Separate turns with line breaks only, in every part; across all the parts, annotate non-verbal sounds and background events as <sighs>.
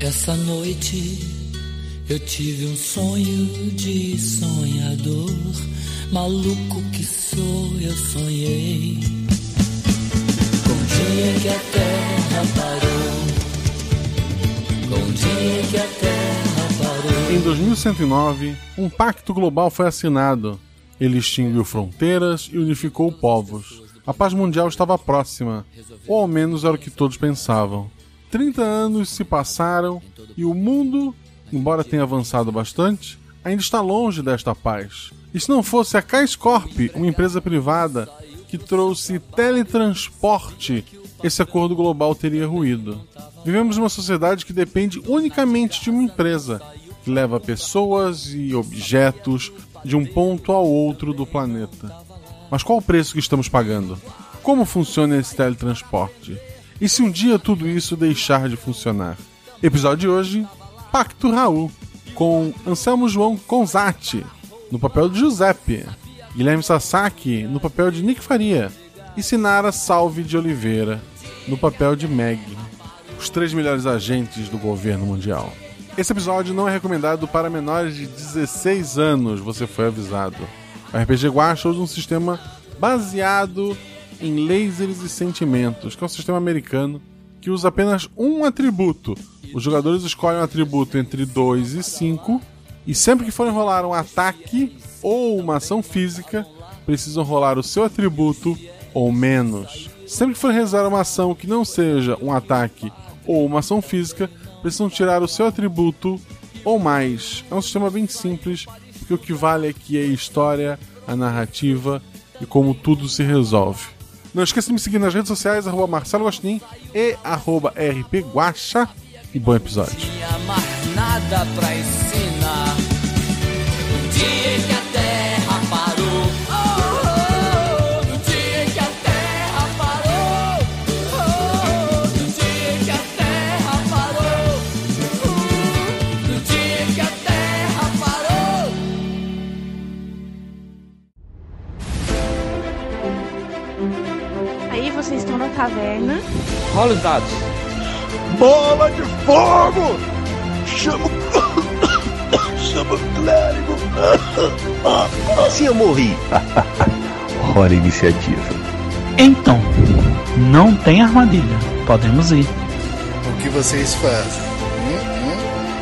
Essa noite eu tive um sonho de sonhador. Maluco que sou, eu sonhei. Com o dia que a terra parou. Com o dia que a terra parou.
Em 2109, um pacto global foi assinado. Ele extinguiu fronteiras e unificou povos. A paz mundial estava próxima, ou ao menos era o que todos pensavam. 30 anos se passaram e o mundo, embora tenha avançado bastante, ainda está longe desta paz. E se não fosse a Caescorp, uma empresa privada que trouxe teletransporte, esse acordo global teria ruído. Vivemos uma sociedade que depende unicamente de uma empresa, que leva pessoas e objetos de um ponto ao outro do planeta. Mas qual o preço que estamos pagando? Como funciona esse teletransporte? E se um dia tudo isso deixar de funcionar? Episódio de hoje: Pacto Raul, com Anselmo João Conzati, no papel de Giuseppe, Guilherme Sasaki, no papel de Nick Faria, e Sinara Salve de Oliveira, no papel de Meg, os três melhores agentes do governo mundial. Esse episódio não é recomendado para menores de 16 anos, você foi avisado. O RPG Guacha usa um sistema baseado em lasers e sentimentos, que é um sistema americano que usa apenas um atributo. Os jogadores escolhem um atributo entre 2 e 5, e sempre que forem rolar um ataque ou uma ação física, precisam rolar o seu atributo ou menos. Sempre que forem realizar uma ação que não seja um ataque ou uma ação física, precisam tirar o seu atributo ou mais. É um sistema bem simples, porque o que vale aqui é a história, a narrativa e como tudo se resolve. Não esqueça de me seguir nas redes sociais, arroba Marcelo Gostin e arroba rpguacha. E bom episódio.
Tinha mais nada pra ensinar. No dia em que a terra parou. Oh, oh, oh. No dia em que a terra parou. Oh, oh. No dia em que a terra parou. Uh, No dia em que a terra parou.
Aí vocês estão na taverna.
Rola os dados.
Bola de fogo! Chama o. <coughs> Chama o clérigo! Como assim eu morri?
Hora iniciativa.
Então, não tem armadilha. Podemos ir.
O que vocês fazem?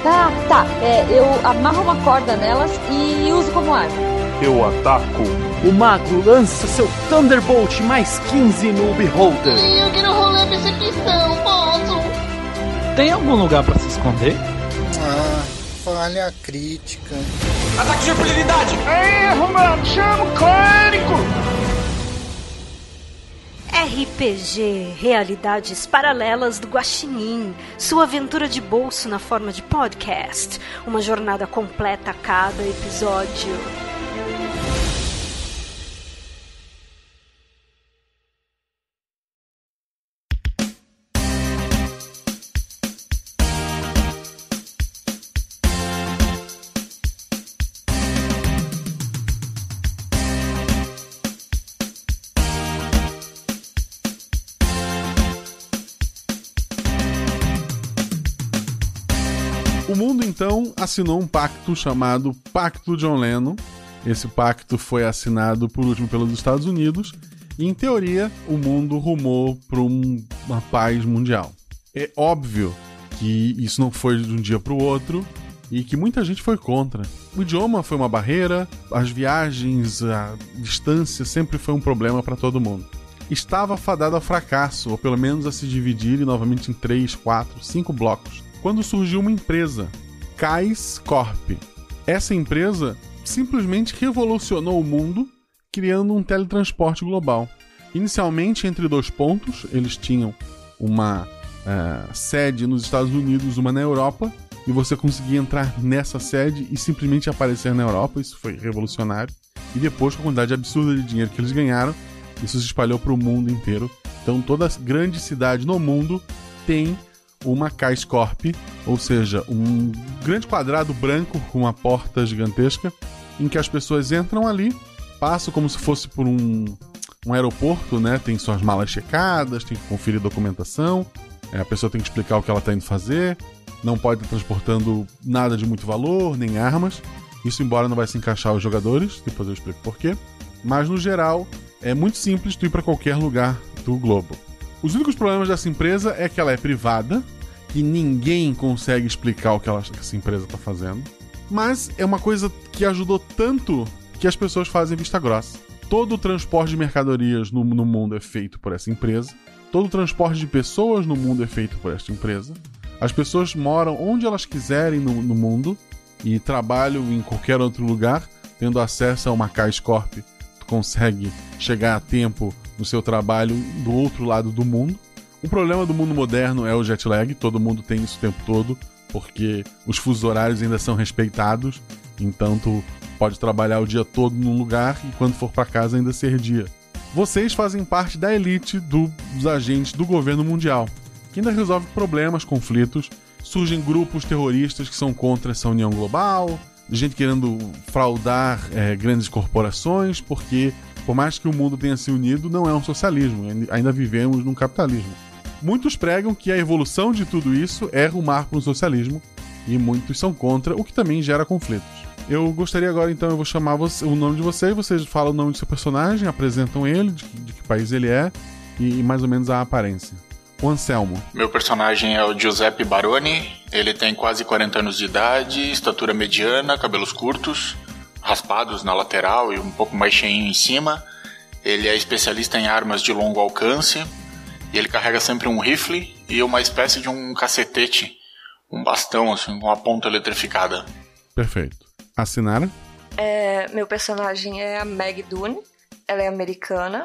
Tá, tá. É, eu amarro uma corda nelas e uso como arma.
Eu ataco.
O mago lança seu Thunderbolt mais 15 no Beholder.
Eu quero rolar percepção, posso?
Tem algum lugar pra se esconder?
Ah, falha crítica.
Ataque de impunidade!
RPG Realidades Paralelas do Guaxinim. Sua aventura de bolso na forma de podcast. Uma jornada completa a cada episódio.
O mundo então assinou um pacto chamado Pacto John Lennon. Esse pacto foi assinado por último pelos Estados Unidos e, em teoria, o mundo rumou para uma paz mundial. É óbvio que isso não foi de um dia para o outro e que muita gente foi contra. O idioma foi uma barreira, as viagens, a distância sempre foi um problema para todo mundo. Estava fadado ao fracasso, ou pelo menos a se dividir novamente em 3, 4, 5 blocos quando surgiu uma empresa, Cais Corp. Essa empresa simplesmente revolucionou o mundo, criando um teletransporte global. Inicialmente, entre dois pontos, eles tinham uma ah, sede nos Estados Unidos, uma na Europa, e você conseguia entrar nessa sede e simplesmente aparecer na Europa. Isso foi revolucionário. E depois, com a quantidade absurda de dinheiro que eles ganharam, isso se espalhou para o mundo inteiro. Então, toda grande cidade no mundo tem uma K-Scorp, ou seja, um grande quadrado branco com uma porta gigantesca, em que as pessoas entram ali, passam como se fosse por um, um aeroporto, né? Tem suas malas checadas, tem que conferir documentação, é, a pessoa tem que explicar o que ela está indo tá fazer, não pode estar transportando nada de muito valor, nem armas. Isso, embora não vai se encaixar aos jogadores, depois eu explico porquê. Mas, no geral, é muito simples tu ir para qualquer lugar do globo. Os únicos problemas dessa empresa é que ela é privada e ninguém consegue explicar o que, ela, que essa empresa está fazendo. Mas é uma coisa que ajudou tanto que as pessoas fazem vista grossa. Todo o transporte de mercadorias no, no mundo é feito por essa empresa. Todo o transporte de pessoas no mundo é feito por esta empresa. As pessoas moram onde elas quiserem no, no mundo e trabalham em qualquer outro lugar, tendo acesso a uma K-Scorp. Tu consegue chegar a tempo no seu trabalho do outro lado do mundo. O problema do mundo moderno é o jet lag, todo mundo tem isso o tempo todo, porque os fusos horários ainda são respeitados, então tu pode trabalhar o dia todo num lugar e quando for para casa ainda ser dia. Vocês fazem parte da elite do- dos agentes do governo mundial, que ainda resolve problemas, conflitos, surgem grupos terroristas que são contra essa união global, gente querendo fraudar eh, grandes corporações, porque por mais que o mundo tenha se unido, não é um socialismo, ainda- ainda vivemos num capitalismo. Muitos pregam que a evolução de tudo isso é rumar para um socialismo, e muitos são contra, o que também gera conflitos. Eu gostaria agora, então, eu vou chamar você- o nome de vocês, vocês falam o nome do seu personagem, apresentam ele, de que, de que país ele é, e, e mais ou menos a aparência. O Anselmo.
Meu personagem é o Giuseppe Baroni. Ele tem quase 40 anos de idade, estatura mediana, cabelos curtos, raspados na lateral e um pouco mais cheinho em cima. Ele é especialista em armas de longo alcance e ele carrega sempre um rifle e uma espécie de um cacetete, um bastão, assim, com uma ponta eletrificada.
Perfeito. Assinara?
É, meu personagem é a Meg Dune. Ela é americana.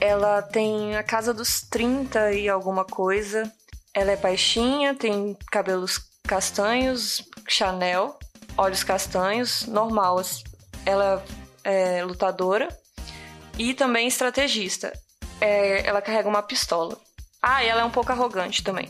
Ela tem a casa dos 30 e alguma coisa. Ela é baixinha, tem cabelos castanhos, Chanel, olhos castanhos, normal. assim. Ela é lutadora e também estrategista. É, ela carrega uma pistola. Ah, e ela é um pouco arrogante também.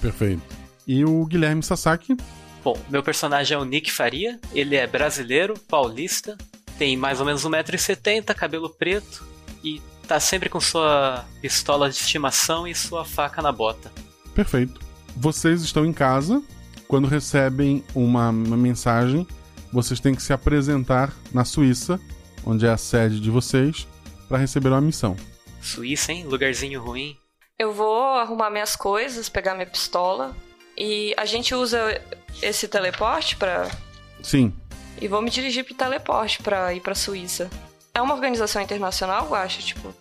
Perfeito. E o Guilherme Sasaki?
Bom, meu personagem é o Nick Faria, ele é brasileiro, paulista, tem mais ou menos 1,70m, cabelo preto e tá sempre com sua pistola de estimação e sua faca na bota.
Perfeito. Vocês estão em casa. Quando recebem uma, uma mensagem, vocês têm que se apresentar na Suíça, onde é a sede de vocês, para receber uma missão.
Suíça, hein? Lugarzinho ruim.
Eu vou arrumar minhas coisas, pegar minha pistola. E a gente usa esse teleporte pra.
Sim.
E vou me dirigir pro teleporte pra ir pra Suíça. É uma organização internacional, eu acho. Tipo,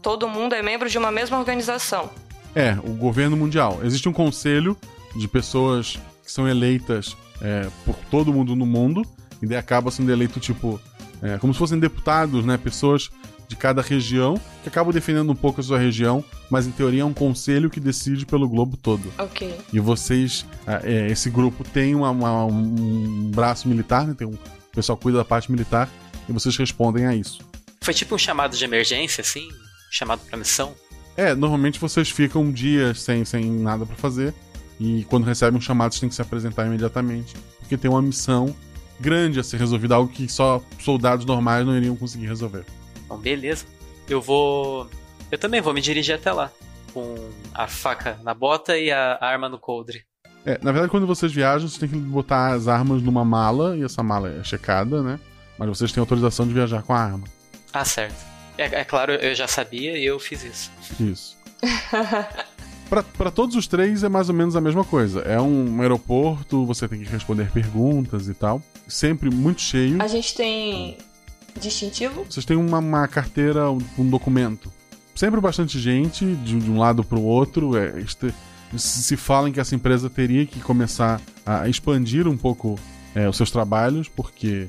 todo mundo é membro de uma mesma organização.
É, o governo mundial. Existe um conselho de pessoas que são eleitas é, por todo mundo no mundo, e daí acaba sendo eleito, tipo, é, como se fossem deputados, né? Pessoas de cada região, que acabam defendendo um pouco a sua região, mas em teoria é um conselho que decide pelo globo todo.
Ok.
E vocês, ah, é, esse grupo tem uma- uma- um braço militar, né? Tem um, o pessoal cuida da parte militar, e vocês respondem a isso.
Foi tipo um chamado de emergência, assim? Chamado pra missão?
É, normalmente vocês ficam dias sem, sem nada pra fazer. E quando recebem um chamado, vocês têm que se apresentar imediatamente. Porque tem uma missão grande a ser resolvida, algo que só soldados normais não iriam conseguir resolver.
Bom, beleza. Eu vou. Eu também vou me dirigir até lá. Com a faca na bota e a arma no coldre.
É, na verdade, quando vocês viajam, vocês têm que botar as armas numa mala, e essa mala é checada, né? Mas vocês têm autorização de viajar com a arma.
Ah, certo. É, é claro, eu já sabia e eu fiz isso.
<laughs>
Isso. Pra- Pra todos os três é mais ou menos a mesma coisa. É um aeroporto, você tem que responder perguntas e tal. Sempre muito cheio.
A gente tem <laughs> distintivo?
Vocês têm uma, uma carteira, um, um documento. Sempre bastante gente, de, de um lado para o outro. é, este- se se fala em que essa empresa teria que começar a expandir um pouco é, os seus trabalhos, porque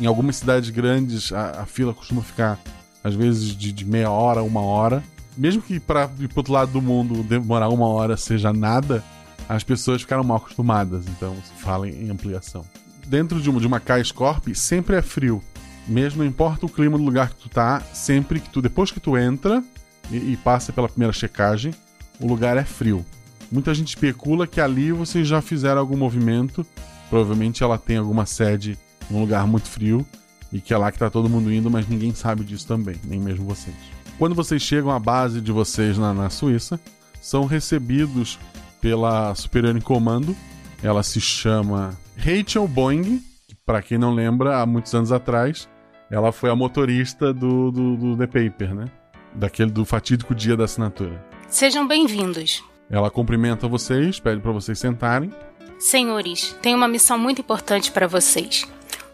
em algumas cidades grandes a, a fila costuma ficar, às vezes, de, de meia hora, a uma hora. Mesmo que para o outro lado do mundo demorar uma hora seja nada, as pessoas ficaram mal acostumadas, então se fala em ampliação dentro de uma, de uma K-Scorp sempre é frio. Mesmo não importa o clima do lugar que tu tá, sempre que tu. Depois que tu entra e, e passa pela primeira checagem, o lugar é frio. Muita gente especula que ali vocês já fizeram algum movimento. Provavelmente ela tem alguma sede num lugar muito frio. E que é lá que tá todo mundo indo, mas ninguém sabe disso também, nem mesmo vocês. Quando vocês chegam à base de vocês na, na Suíça, são recebidos pela Superior em Comando, Ela se chama Rachel Boing, que, pra quem não lembra, há muitos anos atrás, ela foi a motorista do, do, do The Paper, né? Daquele do fatídico dia da assinatura.
Sejam bem-vindos.
Ela cumprimenta vocês, pede para vocês sentarem.
Senhores, tenho uma missão muito importante para vocês.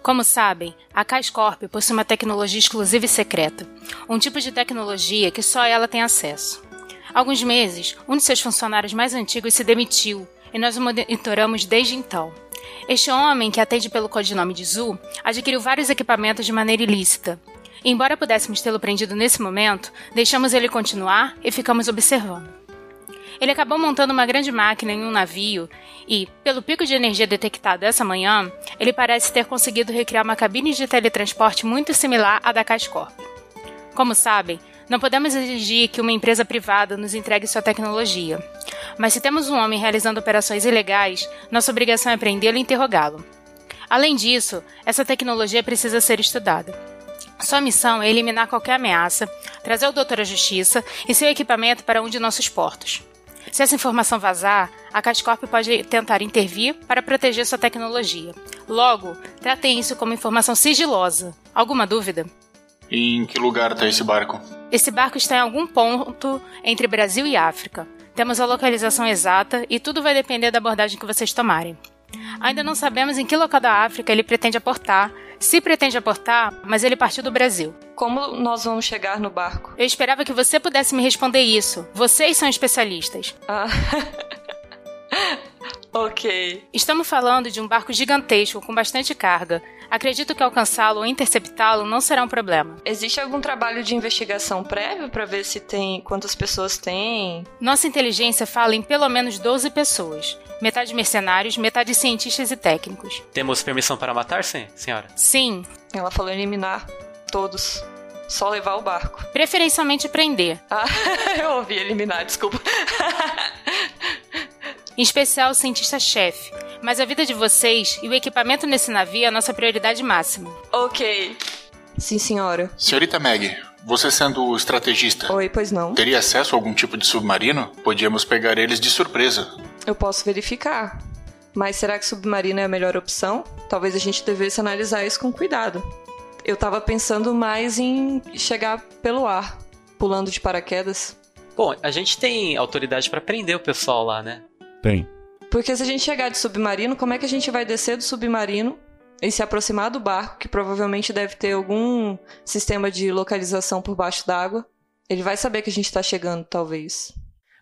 Como sabem, a Cascorp possui uma tecnologia exclusiva e secreta, um tipo de tecnologia que só ela tem acesso. Há alguns meses, um de seus funcionários mais antigos se demitiu e nós o monitoramos desde então. Este homem, que atende pelo codinome de Zu, adquiriu vários equipamentos de maneira ilícita. E, embora pudéssemos tê-lo prendido nesse momento, deixamos ele continuar e ficamos observando. Ele acabou montando uma grande máquina em um navio e, pelo pico de energia detectado essa manhã, ele parece ter conseguido recriar uma cabine de teletransporte muito similar à da Cascorp. Como sabem, não podemos exigir que uma empresa privada nos entregue sua tecnologia, mas se temos um homem realizando operações ilegais, nossa obrigação é prendê-lo e interrogá-lo. Além disso, essa tecnologia precisa ser estudada. Sua missão é eliminar qualquer ameaça, trazer o Doutor à Justiça e seu equipamento para um de nossos portos. Se essa informação vazar, a Cascorp pode tentar intervir para proteger sua tecnologia. Logo, tratem isso como informação sigilosa. Alguma dúvida?
E em que lugar está esse barco?
Esse barco está em algum ponto entre Brasil e África. Temos a localização exata e tudo vai depender da abordagem que vocês tomarem. Ainda não sabemos em que local da África ele pretende aportar, se pretende aportar, mas ele partiu do Brasil.
Como nós vamos chegar no barco?
Eu esperava que você pudesse me responder isso. Vocês são especialistas.
Ah. <laughs> ok.
Estamos falando de um barco gigantesco com bastante carga. Acredito que alcançá-lo ou interceptá-lo não será um problema.
Existe algum trabalho de investigação prévio para ver se tem quantas pessoas tem?
Nossa inteligência fala em pelo menos 12 pessoas metade mercenários, metade cientistas e técnicos.
Temos permissão para matar, sim, senhora?
Sim.
Ela falou eliminar todos. Só levar o barco.
Preferencialmente prender.
Ah, eu ouvi eliminar, desculpa.
em especial o cientista-chefe. Mas a vida de vocês e o equipamento nesse navio é a nossa prioridade máxima.
Ok. Sim, senhora.
Senhorita Meg, você sendo estrategista.
Oi, pois não.
Teria acesso a algum tipo de submarino? Podíamos pegar eles de surpresa.
Eu posso verificar. Mas será que submarino é a melhor opção? Talvez a gente devesse analisar isso com cuidado. Eu tava pensando mais em chegar pelo ar, pulando de paraquedas.
Bom, a gente tem autoridade para prender o pessoal lá, né?
Tem.
Porque se a gente chegar de submarino, como é que a gente vai descer do submarino e se aproximar do barco, que provavelmente deve ter algum sistema de localização por baixo d'água. Ele vai saber que a gente está chegando, talvez.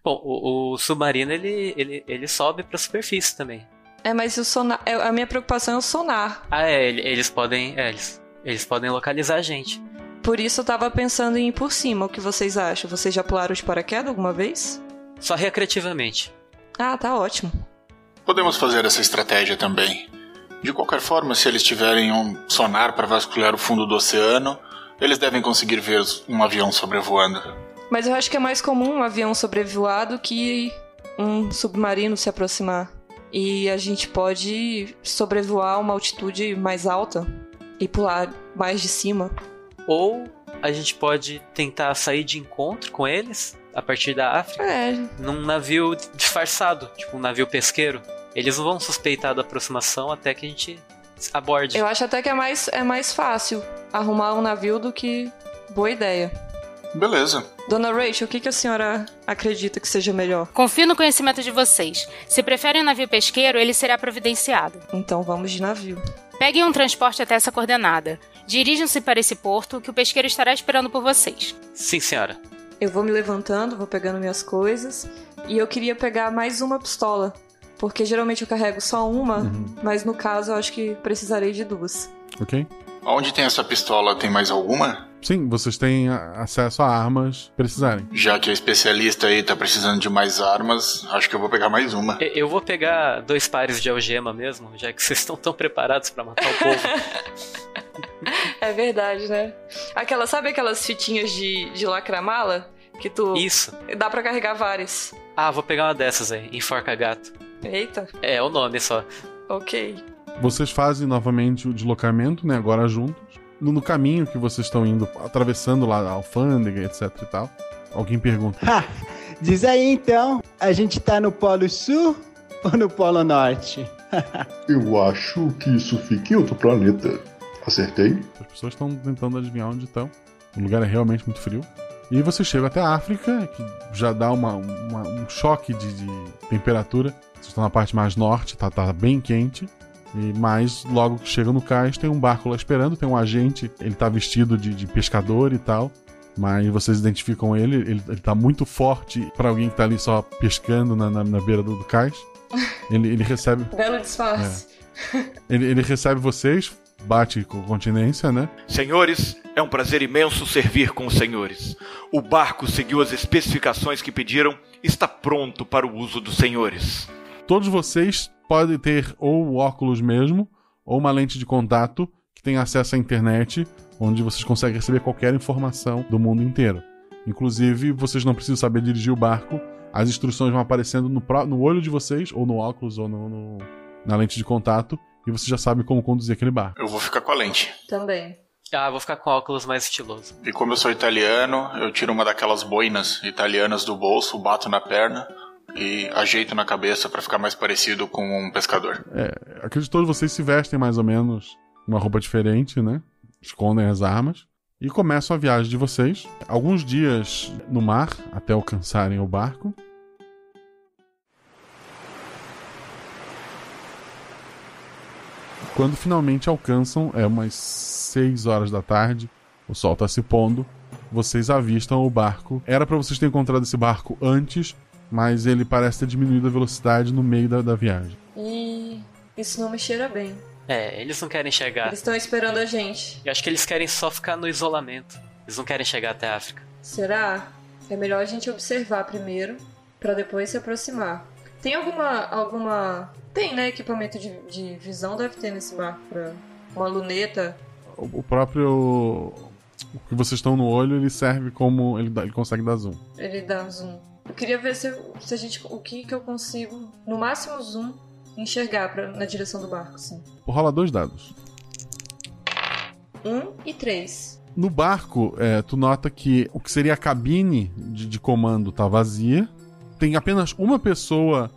Bom, o, o, submarino ele, ele, ele sobe para a superfície também.
É, mas o sonar. A minha preocupação é o sonar.
Ah, é, eles podem. É, eles, eles podem localizar a gente.
Por isso eu tava pensando em ir por cima. O que vocês acham? Vocês já pularam de paraquedas alguma vez?
Só recreativamente.
Ah, tá ótimo.
Podemos fazer essa estratégia também. De qualquer forma, se eles tiverem um sonar para vasculhar o fundo do oceano, eles devem conseguir ver um avião sobrevoando.
Mas eu acho que é mais comum um avião sobrevoado que um submarino se aproximar. E a gente pode sobrevoar uma altitude mais alta e pular mais de cima.
Ou a gente pode tentar sair de encontro com eles a partir da África.
É.
Num navio disfarçado, tipo um navio pesqueiro. Eles não vão suspeitar da aproximação até que a gente aborde.
Eu acho até que é mais, é mais fácil arrumar um navio do que boa ideia.
Beleza.
Dona Rachel, o que, que a senhora acredita que seja melhor?
Confio no conhecimento de vocês. Se preferem um navio pesqueiro, ele será providenciado.
Então vamos de navio.
Peguem um transporte até essa coordenada. Dirijam-se para esse porto que o pesqueiro estará esperando por vocês.
Sim, senhora.
Eu vou me levantando, vou pegando minhas coisas. E eu queria pegar mais uma pistola porque geralmente eu carrego só uma, uhum. mas no caso eu acho que precisarei de duas.
Ok.
Onde tem essa pistola? Tem mais alguma?
Sim, vocês têm acesso a armas precisarem.
Já que a especialista aí tá precisando de mais armas, acho que eu vou pegar mais uma.
Eu vou pegar dois pares de algema mesmo, já que vocês estão tão preparados para matar o
<laughs>
povo.
é verdade, né? Aquela, sabe aquelas fitinhas de, de lacramala? Que tu.
Isso.
Dá para carregar várias.
Ah, vou pegar uma dessas aí, enforca gato.
Eita.
É, o nome só.
Ok.
Vocês fazem novamente o deslocamento, né? Agora juntos. No caminho que vocês estão indo, atravessando lá a alfândega, etc e
<laughs>
tal. Alguém pergunta.
Ha! Diz aí então, a gente tá no Polo Sul
ou no Polo Norte?
Eu acho que isso fica em outro planeta. Acertei?
As pessoas estão tentando adivinhar onde estão. O lugar é realmente muito frio. E você chega até a África, que já dá uma, uma- um choque de, de temperatura. Vocês estão na parte mais norte, tá, tá bem quente. E mas logo que chega no cais, tem um barco lá esperando, tem um agente, ele tá vestido de, de pescador e tal. Mas vocês identificam ele, ele, ele tá muito forte para alguém que tá ali só pescando na, na, na beira do,
<laughs>
do cais. Ele, ele recebe. É.
Belo disfarce.
Ele, ele recebe vocês, bate com continência, né?
Senhores, é um prazer imenso servir com os senhores. O barco seguiu as especificações que pediram, está pronto para o uso dos senhores.
Todos vocês podem ter ou óculos mesmo, ou uma lente de contato que tem acesso à internet, onde vocês conseguem receber qualquer informação do mundo inteiro. Inclusive, vocês não precisam saber dirigir o barco, as instruções vão aparecendo no, pró- no olho de vocês, ou no óculos, ou no, no- na lente de contato, e vocês já sabem como conduzir aquele barco.
Eu vou ficar com a lente.
Também.
Ah, vou ficar com óculos mais estiloso.
E como eu sou italiano, eu tiro uma daquelas boinas italianas do bolso, bato na perna e ajeito na cabeça pra ficar mais parecido com um pescador.
É, acredito que todos vocês se vestem mais ou menos uma roupa diferente, né? Escondem as armas e começam a viagem de vocês. Alguns dias no mar até alcançarem o barco. Quando finalmente alcançam, é umas 6 horas da tarde, o sol está se pondo, vocês avistam o barco. Era para vocês terem encontrado esse barco antes, mas ele parece ter diminuído a velocidade no meio da- da viagem.
E isso não me cheira bem.
É, eles não querem chegar.
Eles estão esperando a gente.
Eu acho que eles querem só ficar no isolamento. Eles não querem chegar até a África.
Será? É melhor a gente observar primeiro, pra depois se aproximar. Tem alguma. alguma. Tem, né? Equipamento de, de visão deve ter nesse barco pra. Uma luneta.
o o próprio o que vocês estão no olho ele serve como ele, dá- ele consegue dar zoom
Ele dá um zoom. Eu queria ver se, eu- se a gente. o que, que eu consigo, no máximo zoom, enxergar pra, na direção do barco, sim.
rola dois dados
Um e três.
no barco é, tu nota que o que seria a cabine de, de comando tá vazia tem apenas uma pessoa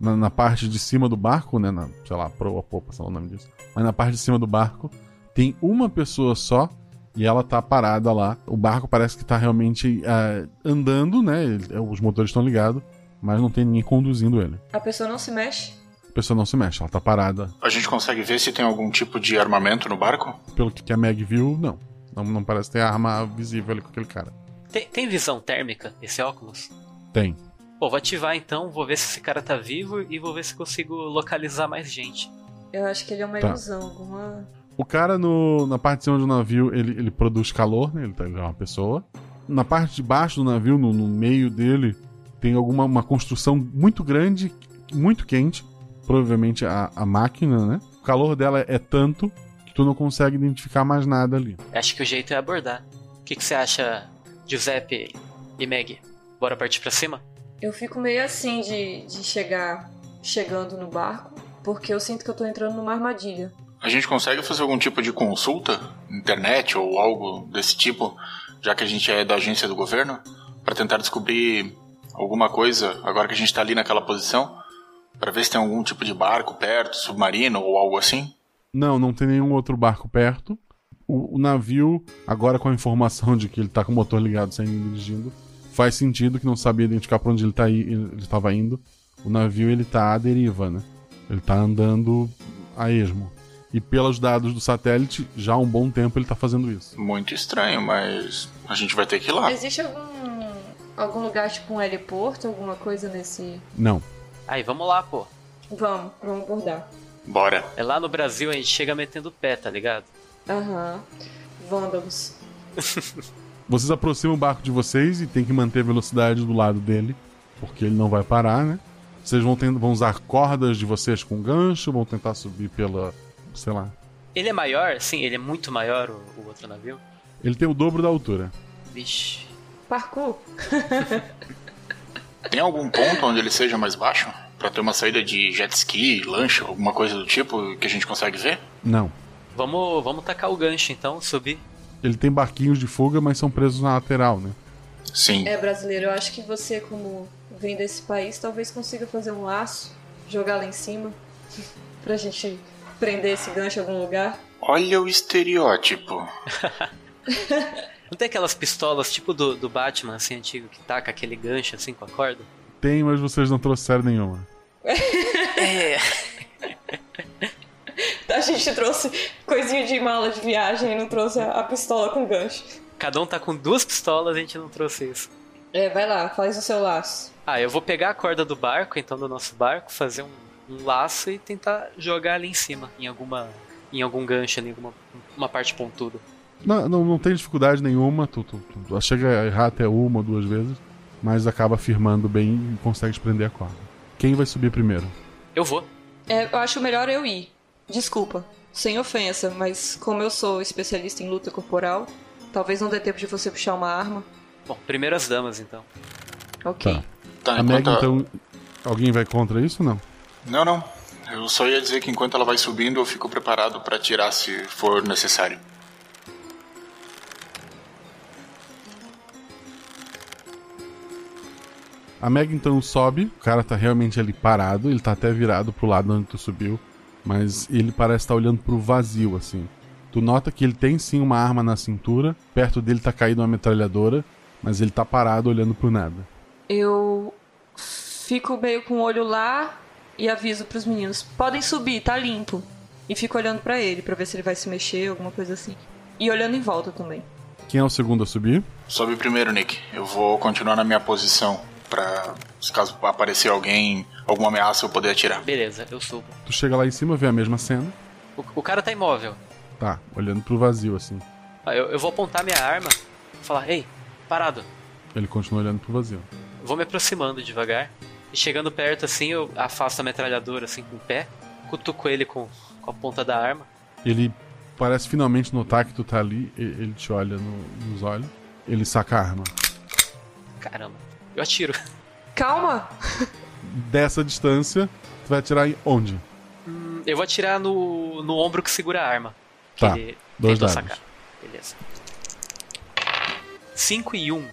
na, na parte de cima do barco né na, sei lá proa popa sei lá o nome disso mas na parte de cima do barco tem uma pessoa só e ela tá parada lá o barco parece que tá realmente ah, andando né Ele- os motores estão ligados mas não tem ninguém conduzindo ele
A pessoa não se mexe?
a pessoa não se mexe ela tá parada
A gente consegue ver se tem algum tipo de armamento no barco?
pelo que a Meg viu, não. não. Não parece ter arma visível ali com aquele cara.
Tem, tem visão térmica esse óculos?
Tem.
Pô, vou ativar então, vou ver se esse cara tá vivo e vou ver se consigo localizar mais gente.
Eu acho que ele é uma
Tá.
ilusão, alguma.
O cara no, na parte de cima do navio, ele, ele produz calor, né? Ele tá- ele é uma pessoa. Na parte de baixo do navio, no, no meio dele, tem alguma uma construção muito grande, muito quente. Provavelmente a, a máquina, né? O calor dela é tanto que tu não consegue identificar mais nada ali.
Acho que o jeito é abordar. O que, que você acha, Giuseppe e Meg? Bora partir pra cima?
Eu fico meio assim de, de chegar chegando no barco, porque eu sinto que eu tô entrando numa armadilha.
A gente consegue fazer algum tipo de consulta? Internet ou algo desse tipo? Já que a gente é da agência do governo? Pra tentar descobrir alguma coisa agora que a gente tá ali naquela posição? Pra ver se tem algum tipo de barco perto, submarino ou algo assim?
Não, não tem nenhum outro barco perto. O, o navio, agora com a informação de que ele tá com o motor ligado saindo e dirigindo, faz sentido que não sabia identificar pra onde ele tá i- ele estava indo. O navio ele tá à deriva, né? Ele tá andando a esmo. E pelos dados do satélite, já há um bom tempo ele tá fazendo isso.
Muito estranho, mas a gente vai ter que ir lá.
Existe algum algum lugar tipo um heliporto, alguma coisa nesse?
Não.
Aí, vamos lá, pô.
Vamos, vamos abordar.
Bora.
É lá no Brasil a gente chega metendo o pé, tá ligado?
Aham.
<laughs>
Vândalos.
Vocês aproximam o barco de vocês e tem que manter a velocidade do lado dele, porque ele não vai parar, né? Vocês vão, ten- vão usar cordas de vocês com gancho, vão tentar subir pela. sei lá.
Ele é maior? Sim, ele é muito maior, o, o outro navio.
Ele tem o dobro da altura.
Vixe.
Parkour.
Tem algum ponto onde ele seja mais baixo? Pra ter uma saída de jet ski, lancha, alguma coisa do tipo que a gente consegue ver?
Não.
Vamos, vamos tacar o gancho então, subir.
Ele tem barquinhos de fuga, mas são presos na lateral, né?
Sim.
É brasileiro, eu acho que você como vem desse país, talvez consiga fazer um laço jogar lá em cima <laughs> pra gente prender esse gancho em algum lugar.
Olha o estereótipo.
Não tem aquelas pistolas tipo do, do Batman, assim, antigo, que taca aquele gancho, assim, com a corda?
Tem, mas vocês não trouxeram nenhuma.
É.
A gente trouxe coisinha de mala de viagem e não trouxe a a pistola com gancho.
Cada um tá com duas pistolas, a gente não trouxe isso.
É, vai lá, faz o seu laço.
Ah, eu vou pegar a corda do barco, então, do nosso barco, fazer um, um laço e tentar jogar ali em cima, em alguma. em algum gancho, em alguma uma parte pontuda.
Não, não, não tem dificuldade nenhuma, tu, tu, tu- tu chega a errar até uma ou duas vezes, mas acaba firmando bem e consegue prender a corda. Quem vai subir primeiro?
Eu vou.
É, eu acho melhor eu ir. Desculpa, sem ofensa, mas como eu sou especialista em luta corporal, talvez não dê tempo de você puxar uma arma.
Bom, primeiro as damas, então.
Ok.
Tá,
a Meg,
enquanto a-
então. Alguém vai contra isso ou não?
Não, não. Eu só ia dizer que enquanto ela vai subindo, eu fico preparado pra tirar se for necessário.
A Meg então sobe, o cara tá realmente ali parado, ele tá até virado pro lado onde tu subiu, mas ele parece estar olhando pro vazio, assim. Tu nota que ele tem sim uma arma na cintura, perto dele tá caída uma metralhadora, mas ele tá parado olhando pro nada.
Eu fico meio com o olho lá e aviso pros meninos: podem subir, tá limpo. E fico olhando pra ele pra ver se ele vai se mexer, alguma coisa assim. E olhando em volta também.
Quem é o segundo a subir?
Sobe primeiro, Nick. Eu vou continuar na minha posição pra se caso aparecer alguém, alguma ameaça, eu poder atirar.
Beleza, eu subo.
Tu chega lá em cima, vê a mesma cena,
O, o cara tá imóvel.
tá, olhando pro vazio, assim.
Ah, eu, eu vou apontar minha arma e falar, ei, parado.
Ele continua olhando pro vazio.
Vou me aproximando devagar. E chegando perto assim, eu afasto a metralhadora assim com o pé, cutuco ele com, com a ponta da arma.
Ele parece finalmente notar que tu tá ali, e- ele te olha no- nos olhos, ele saca a arma.
Caramba, eu atiro.
Calma!
Dessa distância, tu vai atirar em onde?
Hum, eu vou atirar no, no ombro que segura a arma. Que
Tá,
ele
dois
tentou
dados.
sacar. Beleza. 5 e 1. Um.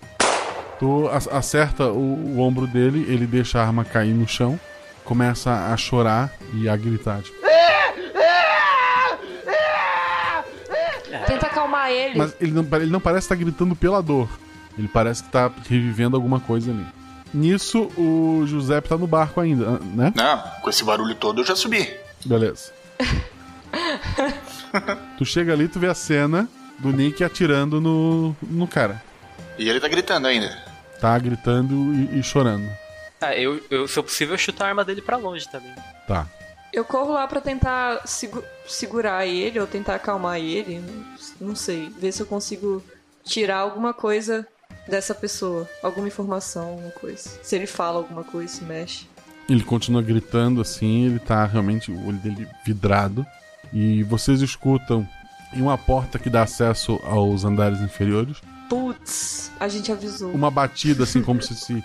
Tu a- acerta o, o ombro dele, ele deixa a arma cair no chão, começa a chorar e a gritar. tipo.
Tenta acalmar ele.
Mas ele não, pare- ele não parece estar gritando pela dor. Ele parece que tá revivendo alguma coisa ali. Nisso, o Giuseppe tá no barco ainda, né?
Não, com esse barulho todo eu já subi.
Beleza. tu chega ali, tu vê a cena do Nick atirando no, no cara.
E ele tá gritando ainda.
Tá gritando e, e chorando.
Ah, eu, eu, se eu possível, eu chuto a arma dele pra longe também.
Tá.
Eu corro lá pra tentar segu- segurar ele ou tentar acalmar ele. Não sei. Ver se eu consigo tirar alguma coisa dessa pessoa. Alguma informação, alguma coisa. Se ele fala alguma coisa, se mexe.
Ele continua gritando assim, ele tá realmente o olho dele vidrado. E vocês escutam em uma porta que dá acesso aos andares inferiores
Putz, a gente avisou.
uma batida, assim, como se, se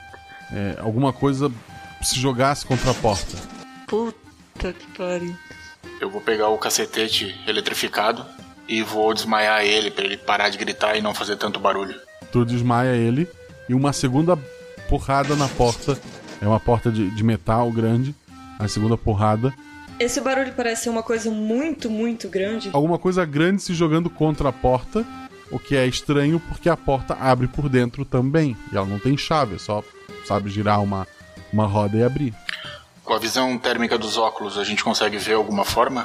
é, alguma coisa se jogasse contra a porta.
Puta que pariu.
Eu vou pegar o cacetete eletrificado e vou desmaiar ele pra ele parar de gritar e não fazer tanto barulho.
Tu desmaia ele e uma segunda porrada na porta. É uma porta de, de metal grande. A segunda porrada.
Esse barulho parece ser uma coisa muito, muito grande.
Alguma coisa grande se jogando contra a porta. O que é estranho porque a porta abre por dentro também. E ela não tem chave, é só sabe girar uma, uma roda e abrir.
Com a visão térmica dos óculos, a gente consegue ver alguma forma?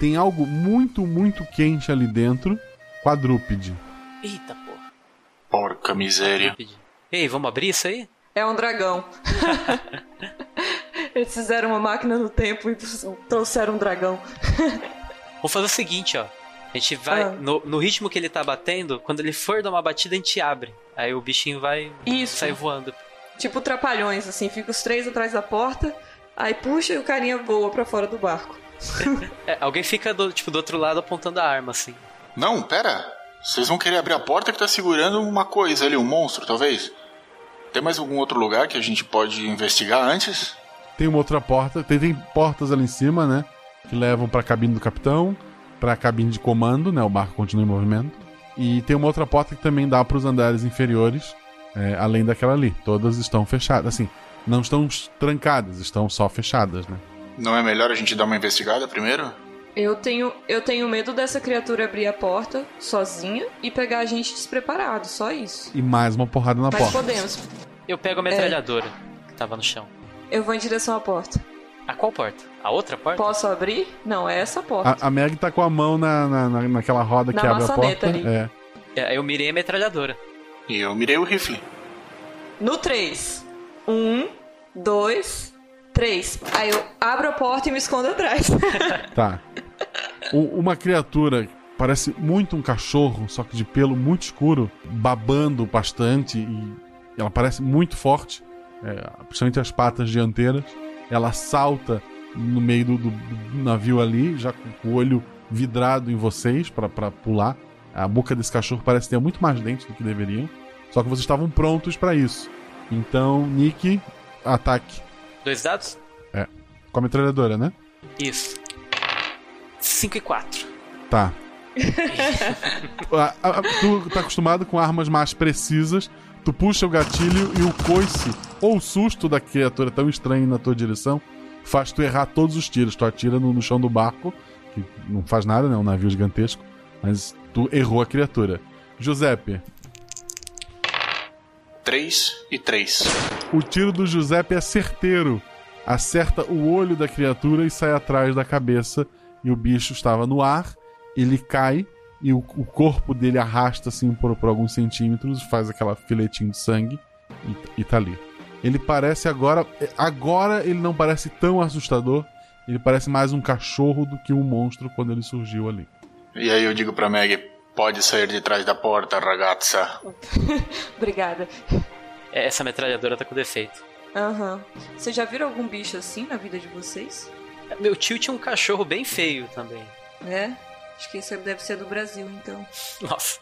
Tem algo muito, muito quente ali dentro. Quadrúpede.
Eita porra.
Porca miséria.
Ei, vamos abrir isso aí?
É um dragão. <laughs> Eles fizeram uma máquina no tempo e trouxeram um dragão.
Vamos fazer o seguinte, ó. A gente vai.
Ah.
No, no ritmo que ele tá batendo, quando ele for dar uma batida, a gente abre. Aí o bichinho vai
Isso.
sair voando.
Tipo trapalhões, assim, fica os três atrás da porta, aí puxa e o carinha voa pra fora do barco.
É, alguém fica do, tipo, do outro lado apontando a arma, assim.
Não, pera. Vocês vão querer abrir a porta que tá segurando uma coisa ali, um monstro, talvez? Tem mais algum outro lugar que a gente pode investigar antes?
Tem uma outra porta. Tem, tem portas ali em cima, né? Que levam pra cabine do capitão, pra cabine de comando, né? O barco continua em movimento. E tem uma outra porta que também dá pros andares inferiores, é, além daquela ali. Todas estão fechadas. Assim, não estão s- trancadas, estão só fechadas, né?
Não é melhor a gente dar uma investigada primeiro?
Eu tenho, eu tenho medo dessa criatura abrir a porta sozinha e pegar a gente despreparado, só isso.
E mais uma porrada na
Mas
porta.
podemos. É,
Eu pego a metralhadora que tava no chão.
Eu vou em direção à porta.
A qual porta? A outra porta?
Posso abrir? Não, é essa porta.
A, a Meg tá com a mão na, na, na- naquela roda
Na
que abre a
maçaneta
porta.
ali.
É.
É, eu mirei a metralhadora.
E eu mirei o rifle.
ah.
No 3. 1, 2, 3. Aí eu abro a porta e me escondo
<laughs>
atrás. <laughs>
Tá. U- uma criatura parece muito um cachorro, só que de pelo muito escuro, babando bastante e ela parece muito forte, é, principalmente as patas dianteiras. Ela salta no meio do, do- do navio ali, já com o olho vidrado em vocês pra pra pular. A boca desse cachorro parece ter muito mais dentes do que deveriam. Só que vocês estavam prontos pra isso. Então, Nick, ataque.
Dois dados?
É. Com a metralhadora, né?
Isso. 5
<laughs>
e 4.
Tá. A- a- a- tu tá acostumado com armas mais precisas, tu puxa o gatilho e o coice ou o susto da criatura tão estranha na tua direção faz tu errar todos os tiros. Tu atira no, no chão do barco, que não faz nada, né? É Um navio gigantesco, mas tu errou a criatura. Giuseppe,
3 e 3.
o tiro do Giuseppe é certeiro. Acerta o olho da criatura e sai atrás da cabeça. E o bicho estava no ar, ele cai e o, o corpo dele arrasta assim por, por alguns centímetros, faz aquela filetinho de sangue e, e tá ali. Ele parece agora. é, Agora ele não parece tão assustador. Ele parece mais um cachorro do que um monstro quando ele surgiu ali.
E aí eu digo pra Meg, pode sair de trás da porta, ragazza.
Obrigada.
É, Essa metralhadora tá com defeito.
Aham. Vocês já viram algum bicho assim na vida de vocês?
Meu tio tinha um cachorro bem feio também.
É? Acho que isso deve ser do Brasil, <laughs> então.
Nossa.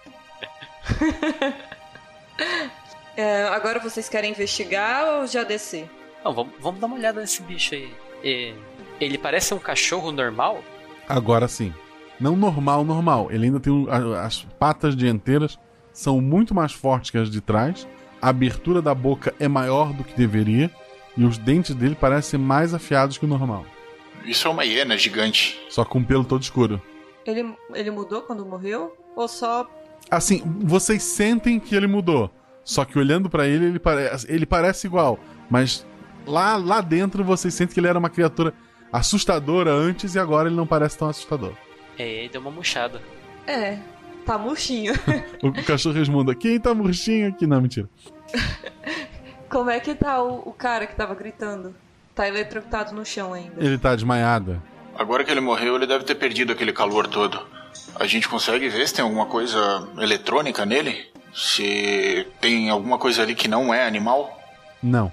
É, agora vocês querem investigar ou já descer?
Não, vamos, vamos dar uma olhada nesse bicho aí. E- ele parece um cachorro normal?
Agora sim. Não normal, normal. Ele ainda tem um- a- as patas dianteiras são muito mais fortes que as de trás. A abertura da boca é maior do que deveria e os dentes dele parecem mais afiados que o normal,
Isso é uma hiena gigante.
só com o pelo todo escuro.
Ele, ele mudou quando morreu? Ou só.
Assim, vocês sentem que ele mudou, só que olhando pra ele ele parece, ele parece igual, mas lá lá dentro vocês sentem que ele era uma criatura assustadora antes e agora ele não parece tão assustador.
É, ele deu uma murchada.
É, tá murchinho. <laughs>
O cachorro resmunga: "Quem tá murchinho aqui?" Não, mentira.
Como é que tá o, o cara que tava gritando? Tá eletrocutado no chão ainda.
Ele tá desmaiado.
Agora que ele morreu, ele deve ter perdido aquele calor todo. A gente consegue ver se tem alguma coisa eletrônica nele? Se tem alguma coisa ali que não é animal?
Não.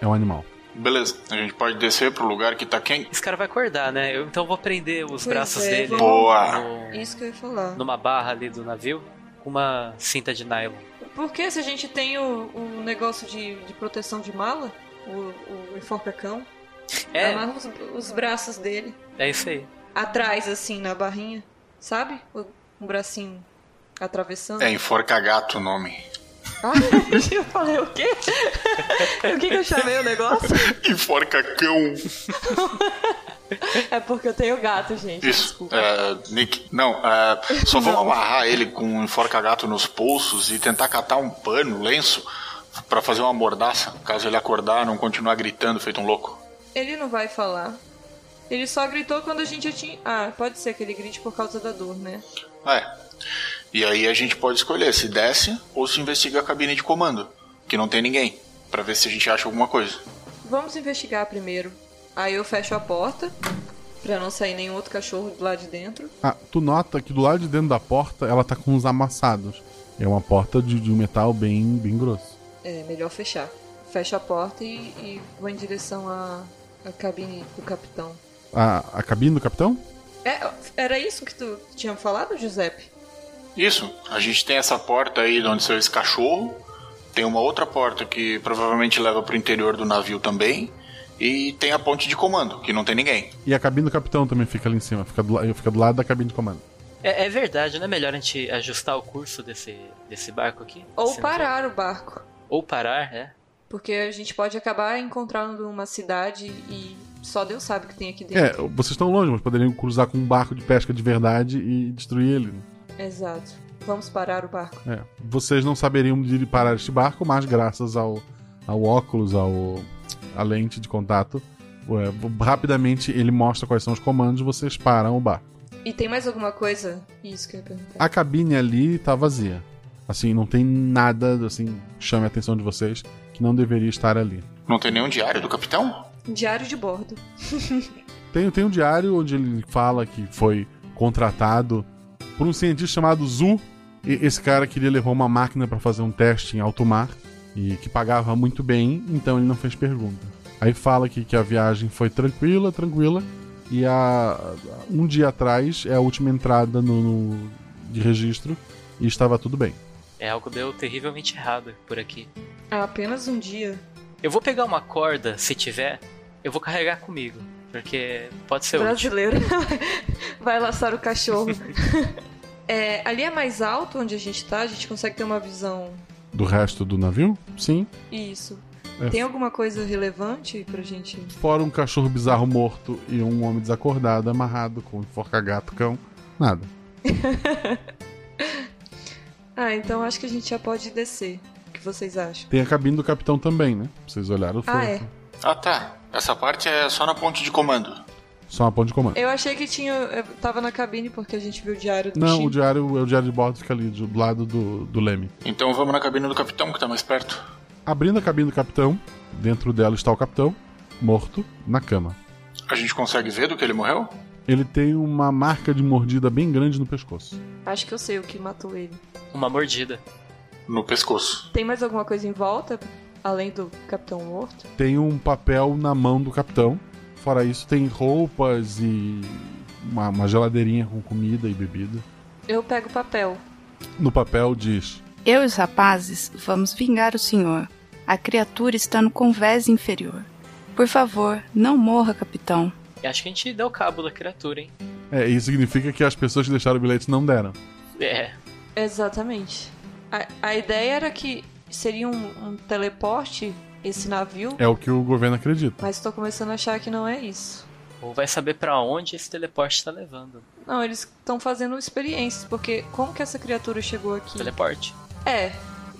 É um animal.
Beleza, a gente pode descer pro lugar que tá quem?
Esse cara vai acordar, né? Eu, então vou prender os braços
é,
dele.
vamos-
Boa!
Isso que eu ia falar.
Numa barra ali do navio. Com uma cinta de nylon.
Por que se a gente tem o, o negócio de, de proteção de mala? O, o enforca-cão?
É.
Amarra os, os braços dele.
É isso aí.
Atrás, assim, na barrinha. Sabe? O- Um bracinho atravessando.
É enforca gato o nome.
Ah, eu falei o quê? <laughs> o que, que eu chamei o negócio?
<laughs> enforca cão.
É porque eu tenho gato, gente.
Isso. É, Nick, não, é, só vamos amarrar ele com um enforca gato nos pulsos e tentar catar um pano, lenço, pra fazer uma mordaça, caso ele acordar, não continuar gritando feito um louco.
Ele não vai falar. Ele só gritou quando a gente já tinha. Ah, pode ser que ele grite por causa da dor, né?
É. E aí a gente pode escolher se desce ou se investiga a cabine de comando, que não tem ninguém, Pra ver se a gente acha alguma coisa.
Vamos investigar primeiro. Aí eu fecho a porta pra não sair nenhum outro cachorro lá de dentro.
Ah, tu nota que do lado de dentro da porta ela tá com uns amassados. É uma porta de, de um metal bem, bem grosso.
É melhor fechar. Fecho a porta e, e vou em direção à, à cabine do capitão.
A, a cabine do capitão?
É, era isso que tu tinha falado, Giuseppe?
Isso, a gente tem essa porta aí de onde saiu esse cachorro, tem uma outra porta que provavelmente leva pro interior do navio também, e tem a ponte de comando, que não tem ninguém.
E a cabine do capitão também fica ali em cima, fica do, la- fica do lado da cabine de comando.
É, é verdade, não é melhor a gente ajustar o curso desse, desse barco aqui?
Ou
Desse navio?
parar o barco.
Ou parar, é.
Porque a gente pode acabar encontrando uma cidade e Só Deus sabe o que tem aqui
É,
dentro.
vocês estão longe, mas poderiam cruzar com um barco de pesca de verdade e destruir ele.
Exato. Vamos parar o barco.
É, vocês não saberiam de parar este barco, mas graças ao, ao óculos, ao a lente de contato, é, rapidamente ele mostra quais são os comandos, vocês param o barco.
E tem mais alguma coisa? Isso que eu ia perguntar.
A cabine ali tá vazia. Assim, não tem nada assim chame a atenção de vocês que não deveria estar ali.
Não tem nenhum diário do capitão?
Diário de bordo. <laughs>
Tem, tem um diário onde ele fala que foi contratado por um cientista chamado Zu. E esse cara queria levar uma máquina para fazer um teste em alto mar e que pagava muito bem, então ele não fez pergunta. Aí fala que, que a viagem foi tranquila, tranquila. E a, um dia atrás é a última entrada no, no- de registro e estava tudo bem.
É algo deu terrivelmente errado por aqui.
Há apenas um dia.
Eu vou pegar uma corda, se tiver, eu vou carregar comigo. Porque pode ser útil.
Brasileiro. <laughs> Vai laçar o cachorro. <laughs> É, ali é mais alto onde a gente tá, a gente consegue ter uma visão.
Do resto do navio? Sim.
Isso.
É.
Tem alguma coisa relevante pra gente?
Fora um cachorro bizarro morto e um homem desacordado amarrado com um enforca-gato cão. Nada.
Ah, então acho que a gente já pode descer. O que vocês acham?
Tem a cabine do capitão também, né? Vocês olharam, foi
Ah, é.
Ah, tá. Essa parte é só na ponte de comando.
só uma ponte de comando.
Eu achei que tinha. Eu tava na cabine porque a gente viu o diário do
Não,
Shin.
o diário, é o diário de bordo fica ali do lado do, do leme.
Então vamos na cabine do capitão, que tá mais perto.
Abrindo a cabine do capitão, dentro dela está o capitão, morto, na cama.
A gente consegue ver do que ele morreu?
Ele tem uma marca de mordida bem grande no pescoço.
Acho que eu sei o que matou ele.
Uma mordida.
No pescoço.
Tem mais alguma coisa em volta? Além do Capitão Morto?
Tem um papel na mão do capitão. Fora isso, tem roupas e uma, uma geladeirinha com comida e bebida.
Eu pego o papel.
No papel diz:
Eu e os rapazes vamos vingar o senhor. A criatura está no convés inferior. Por favor, não morra, capitão.
E acho que a gente deu cabo da criatura, hein?
É, isso significa que as pessoas que deixaram o bilhete não deram.
É.
Exatamente. A, a ideia era que seria um, um teleporte esse navio,
É o que o governo acredita.
mas tô começando a achar que não é isso.
Ou vai saber pra onde esse teleporte tá levando.
Não, eles estão fazendo experiências, porque como que essa criatura chegou aqui?
Teleporte.
É,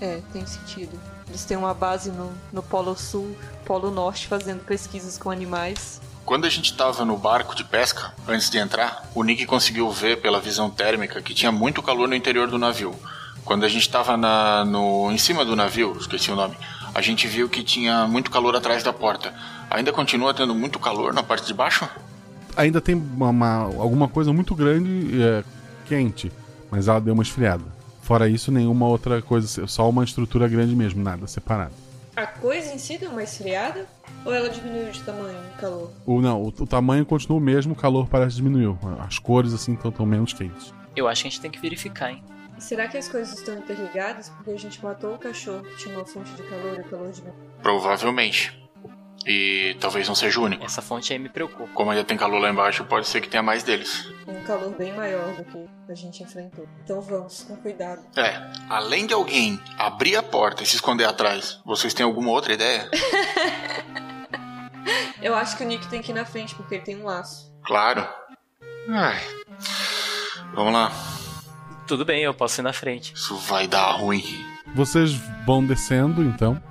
é, tem sentido. Eles têm uma base no, no Polo Sul, Polo Norte, fazendo pesquisas com animais.
Quando a gente tava no barco de pesca, antes de entrar, o Nick conseguiu ver pela visão térmica que tinha muito calor no interior do navio. Quando a gente tava na- no, em cima do navio, esqueci o nome, a gente viu que tinha muito calor atrás da porta. Ainda continua tendo muito calor na parte de baixo?
Ainda tem uma, uma- alguma coisa muito grande é, quente, mas ela deu uma esfriada. Fora isso, nenhuma outra coisa, só uma estrutura grande mesmo, nada separado.
A coisa em si deu uma esfriada? Ou ela diminuiu de tamanho no calor?
O, não, o, o tamanho continua o mesmo, o calor parece que diminuiu. As cores, assim, estão tão menos quentes.
Eu acho que a gente tem que verificar, hein?
Será que as coisas estão interligadas? Porque a gente matou o cachorro que tinha uma fonte de calor e o calor de um
Provavelmente. E talvez não seja o único.
Essa fonte aí me preocupa.
Como ainda tem calor lá embaixo, pode ser que tenha mais deles.
um calor bem maior do que a gente enfrentou. Então vamos, com cuidado.
É, além de alguém abrir a porta e se esconder atrás, vocês têm alguma outra ideia?
Eu acho que o Nick tem que ir na frente, porque ele tem um laço.
Claro. Ai. Vamos lá.
Tudo bem, eu posso ir na frente.
Isso vai dar ruim.
Vocês vão descendo, então.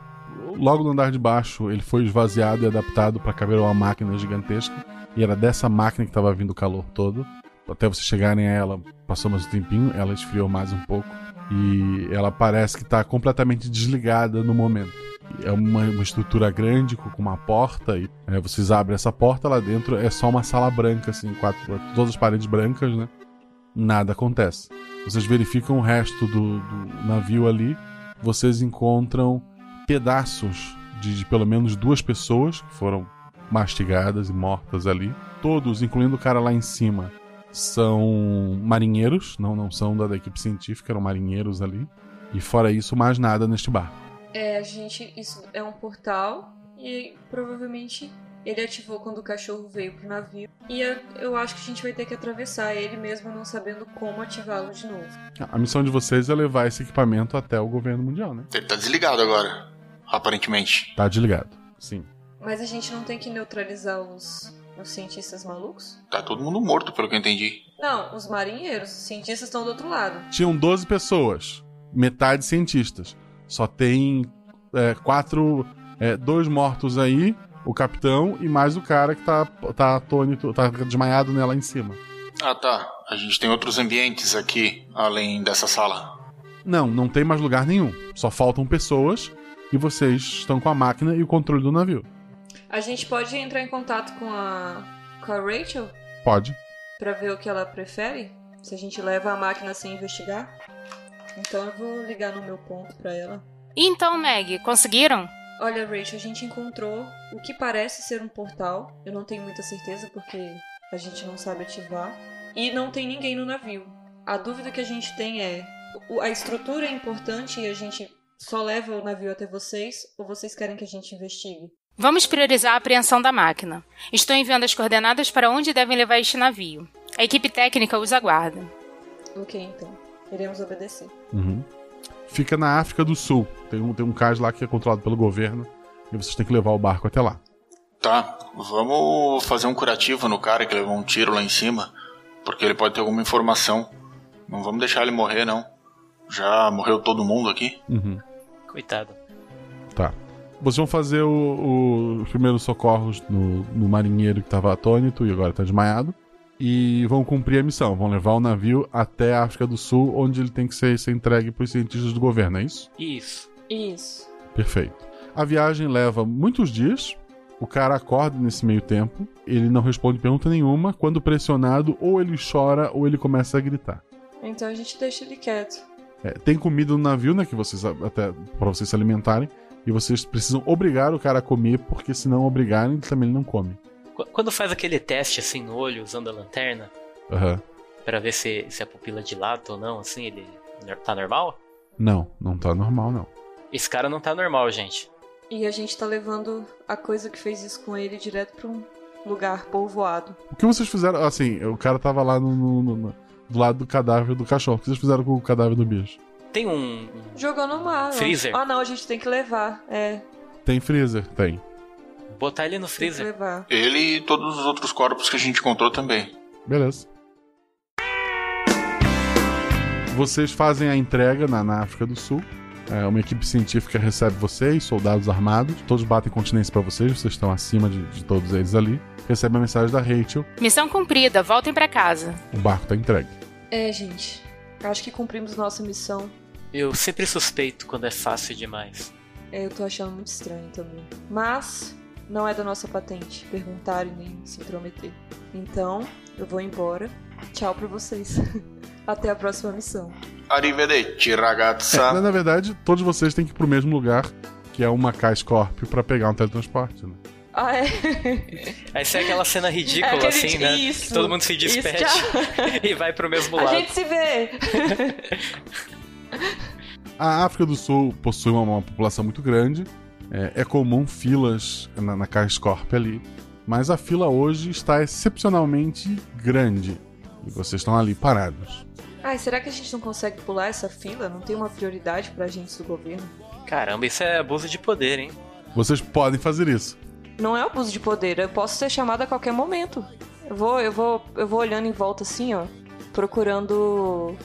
Logo no andar de baixo, ele foi esvaziado e adaptado para caber uma máquina gigantesca. E era dessa máquina que estava vindo o calor todo. Até vocês chegarem a ela, passou mais um tempinho, ela esfriou mais um pouco. E ela parece que está completamente desligada no momento. É uma, uma estrutura grande com com uma porta e é, vocês abrem essa porta lá dentro é só uma sala branca assim, quatro, todas as paredes brancas, né? Nada acontece. Vocês verificam o resto do, do navio ali. Vocês encontram pedaços de, de pelo menos duas pessoas que foram mastigadas e mortas ali. Todos, incluindo o cara lá em cima, são marinheiros. Não, não são da, da equipe científica, eram marinheiros ali. E fora isso, mais nada neste bar.
É, a gente. Isso é um portal e provavelmente ele ativou quando o cachorro veio pro navio. E eu- eu acho que a gente vai ter que atravessar ele mesmo não sabendo como ativá-lo de novo.
A missão de vocês é levar esse equipamento até o governo mundial, né?
Ele tá desligado agora, aparentemente.
Tá desligado, sim.
Mas a gente não tem que neutralizar os, os cientistas malucos?
Tá todo mundo morto, pelo que eu entendi.
Não, os marinheiros. Os cientistas estão do outro lado.
Tinham 12 pessoas, metade cientistas. Só tem é, quatro. é, dois mortos aí, o capitão e mais o cara que tá, tá atônito, tá desmaiado né, lá em cima.
Ah, tá. A gente tem outros ambientes aqui, além dessa sala.
Não, não tem mais lugar nenhum. Só faltam pessoas e vocês estão com a máquina e o controle do navio.
A gente pode entrar em contato com a, com a Rachel
Pode.
pra ver o que ela prefere? Se a gente leva a máquina sem investigar? Então eu vou ligar no meu ponto pra ela.
Então, Meg, conseguiram?
Olha, Rachel, a gente encontrou o que parece ser um portal. Eu não tenho muita certeza porque a gente não sabe ativar. E não tem ninguém no navio. A dúvida que a gente tem é: o- a estrutura é importante e a gente só leva o navio até vocês? Ou vocês querem que a gente investigue?
Vamos priorizar a apreensão da máquina. Estou enviando as coordenadas para onde devem levar este navio. A equipe técnica os aguarda.
Ok, então. Iremos obedecer.
Uhum. Fica na África do Sul. Tem um, tem um cais lá que é controlado pelo governo e vocês têm que levar o barco até lá.
Tá, vamos fazer um curativo no cara que levou um tiro lá em cima, porque ele pode ter alguma informação. Não vamos deixar ele morrer, não. Já morreu todo mundo aqui?
Uhum.
Coitado.
Tá. Vocês vão fazer o- o- os primeiros socorros no, no marinheiro que estava atônito e agora está desmaiado. E vão cumprir a missão. Vão levar o navio até a África do Sul, onde ele tem que ser, ser entregue para os cientistas do governo, é isso?
Isso.
Isso.
Perfeito. A viagem leva muitos dias. O cara acorda nesse meio tempo. Ele não responde pergunta nenhuma. Quando pressionado, ou ele chora ou ele começa a gritar.
Então a gente deixa ele quieto.
É, tem comida no navio, né? Que vocês a- até para vocês se alimentarem. E vocês precisam obrigar o cara a comer, porque se não obrigarem, ele também não come.
Qu- Quando faz aquele teste assim no olho, usando a lanterna,
Aham.
pra ver se, se a pupila dilata ou não, assim, ele nor- tá normal?
Não, não tá normal, não.
Esse cara não tá normal, gente.
E a gente tá levando a coisa que fez isso com ele direto pra um lugar povoado.
O que vocês fizeram? Assim, o cara tava lá no, no- no- no- do lado do cadáver do cachorro. O que vocês fizeram com o cadáver do bicho?
Tem um. um-
Jogou no mar. ó.
Freezer.
Ah, não, a gente tem que levar. É,
Tem freezer? Tem.
Botar ele no
tem que
freezer.
levar.
Ele e todos os outros corpos que a gente encontrou também.
Beleza. Vocês fazem a entrega na, na África do Sul. É, uma equipe científica recebe vocês, soldados armados. Todos batem continência pra vocês, vocês estão acima de, de todos eles ali. Recebe a mensagem da Rachel,
Missão cumprida, voltem pra casa.
o barco tá entregue.
É, gente. Acho que <laughs> cumprimos nossa missão.
Eu sempre suspeito quando é fácil demais.
É, eu tô achando muito estranho também. Mas não é da nossa patente perguntar e nem se intrometer. Então, eu vou embora. Tchau pra vocês. <laughs> Até a próxima missão.
Arrivederci, ragazza.
É, <laughs> na- na verdade, todos vocês têm que ir pro mesmo lugar, que é uma Cais Corp, pra pegar um teletransporte, né?
Ah, é?
Aí sai
<laughs>
aquela cena ridícula,
Aquele-
assim, né?
isso,
que todo mundo se
isso,
despede
tchau.
<laughs> e vai pro mesmo
A
lado.
gente se vê! <laughs>
A África do Sul possui uma, uma população muito grande. É, é comum filas na, na Caixa Corp ali. Mas a fila hoje está excepcionalmente grande. E vocês estão ali parados.
Ai, será que a gente não consegue pular essa fila? Não tem uma prioridade pra agentes do governo?
Caramba, isso é abuso de poder, hein?
Vocês podem fazer isso.
Não é abuso de poder, eu posso ser chamada a qualquer momento. Eu vou, eu vou, eu vou olhando em volta assim, ó, procurando.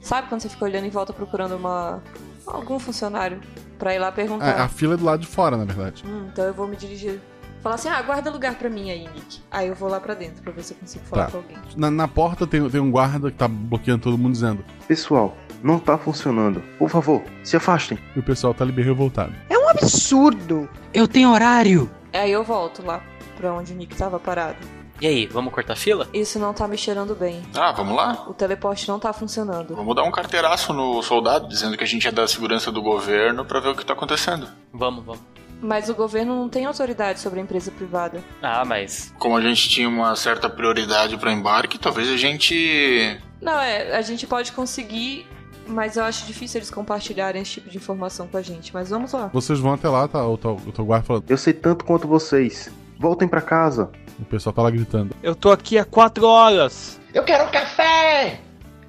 Sabe quando você fica olhando em volta procurando uma algum funcionário pra ir lá
A, a
perguntar?
fila é do lado de fora, na verdade.
Hum, então eu vou me dirigir. Falar assim, ah, guarda lugar pra mim aí, Nick. Aí eu vou lá pra dentro pra ver se eu consigo falar
Tá.
com alguém.
Na, na porta tem, tem um guarda que tá bloqueando todo mundo dizendo:
Pessoal, não tá funcionando. Por favor, se afastem.
E o pessoal tá ali bem revoltado.
É um absurdo! Eu
É
tenho horário!
Aí eu volto lá pra onde o Nick tava parado.
E aí, vamos cortar a fila?
Isso não tá me cheirando bem.
Ah, vamos lá?
O teleporte não tá funcionando.
Vamos dar um carteiraço no soldado, dizendo que a gente é da segurança do governo pra ver o que tá acontecendo.
Vamos, vamos.
Mas o governo não tem autoridade sobre a empresa privada.
Ah, mas.
Como a gente tinha uma certa prioridade para embarque, talvez a gente.
Não, é, a gente pode conseguir, mas eu acho difícil eles compartilharem esse tipo de informação com a gente. Mas vamos lá.
Vocês vão até lá, tá? O, tal- o, teu guarda falando.
Eu sei tanto quanto vocês. Voltem pra casa.
O pessoal tá lá gritando.
Eu tô aqui há quatro horas.
Eu quero um café!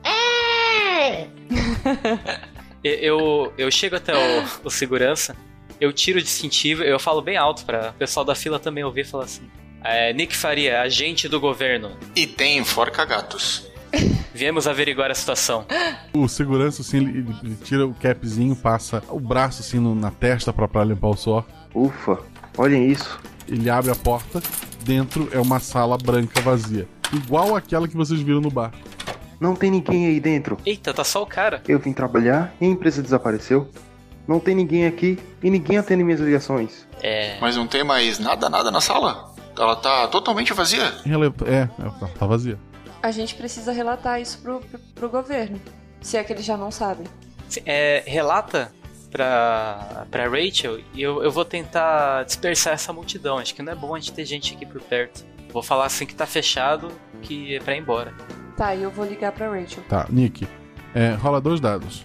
É.
E- Eu, eu chego até o, o segurança Eu tiro o distintivo, eu falo bem alto pra o pessoal da fila também ouvir e falar assim. É, Nick Faria, agente do governo.
E tem enforca gatos.
Viemos averiguar a situação.
O segurança, assim, ele, ele tira o capzinho, passa o braço, assim, no- na testa pra, pra limpar o suor.
Ufa, olhem isso.
Ele abre a porta, dentro é uma sala branca vazia. Igual aquela que vocês viram no bar.
Não tem ninguém aí dentro.
Eita, tá só o cara.
Eu vim trabalhar e a empresa desapareceu. Não tem ninguém aqui e ninguém atende minhas ligações.
É.
Mas não tem mais nada, nada na sala. Ela tá totalmente vazia.
Ela é, é, tá vazia.
A gente precisa relatar isso pro, pro, pro governo. Se é que eles já não sabem.
É, relata pra, pra Rachel e eu, eu vou tentar dispersar essa multidão. Acho que não é bom a gente ter gente aqui por perto. Vou falar assim que tá fechado, que é pra ir embora.
Tá, e eu vou ligar pra Rachel.
Tá, Nick. é, rola dois dados.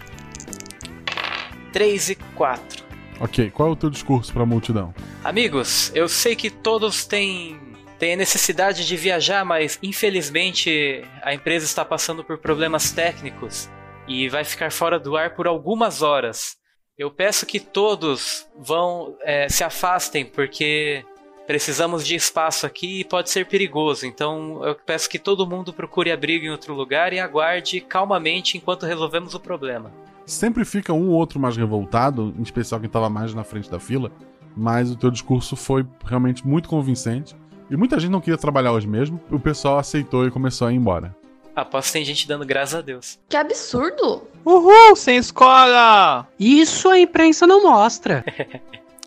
3 e 4.
Ok, qual é o teu discurso pra multidão?
Amigos, eu sei que todos têm, têm a necessidade de viajar, mas infelizmente a empresa está passando por problemas técnicos e vai ficar fora do ar por algumas horas. Eu peço que todos vão eh, se afastem, porque precisamos de espaço aqui e pode ser perigoso. Então eu peço que todo mundo procure abrigo em outro lugar e aguarde calmamente enquanto resolvemos o problema.
Sempre fica um ou outro mais revoltado, em especial quem tava mais na frente da fila, mas o teu discurso foi realmente muito convincente. E muita gente não queria trabalhar hoje mesmo, o pessoal aceitou e começou a ir embora.
Aposto que tem gente dando graças a Deus.
Que absurdo!
Uhul, Uh, sem escola! Isso a imprensa não mostra.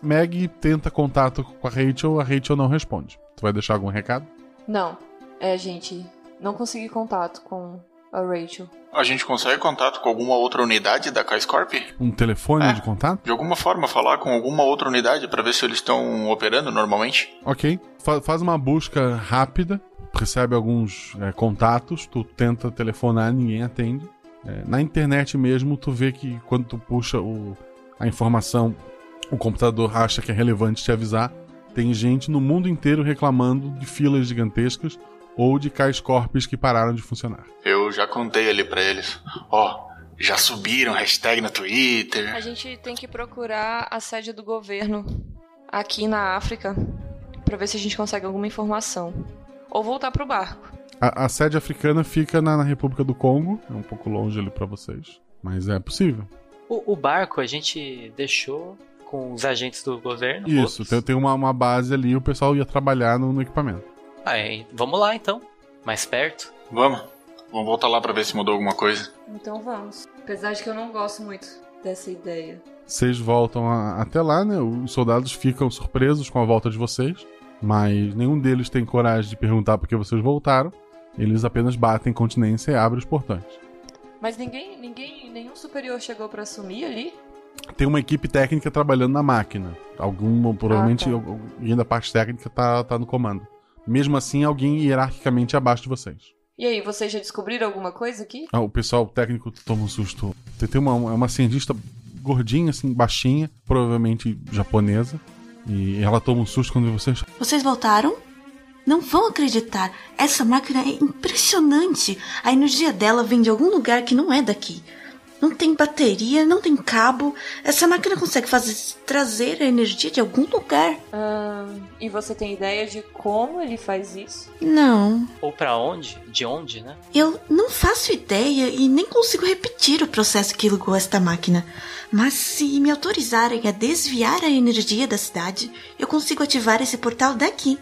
Meg tenta contato com a Rachel, a Rachel não responde. Tu vai deixar algum recado?
Não. É, gente, não consegui contato com a Rachel.
A gente consegue contato com alguma outra unidade da K-Scorp?
Um telefone de contato?
De alguma forma, falar com alguma outra unidade pra ver se eles estão operando normalmente?
Ok. Fa- faz uma busca rápida, recebe alguns é, contatos, tu tenta telefonar, ninguém atende. É, na internet mesmo, tu vê que quando tu puxa o- a informação, o computador acha que é relevante te avisar. Tem gente no mundo inteiro reclamando de filas gigantescas ou de cais corpes que pararam de funcionar.
Eu já contei ali pra eles. Ó, já subiram hashtag no
A
Twitter.
gente tem que procurar a sede do governo aqui na África pra ver se a gente consegue alguma informação. Ou voltar pro barco.
A, a sede africana fica na, na República do Congo, é um pouco longe ali pra vocês, mas é possível.
O, o barco a gente deixou com os agentes do governo.
Isso, tem, tem uma, uma base ali o pessoal ia trabalhar no, no equipamento.
Ah, é, vamos lá então. Mais perto.
Vamos. Vamos voltar lá pra ver se mudou alguma coisa.
Então vamos. Apesar de que eu não gosto muito dessa ideia.
Vocês voltam a- até lá, né? Os soldados ficam surpresos com a volta de vocês, mas nenhum deles tem coragem de perguntar por que vocês voltaram. Eles apenas batem continência e abrem os portões.
Mas ninguém, ninguém, nenhum superior chegou pra assumir ali?
Tem uma equipe técnica trabalhando na máquina. Alguma, provavelmente, al- alguém da parte técnica tá, tá no comando. Mesmo assim, alguém hierarquicamente abaixo de vocês.
E aí, vocês já descobriram alguma coisa aqui?
Ah, o pessoal técnico toma um susto. Tem, tem uma, é uma cientista gordinha, assim, baixinha, provavelmente japonesa. E ela toma um susto quando vê vocês.
Vocês voltaram? Não vão acreditar! Essa máquina é impressionante! A energia dela vem de algum lugar que não é daqui. Não tem bateria, não tem cabo. Essa máquina consegue fazer, trazer a energia de algum lugar.
Ahn, e você tem ideia de como ele faz isso?
Não,
Ou pra onde? De onde, né?
eu não faço ideia e nem consigo repetir o processo que ligou esta máquina. Mas se me autorizarem a desviar a energia da cidade, eu consigo ativar esse portal daqui.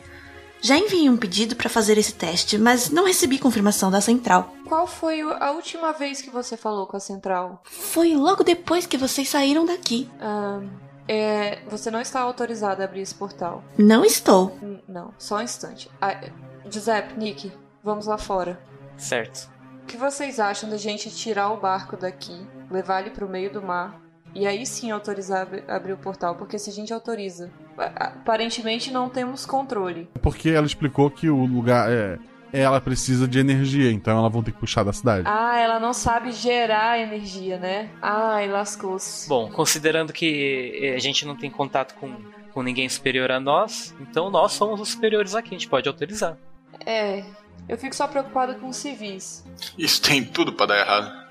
Já enviei um pedido para fazer esse teste, mas não recebi confirmação da central.
Qual foi o- a última vez que você falou com a central?
Foi logo depois que vocês saíram daqui.
Ahn, é, você não está autorizado a abrir esse portal.
Não estou.
N- Não, só um instante. Ah, Giuseppe, Nick, vamos lá fora.
Certo.
O que vocês acham da gente tirar o barco daqui, levar ele pro meio do mar e aí sim autorizar abri- abrir o portal? Porque se a gente autoriza, a- aparentemente não temos controle.
É Porque ela explicou que o lugar é. Ela precisa de energia, então ela vão ter que puxar da cidade.
Ah, ela não sabe gerar energia, né? Ai, lascou-se.
Bom, considerando que eh, a gente não tem contato com, com ninguém superior a nós, então nós somos os superiores aqui, a gente pode autorizar.
É, eu fico só preocupada com os civis.
Isso tem tudo pra dar errado. <laughs>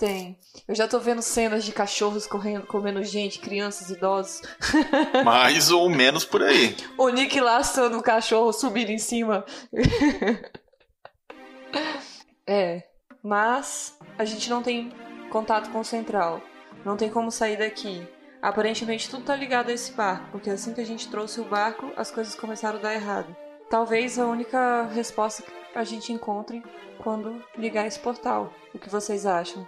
Tem. Eu já tô vendo cenas de cachorros correndo, comendo gente, crianças, idosos. <laughs>
Mais ou menos por aí.
O Nick laçando o cachorro, subindo em cima. <laughs> é. Mas a gente não tem contato com o Central. Não tem como sair daqui. Aparentemente tudo tá ligado a esse barco, porque assim que a gente trouxe o barco, as coisas começaram a dar errado. Talvez a única resposta que a gente encontre quando ligar esse portal. O que vocês acham?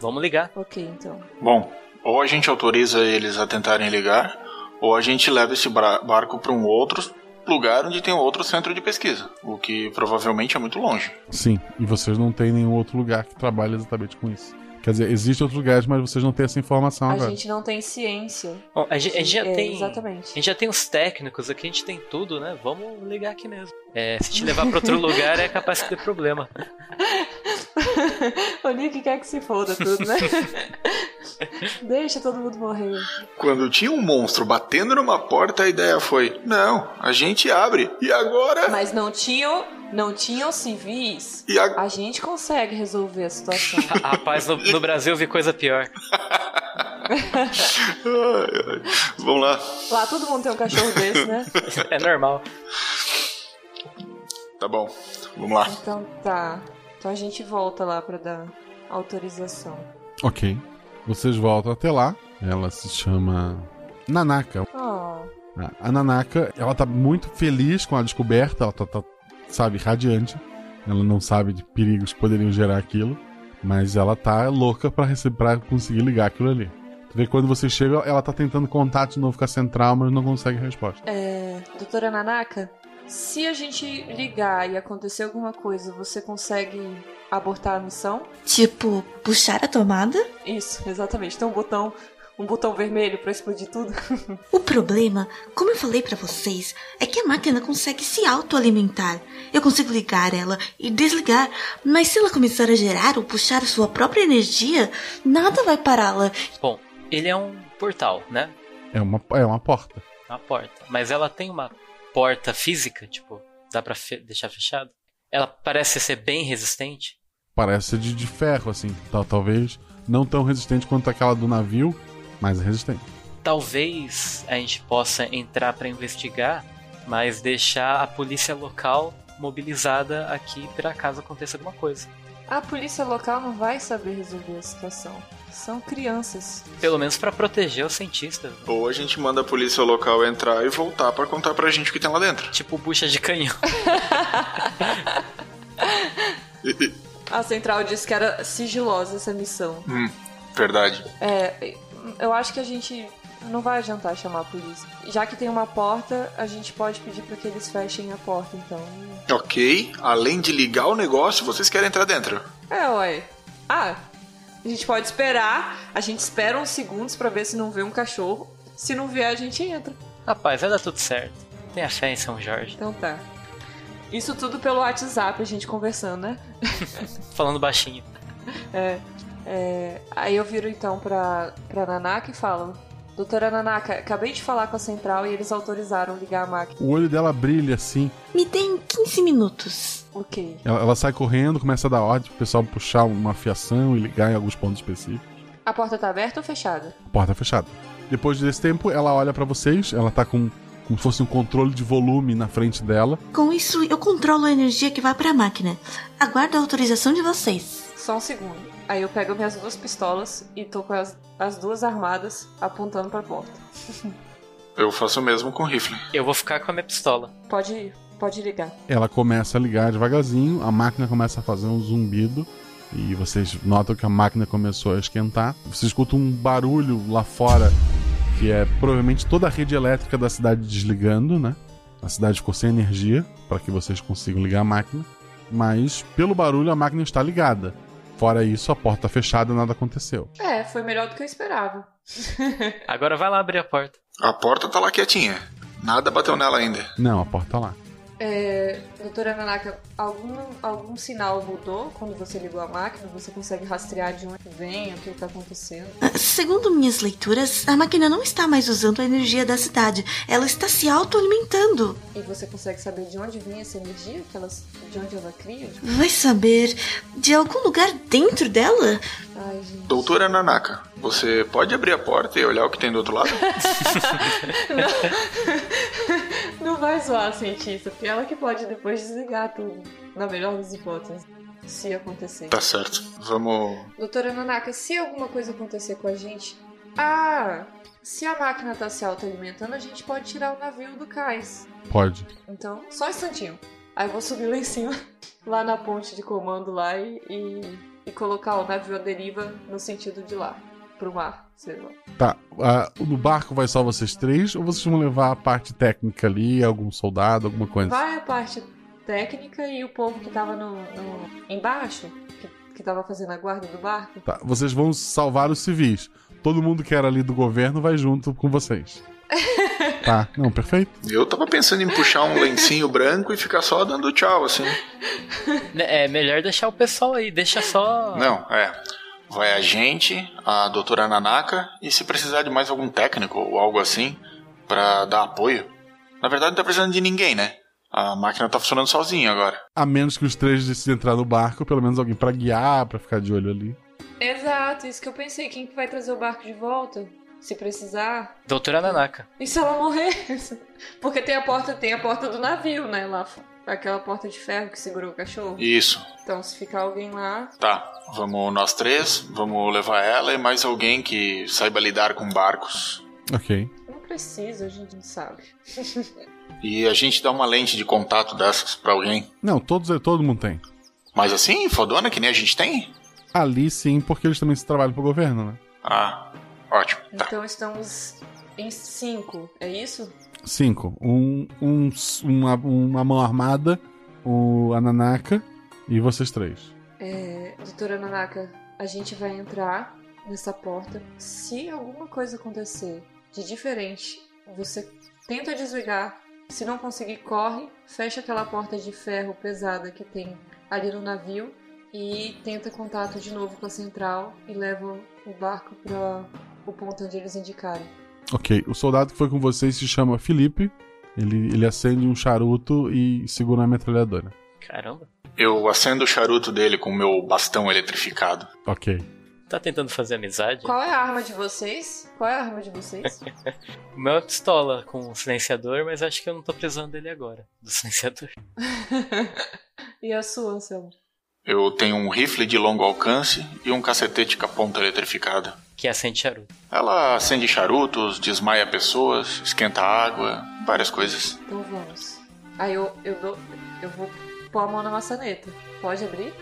Vamos ligar.
Ok, então.
Bom, ou a gente autoriza eles a tentarem ligar, ou a gente leva esse bra- barco para um outro lugar onde tem um outro centro de pesquisa, o que provavelmente é muito longe.
Sim, e vocês não têm nenhum outro lugar que trabalhe exatamente com isso. Quer dizer, existem outros lugares, mas vocês não têm essa informação
a
agora.
gente não tem ciência.
Bom, a gente, a gente já
É,
tem.
Exatamente.
A gente já tem os técnicos aqui, a gente tem tudo, né? Vamos ligar aqui mesmo. É, se te levar para outro <laughs> lugar é capaz de ter problema.
<laughs> O Nick quer que se foda tudo, né? Deixa todo mundo morrer.
Quando tinha um monstro batendo numa porta, a ideia foi: não, a gente abre. E agora?
Mas não tinham, não tinham civis.
a...
gente consegue resolver a situação.
Rapaz, no, no Brasil eu vi coisa pior.
<laughs> Vamos lá.
Lá todo mundo tem um cachorro desse, né?
É normal.
Tá bom, vamos lá.
Então tá. Então a gente volta lá pra dar autorização.
Ok. Vocês voltam até lá. Ela se chama Nanaka.
Oh.
A- A Nanaka, ela tá muito feliz com a descoberta, ela tá, tá, sabe, radiante. Ela não sabe de perigos que poderiam gerar aquilo, mas ela tá louca pra, receber, pra conseguir ligar aquilo ali. Tu vê que quando você chega, ela tá tentando contato de novo com a central, mas não consegue resposta.
É, doutora Nanaka, se a gente ligar e acontecer alguma coisa, você consegue abortar a missão?
Tipo, puxar a tomada?
Isso, exatamente. Tem um botão, um botão vermelho pra explodir tudo.
O problema, como eu falei pra vocês, é que a máquina consegue se autoalimentar. Eu consigo ligar ela e desligar, mas se ela começar a gerar ou puxar sua própria energia, nada vai pará-la.
Bom, ele é um portal, né?
É uma, é uma porta.
Uma porta. Mas ela tem uma porta física, tipo, dá pra fe- deixar fechado? Ela parece ser bem resistente.
Parece ser de, de ferro, assim. Tal- talvez não tão resistente quanto aquela do navio, mas é resistente.
Talvez a gente possa entrar pra investigar, mas deixar a polícia local mobilizada aqui pra caso aconteça alguma coisa.
A polícia local não vai saber resolver a situação. São crianças.
Pelo menos pra proteger os cientistas.
Ou a gente manda a polícia local entrar e voltar pra contar pra gente o que tem lá dentro.
Tipo bucha de canhão.
A central disse que era sigilosa essa missão.
Hum, verdade.
É, eu acho que a gente não vai adiantar chamar a polícia. Já que tem uma porta, a gente pode pedir pra que eles fechem a porta, então.
Ok, além de ligar o negócio, vocês querem entrar dentro.
É, ué. Ah, a gente pode esperar. A gente espera uns segundos pra ver se não vê um cachorro. Se não vier, a gente entra.
Rapaz, vai dar tudo certo. Tenha fé em São Jorge.
Então tá. Isso tudo pelo WhatsApp, a gente conversando, né?
Falando baixinho.
É, é, aí eu viro então pra, pra Nanaka e falo: Doutora Nanaka, acabei de falar com a central e eles autorizaram ligar a máquina.
O olho dela brilha assim.
Me deem 15 minutos.
Ok.
Ela, ela sai correndo, começa a dar ordem pro pessoal puxar uma fiação e ligar em alguns pontos específicos.
A porta tá aberta ou fechada?
porta fechada. Depois desse tempo, ela olha pra vocês, ela tá com como se fosse um controle de volume na frente dela.
Com isso, eu controlo a energia que vai pra máquina. Aguardo a autorização de vocês.
Só um segundo. Aí eu pego minhas duas pistolas e tô com as, as duas armadas apontando pra
<laughs>
porta.
Eu faço o mesmo com o rifle.
Eu vou ficar com a minha pistola.
Pode ir, pode ligar.
Ela começa a ligar devagarzinho, a máquina começa a fazer um zumbido e vocês notam que a máquina começou a esquentar. Você escuta um barulho lá fora que é provavelmente toda a rede elétrica da cidade desligando, né? A cidade ficou sem energia para que vocês consigam ligar a máquina, mas pelo barulho a máquina está ligada. Fora isso, a porta tá fechada, nada aconteceu.
É, foi melhor do que eu esperava.
Agora vai lá abrir a porta.
A porta tá lá quietinha. Nada bateu nela ainda.
Não, a porta tá lá.
É, doutora Nanaka, algum, algum sinal mudou quando você ligou a máquina? Você consegue rastrear de onde vem, o que está acontecendo?
Ah, Segundo minhas leituras, a máquina não está mais usando a energia da cidade. Ela está se autoalimentando.
E você consegue saber de onde vem essa energia? Que elas, de onde ela cria?
Vai saber de algum lugar dentro dela?
Ai, gente.
Doutora Nanaka, você pode abrir a porta e olhar o que tem do
<laughs>
outro lado?
<laughs> Não vai zoar a cientista, porque ela que pode depois desligar tudo. Na melhor das hipóteses, se acontecer.
tá certo. Vamos.
Doutora Nanaka, se alguma coisa acontecer com a gente. Ah! Se a máquina tá se autoalimentando, a gente pode tirar o navio do cais.
Pode.
Então, só um instantinho. Aí eu vou subir lá em cima, <laughs> lá na ponte de comando lá e, e, e colocar o navio à deriva no sentido de lá, pro mar, sei lá.
Tá. ah, o do barco vai só vocês três ou vocês vão levar a parte técnica ali, algum soldado, alguma coisa?
Vai a parte técnica e o povo que tava no, no- embaixo, que, que tava fazendo a guarda do barco.
Tá, vocês vão salvar os civis. Todo mundo que era ali do governo vai junto com vocês. Tá, não, perfeito?
Eu tava pensando em puxar um lencinho branco e ficar só dando tchau, assim.
É melhor deixar o pessoal aí, deixa só.
Não, é. Vai a gente, a doutora Nanaka, e se precisar de mais algum técnico ou algo assim, pra dar apoio. Na verdade, não tá precisando de ninguém, né? A máquina tá funcionando sozinha agora.
A menos que os três decidam entrar no barco, pelo menos alguém pra guiar, pra ficar de olho ali.
Exato, isso que eu pensei. Quem que vai trazer o barco de volta? Se precisar.
Doutora Nanaka.
E se ela morrer? <laughs> Porque tem a porta, tem a porta do navio, né? Lá, aquela porta de ferro que segurou o cachorro.
Isso.
Então, se ficar alguém lá,
Tá, vamos nós três, vamos levar ela e mais alguém que saiba lidar com barcos.
Ok.
não precisa, a gente não sabe.
E a gente dá uma lente de contato dessas pra alguém.
Não, todos, todo mundo tem.
Mas assim, fodona, que nem a gente tem?
Ali sim, porque eles também se trabalham pro governo, né?
Ah, ótimo.
então, estamos em cinco, é isso?
Cinco. Um, um, uma, uma mão armada, o Ananaka e vocês três.
É, doutora Nanaka, a gente vai entrar nessa porta. Se alguma coisa acontecer de diferente, você tenta desligar. Se não conseguir, corre, fecha aquela porta de ferro pesada que tem ali no navio e tenta contato de novo com a central e leva o barco para o ponto onde eles indicarem.
Ok, o soldado que foi com vocês se chama Felipe. Ele, ele acende um charuto e segura uma metralhadora.
Caramba.
Eu acendo o charuto dele com o meu bastão eletrificado.
Ok.
Tá tentando fazer amizade? <laughs>
Qual é a arma de vocês? Qual é a arma de vocês?
O meu é uma pistola com um silenciador, mas acho que eu não tô precisando dele agora. Do silenciador.
e a sua, Anselmo?
Eu tenho um rifle de longo alcance e um cacetete com a ponta eletrificada.
Que acende charuto.
Ela acende charutos, desmaia pessoas, esquenta água, várias coisas.
Então vamos. Aí eu, eu, dou, eu vou pôr a mão na maçaneta. Pode abrir?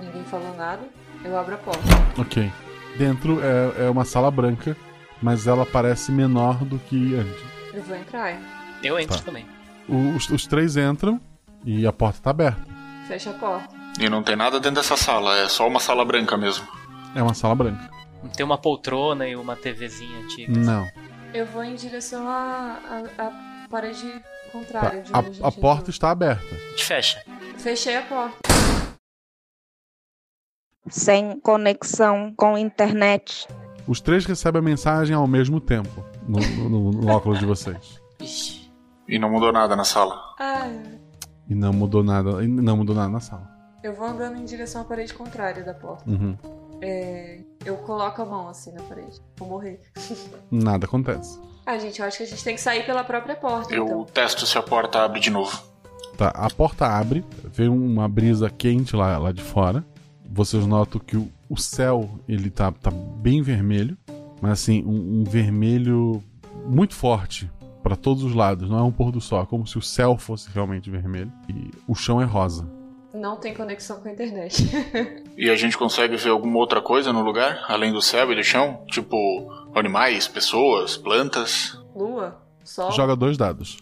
Ninguém falou nada. Eu abro a porta.
Ok. Dentro é, é uma sala branca, mas ela parece menor do que antes.
Eu vou entrar. hein?
Eu entro também.
O- Os, os três entram e a porta tá aberta.
Fecha a porta.
E não tem nada dentro dessa sala, é só uma sala branca mesmo.
É uma sala branca.
Tem uma poltrona e uma TVzinha antiga.
Não.
Eu vou em direção à à- à parede
Tá.
contrária. de onde gente
A, a
entrou.
porta está aberta.
Fecha.
Fechei a porta.
Sem conexão com internet.
Os três recebem a mensagem ao mesmo tempo no, no- no óculos de vocês.
E não mudou nada na sala.
Ah,
E não mudou nada. e não mudou nada na sala.
eu vou andando em direção à parede contrária da porta.
Uhum.
É, eu coloco a mão assim na parede. Vou morrer. <laughs>
Nada acontece.
ah, gente, eu acho que a gente tem que sair pela própria porta,
Eu
então.
testo se a porta abre de novo.
Tá, a porta abre, vem uma brisa quente lá, lá de fora. Vocês notam que o, o céu, ele tá, tá bem vermelho, mas assim, um, um vermelho muito forte para todos os lados, não é um pôr do sol, é como se o céu fosse realmente vermelho e o chão é rosa.
Não tem conexão com a internet. <laughs>
E a gente consegue ver alguma outra coisa no lugar, além do céu e do chão? Tipo, animais, pessoas, plantas.
Lua? Sol?
Joga dois dados.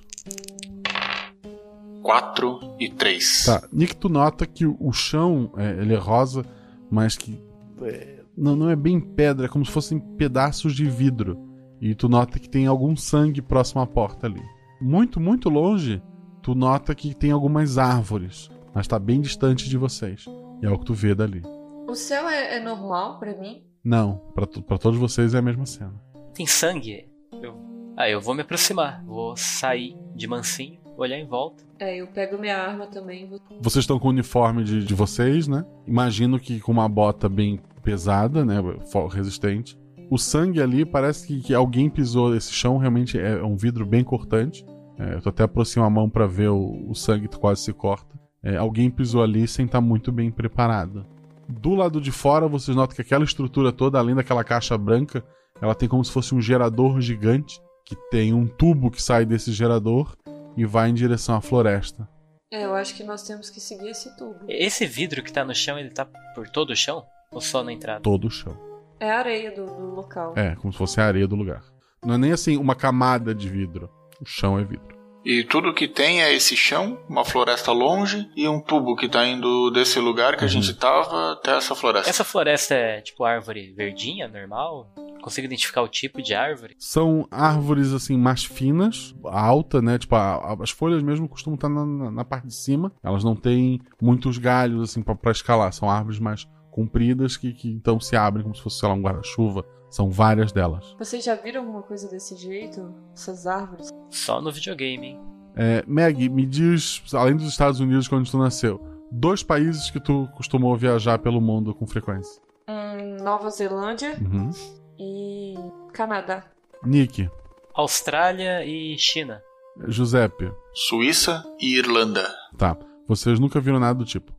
4 e 3.
Tá, Nick, tu nota que o o chão, é, ele é rosa, mas que é, não, não é bem pedra, é como se fossem pedaços de vidro. E tu nota que tem algum sangue próximo à porta ali. Muito, muito longe, Tu nota que tem algumas árvores, mas tá bem distante de vocês. E é o que tu vê dali.
O céu é, é normal pra mim?
Não, pra tu- pra todos vocês é a mesma cena.
Tem sangue? Eu... Ah, eu vou me aproximar. Vou sair de mansinho, olhar em volta.
É, eu pego minha arma também. e vou-
Vocês estão com o uniforme de, de vocês, né? Imagino que com uma bota bem pesada, né? fo- Resistente. O sangue ali parece que, que alguém pisou esse chão, realmente é é um vidro bem cortante. É, eu tô até aproximo a mão pra ver o, o sangue que quase se corta. É, alguém pisou ali sem estar muito bem preparado. Do lado de fora, vocês notam que aquela estrutura toda, além daquela caixa branca, ela tem como se fosse um gerador gigante, que tem um tubo que sai desse gerador e vai em direção à floresta.
É, eu acho que nós temos que seguir esse tubo.
Esse vidro que tá no chão, ele tá por todo o chão? Ou só na entrada?
Todo o chão.
É a areia do, do local.
É, como se fosse a areia do lugar. Não é nem assim uma camada de vidro. O chão é vidro.
E tudo que tem é esse chão, uma floresta longe e um tubo que tá indo desse lugar que a gente tava até essa floresta.
Essa floresta é tipo árvore verdinha, normal? Consigo identificar o tipo de árvore?
São árvores assim mais finas, alta, né? Tipo, a- a- as folhas mesmo costumam estar na, na- na parte de cima. Elas não têm muitos galhos assim pra pra escalar. São árvores mais compridas que, que então se abrem como se fosse, sei lá, um guarda-chuva. São várias delas.
Vocês já viram alguma coisa desse jeito? Essas árvores?
Só no videogame, hein?
É, Meg, me diz, além dos Estados Unidos, quando tu nasceu, dois países que tu costumou viajar pelo mundo com frequência.
Hum, Nova Zelândia
Uhum.
e Canadá. <laughs>
Nick,
Austrália e China.
Giuseppe.
Suíça e Irlanda.
Tá. Vocês nunca viram nada do tipo.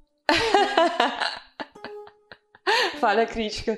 Falha crítica.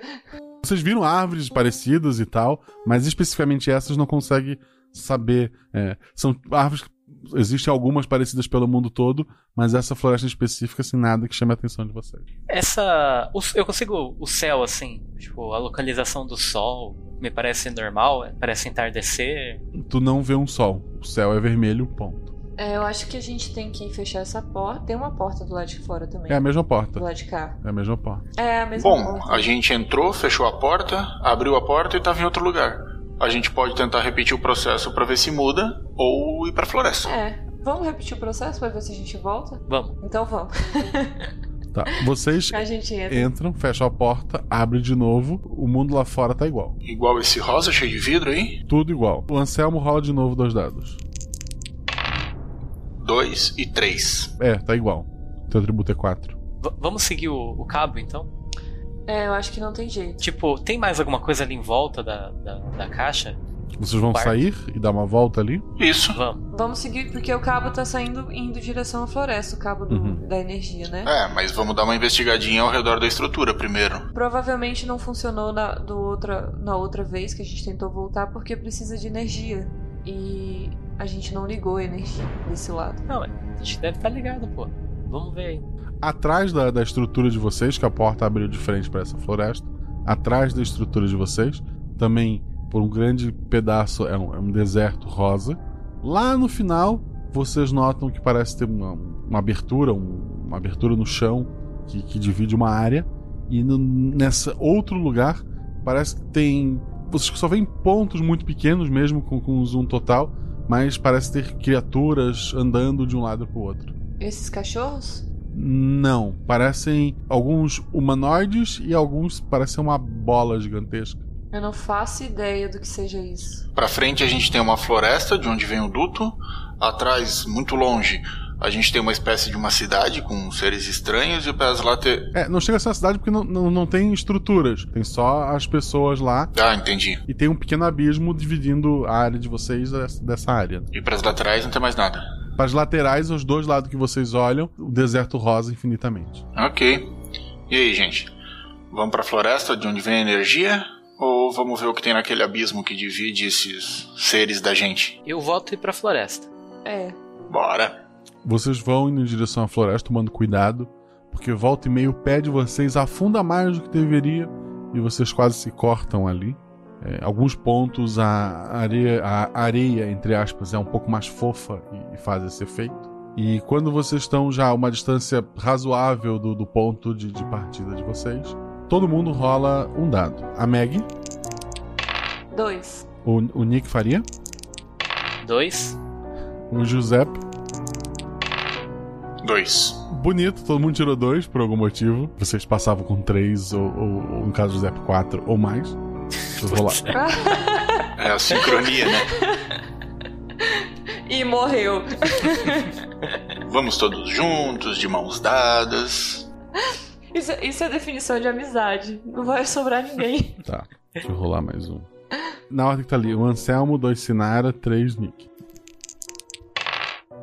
Vocês viram árvores parecidas e tal, mas especificamente essas não conseguem saber. é, são árvores que. Existem algumas parecidas pelo mundo todo, mas essa floresta específica, assim, nada que chame a atenção de vocês.
Essa. o- eu consigo o céu assim, tipo, a localização do sol me parece normal, é, parece entardecer.
Tu não vê um sol. O céu é vermelho, ponto.
É, eu acho que a gente tem que fechar essa porta. Tem uma porta do lado de fora também.
É a mesma porta.
Do lado de cá.
É a mesma porta.
É a mesma
Bom,
porta.
a gente entrou, fechou a porta, abriu a porta e tava em outro lugar. A gente pode tentar repetir o processo pra ver se muda ou ir pra floresta.
É. Vamos repetir o processo pra ver se a gente volta?
Vamos.
Então vamos. <laughs>
Tá. Vocês
A gente entra.
entram, fecham a porta, abre de novo. O mundo lá fora tá igual.
Igual esse rosa cheio de vidro aí.
Tudo igual. O Anselmo rola de novo dois dados.
Dois e três.
É, tá igual. Teu atributo é 4.
V- vamos seguir o, o cabo então?
É, eu acho que não tem jeito.
Tipo, tem mais alguma coisa ali em volta da, da, da caixa?
Vocês vão
Quarto.
sair e dar uma volta ali?
Isso.
Vamos.
Vamos seguir porque o cabo tá saindo indo em direção à floresta, o cabo do-
Uhum.
da energia, né?
É, mas vamos dar uma investigadinha ao redor da estrutura primeiro. né?
Provavelmente não funcionou na, do outra, na outra vez que a gente tentou voltar porque precisa de energia. E a gente não ligou a energia desse lado.
Não, a gente deve estar ligado, pô. Vamos ver aí.
Atrás da, da estrutura de vocês, que a porta abriu de frente para essa floresta, atrás da estrutura de vocês, também por um grande pedaço é um, é um deserto rosa. Lá no final, vocês notam que parece ter uma, uma abertura, um- uma abertura no chão que, que divide uma área. E no, nessa outro lugar, parece que tem. Vocês só veem pontos muito pequenos mesmo com, com um zoom total, mas parece ter criaturas andando de um lado para o outro.
Esses cachorros?
Não, parecem alguns humanoides e alguns parecem uma bola gigantesca.
Eu não faço ideia do que seja isso.
Pra frente a gente tem uma floresta de onde vem o duto. Atrás, muito longe, a gente tem uma espécie de uma cidade com seres estranhos e para lá ter.
É, não chega a ser uma cidade porque não, não, não tem estruturas, tem só as pessoas lá
Ah, entendi.
e tem um pequeno abismo dividindo a área de vocês dessa- dessa área.
E pras laterais não tem mais nada.
Para as laterais, aos dois lados que vocês olham, o deserto rosa infinitamente.
Ok. E aí, gente? Vamos pra floresta de onde vem a energia? Ou vamos ver o que tem naquele abismo que divide esses seres da gente?
Eu volto ir pra floresta.
É.
Bora!
Vocês vão indo em direção à floresta, tomando cuidado, porque volta e meio o pé de vocês afunda mais do que deveria e vocês quase se cortam ali. É, alguns pontos a areia, a areia, entre aspas, é um pouco mais fofa e, e faz esse efeito. E quando vocês estão já a uma distância razoável do, do ponto de, de partida de vocês, todo mundo rola um dado. A Meg,
Dois.
<laughs>
<laughs>
o, o Nick Faria,
Dois.
o Giuseppe
Dois.
Bonito, todo mundo tirou dois por algum motivo. Vocês passavam com três, ou, ou- ou no caso do Zep, quatro ou mais. Deixa eu rolar.
É a sincronia, né?
E morreu.
Vamos todos juntos, de mãos dadas.
Isso, isso é definição de amizade. Não vai sobrar ninguém.
Tá, deixa eu rolar mais um. Na ordem que tá ali, o Anselmo, dois Sinara, três Nick.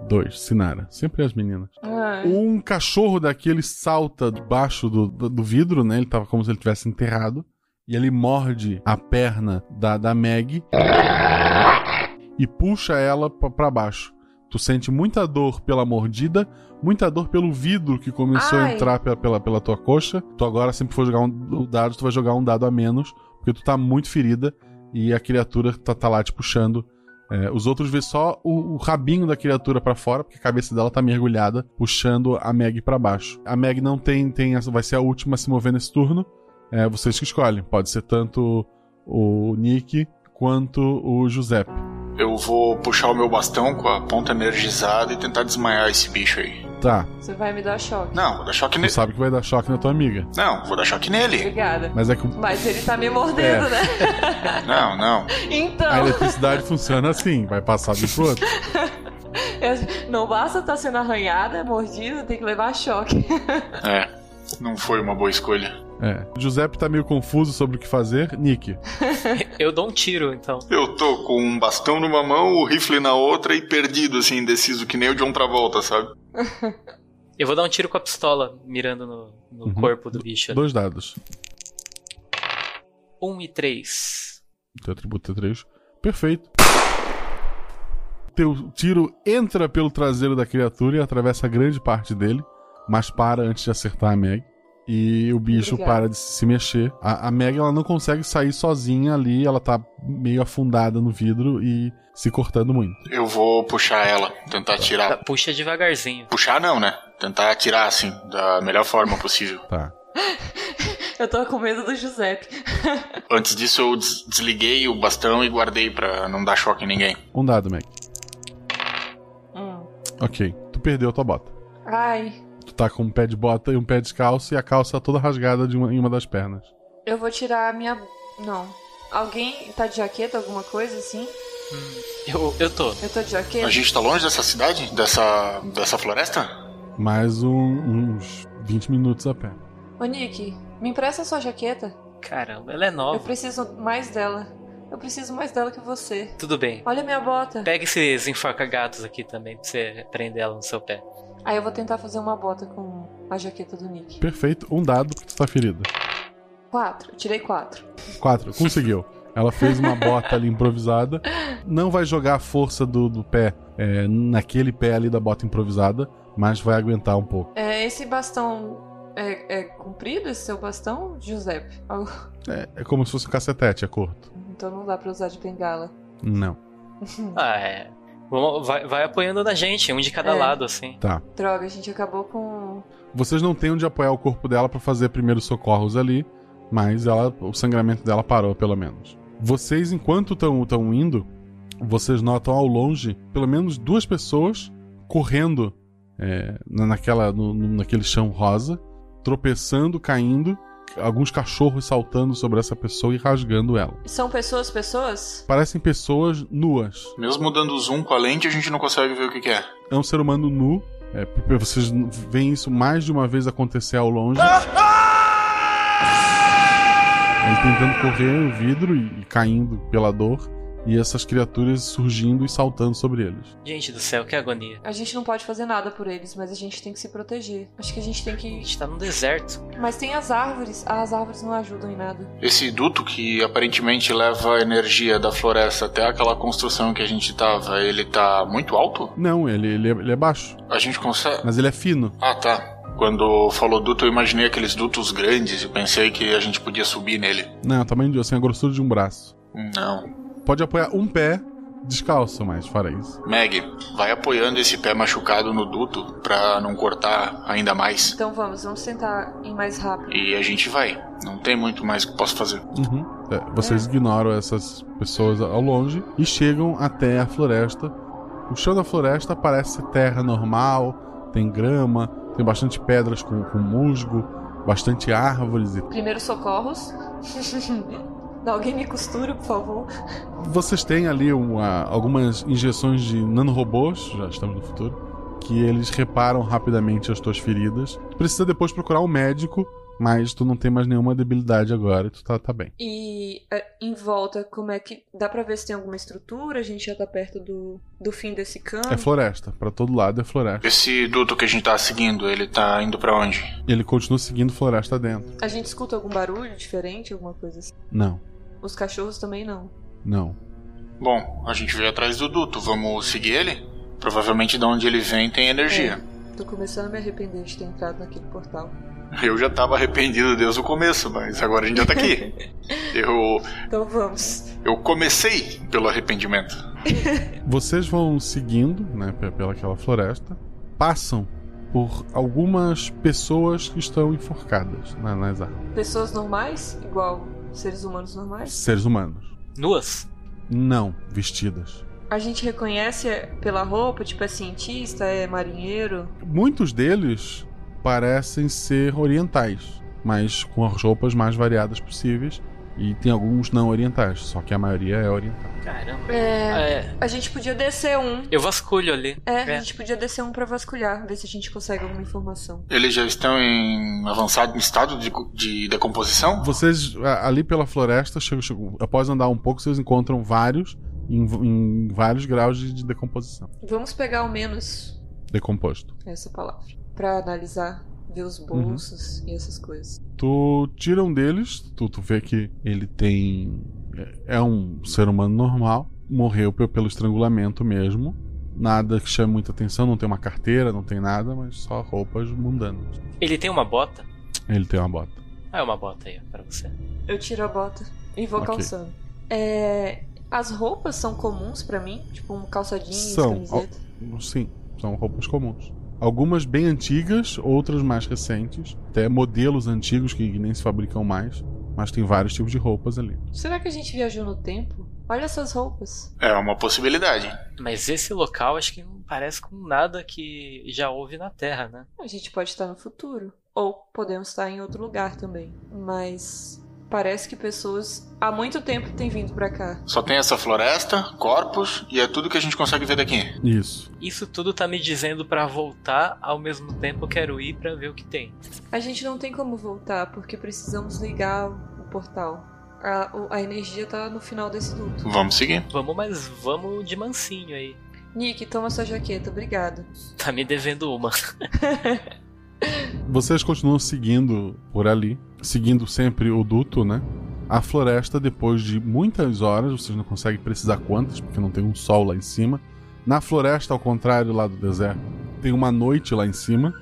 Dois, Sinara. Sempre as meninas. <laughs> Um cachorro daquele salta debaixo do, do, do vidro, né? Ele tava como se ele tivesse enterrado. E ele morde a perna da, da Meg e puxa ela pra pra baixo. Tu sente muita dor pela mordida, muita dor pelo vidro que começou a
Ai.
entrar pela, pela, pela tua coxa. Tu agora, sempre que for jogar um um dado, tu vai jogar um dado a menos, porque tu tá muito ferida e a criatura tá, tá lá te puxando. É, os outros vê só o, o rabinho da criatura pra fora, porque a cabeça dela tá mergulhada, puxando a Meg pra baixo. A Meg não tem, tem essa, vai ser a última a se mover nesse turno. É, vocês que escolhem. Pode ser tanto o Nick quanto o Giuseppe.
Eu vou puxar o meu bastão com a ponta energizada e tentar desmaiar esse bicho aí.
Tá.
<laughs> Você vai me dar choque.
Não, vou dar choque
Tu
nele.
sabe que vai dar choque na tua amiga.
Não, vou dar choque nele.
Obrigada.
Mas é que o-
Mas ele tá me mordendo,
É.
<laughs> né?
Não, não.
Então.
a eletricidade funciona assim, vai passar de um pro outro.
É, Não basta estar sendo arranhada, mordida, tem que levar choque. <laughs>
É, não foi uma boa escolha.
É. O Giuseppe tá meio confuso sobre o que fazer. Nick,
<laughs> Eu dou um tiro, então. Eu tô com um bastão numa mão, o rifle na outra e perdido, assim, indeciso, que nem o John Travolta, sabe?
Eu vou dar um tiro com a pistola, mirando no, no
Uhum.
corpo do bicho.
dois dados.
1 um e 3.
Teu atributo é 3. Perfeito. Teu tiro entra pelo traseiro da criatura e atravessa grande parte dele, mas para antes de acertar a Meg. E o bicho
Obrigada.
para de se mexer. A, a Meg ela não consegue sair sozinha ali, ela tá meio afundada no vidro e se cortando muito.
Eu vou puxar ela, tentar atirar.
Puxa devagarzinho.
Puxar não, né? Tentar atirar, assim, da melhor forma possível.
Tá.
Eu tô com medo do Giuseppe. <laughs>
Antes disso, eu des- desliguei o bastão e guardei pra não dar choque em ninguém.
Um dado, Meg. Ok, tu perdeu a tua bota.
Hum. Ai,
Tu tá com um pé de bota e um pé descalço e a calça toda rasgada de uma- em uma das pernas.
eu vou tirar a minha. Não. Alguém tá de jaqueta, alguma coisa assim?
Eu, eu tô.
Eu tô de jaqueta?
A gente tá longe dessa cidade? Dessa, dessa floresta?
Mais um- uns 20 minutos a pé.
Ô, Nick, me empresta a sua jaqueta.
Caramba, ela é nova.
Eu preciso mais dela. Eu preciso mais dela que você.
Tudo bem.
Olha minha bota.
Pega esses enforca-gatos aqui também pra você prender ela no seu pé.
Aí eu vou tentar fazer uma bota com a jaqueta do Nick.
Perfeito, um dado porque tu tá ferida.
Quatro. Eu tirei quatro.
Quatro, conseguiu. Ela fez uma bota ali improvisada. Não vai jogar a força do, do pé é, naquele pé ali da bota improvisada, mas vai aguentar um pouco.
É, esse bastão é, é comprido, esse seu bastão, Giuseppe? Ah,
É, é como se fosse um cacetete, é curto.
Então não dá pra usar de bengala.
Não.
Ah, é. Vamos- Vai, vai apoiando na gente, um de cada
É.
lado, assim.
Tá.
<laughs> Droga, a gente acabou com.
Vocês não têm onde apoiar o corpo dela pra fazer primeiros socorros ali, mas ela, o sangramento dela parou, pelo menos. Vocês, enquanto estão tão indo, vocês notam ao longe pelo menos duas pessoas correndo é, na- naquela, no- no- naquele chão rosa, tropeçando, caindo, alguns cachorros saltando sobre essa pessoa e rasgando ela.
São pessoas, pessoas?
Parecem pessoas nuas.
Mesmo dando zoom com a lente, a gente não consegue ver o que, que é.
É um ser humano nu. É, p- vocês n- veem isso mais de uma vez acontecer ao longe. Ele tá tentando correr o vidro e, e caindo pela dor. E essas criaturas surgindo e saltando sobre eles.
Gente do céu, que agonia.
A gente não pode fazer nada por eles, mas a gente tem que se proteger. Acho que a gente tem que. A gente
tá num deserto.
Mas tem as árvores. Ah, as árvores não ajudam em nada.
Esse duto que aparentemente leva a energia da floresta até aquela construção que a gente tava, ele tá muito alto?
Não, ele, ele, é, ele é baixo.
A gente consegue.
Mas ele é fino.
Ah, tá. Quando falou duto, eu imaginei aqueles dutos grandes e pensei que a gente podia subir nele.
Não, tamanho de assim, a grossura de um braço.
Não.
Pode apoiar um pé descalço, mas fará isso.
Meg, vai apoiando esse pé machucado no duto pra não cortar ainda mais.
Então vamos, vamos tentar ir mais rápido.
E a gente vai. Não tem muito mais que posso fazer.
Uhum. É, vocês ignoram essas pessoas ao longe e chegam até a floresta. O chão da floresta parece terra normal, tem grama, tem bastante pedras com, com musgo, bastante árvores. E
Primeiros socorros. <laughs> Dá alguém me costura, por favor.
vocês têm ali uma- algumas injeções de nanorobôs, já estamos no futuro, que eles reparam rapidamente as tuas feridas. Tu precisa depois procurar um médico, mas tu não tem mais nenhuma debilidade agora, tu tá, tá bem.
E é, em volta, como é que. Dá pra ver se tem alguma estrutura? A gente já tá perto do, do fim desse cano.
É floresta, pra todo lado é floresta.
Esse duto que a gente tá seguindo, ele tá indo pra onde?
Ele continua seguindo floresta dentro.
A gente escuta algum barulho diferente, alguma coisa assim?
Não,
Os cachorros também não.
não.
Bom, a gente veio atrás do duto, vamos seguir ele? Provavelmente de onde ele vem tem energia.
É, tô começando a me arrepender de ter entrado naquele portal.
É. Eu já tava arrependido desde o começo, mas agora a gente já tá <laughs> aqui. Eu,
<laughs> Então vamos.
eu comecei pelo arrependimento.
Vocês vão seguindo, né, pe- pela aquela floresta, passam por algumas pessoas que estão enforcadas na- nas árvores.
Pessoas normais, igual seres humanos normais.
Seres humanos.
Nuas?
Não, vestidas.
A gente reconhece pela roupa, tipo é cientista, é marinheiro.
Muitos deles parecem ser orientais, mas com as roupas mais variadas possíveis. E tem alguns não orientais, só que a maioria é oriental.
Caramba.
É,
É.
A gente podia descer um.
Eu vasculho ali.
É, a gente podia descer um pra vasculhar, ver se a gente consegue alguma informação.
Eles já estão em avançado em estado de, de decomposição?
Vocês, a- ali pela floresta, chegam, chegam- após andar um pouco, vocês encontram vários em, em vários graus de, de decomposição.
Vamos pegar ao menos
Decomposto.
essa palavra Pra analisar, ver
Uhum.
os bolsos e essas coisas.
Tu tira um deles, tu, tu vê que ele tem. É é um ser humano normal, morreu pe- pelo estrangulamento mesmo. Nada que chame muita atenção, não tem uma carteira, não tem nada, mas só roupas mundanas.
Ele tem uma bota?
Ele tem uma bota.
Ah, é uma bota aí, ó, pra você.
Eu tiro a bota e vou
Ok.
calçando. É, as roupas são comuns pra mim, tipo um calça jeans,
São.
camiseta.
al- Sim, são roupas comuns. Algumas bem antigas, outras mais recentes, até modelos antigos que nem se fabricam mais, mas tem vários tipos de roupas ali.
Será que a gente viajou no tempo? Olha essas roupas.
É uma possibilidade.
Mas esse local acho que não parece com nada que já houve na Terra, né?
A gente pode estar no futuro. Ou podemos estar em outro lugar também. Mas parece que pessoas há muito tempo têm vindo pra cá.
Só tem essa floresta, corpos e é tudo que a gente consegue ver daqui.
Isso.
Isso tudo tá me dizendo pra voltar, ao mesmo tempo eu quero ir pra ver o que tem.
A gente não tem como voltar porque precisamos ligar o portal. A, o- a energia tá no final desse duto.
Vamos seguir.
Vamos, mas vamos de mansinho aí.
Nick, toma sua jaqueta, obrigado.
Tá me devendo uma.
Vocês continuam seguindo por ali, seguindo sempre o duto, né? A floresta, depois de muitas horas, vocês não conseguem precisar quantas, porque não tem um sol lá em cima. Na floresta, ao contrário lá do deserto, tem uma noite lá em cima,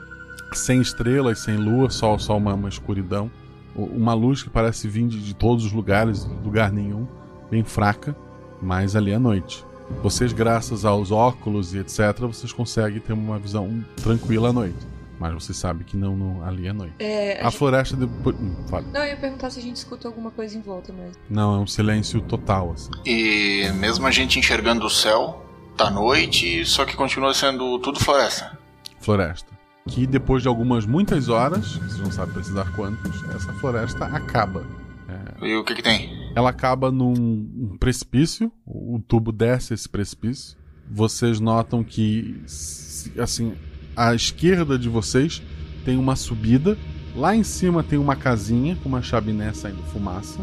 sem estrelas, sem lua, só, só uma, uma escuridão. U- Uma luz que parece vir de, de todos os lugares, de lugar nenhum, bem fraca, mas ali é noite. Vocês, graças aos óculos e etc., vocês conseguem ter uma visão tranquila à noite. Mas você sabe que não, não ali é noite.
É, a
a
gente-
floresta depois. hum, fala.
Não, eu ia perguntar se a gente escuta alguma coisa em volta, mas.
Não, é um silêncio total, assim.
E mesmo a gente enxergando o céu, tá noite, só que continua sendo tudo floresta.
Floresta. Que depois de algumas muitas horas, vocês não sabem precisar quantos, essa floresta acaba. É.
E o que que tem?
Ela acaba num um precipício, o o tubo desce esse precipício. Vocês notam que, s- assim, à esquerda de vocês tem uma subida. Lá em cima tem uma casinha com uma chaminé saindo fumaça.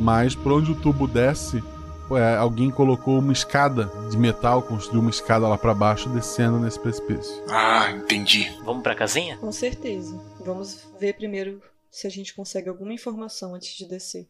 Mas por onde o tubo desce, é, alguém colocou uma escada de metal, construiu uma escada lá para baixo, descendo nesse precipício.
Ah, entendi.
Vamos pra casinha?
Com certeza. Vamos ver primeiro se a gente consegue alguma informação antes de descer.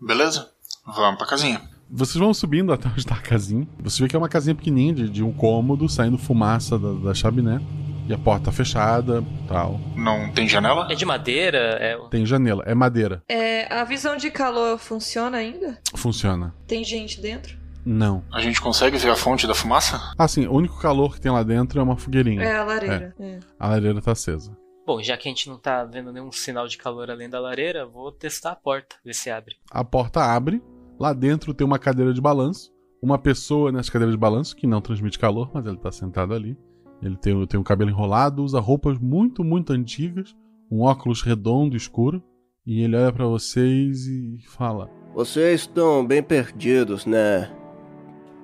Beleza? Vamos pra casinha.
Vocês vão subindo até onde está a casinha. Você vê que é uma casinha pequenininha, de, de um cômodo, saindo fumaça da, da chaminé. E a porta fechada, tal.
Não tem janela?
É de madeira, é.
Tem janela, é madeira.
É, a visão de calor funciona ainda?
Funciona.
Tem gente dentro?
Não.
A gente consegue ver a fonte da fumaça?
Assim, o único calor que tem lá dentro é uma fogueirinha.
É, a lareira, é.
A lareira tá acesa.
Bom, já que a gente não tá vendo nenhum sinal de calor além da lareira, vou testar a porta, ver se abre.
A porta abre, lá dentro tem uma cadeira de balanço. Uma pessoa nessa cadeira de balanço, que não transmite calor, mas ele tá sentado ali. Ele tem, tem o cabelo enrolado, usa roupas muito, muito antigas, um óculos redondo escuro, e ele olha pra vocês e fala:
<laughs> Vocês estão bem perdidos, né?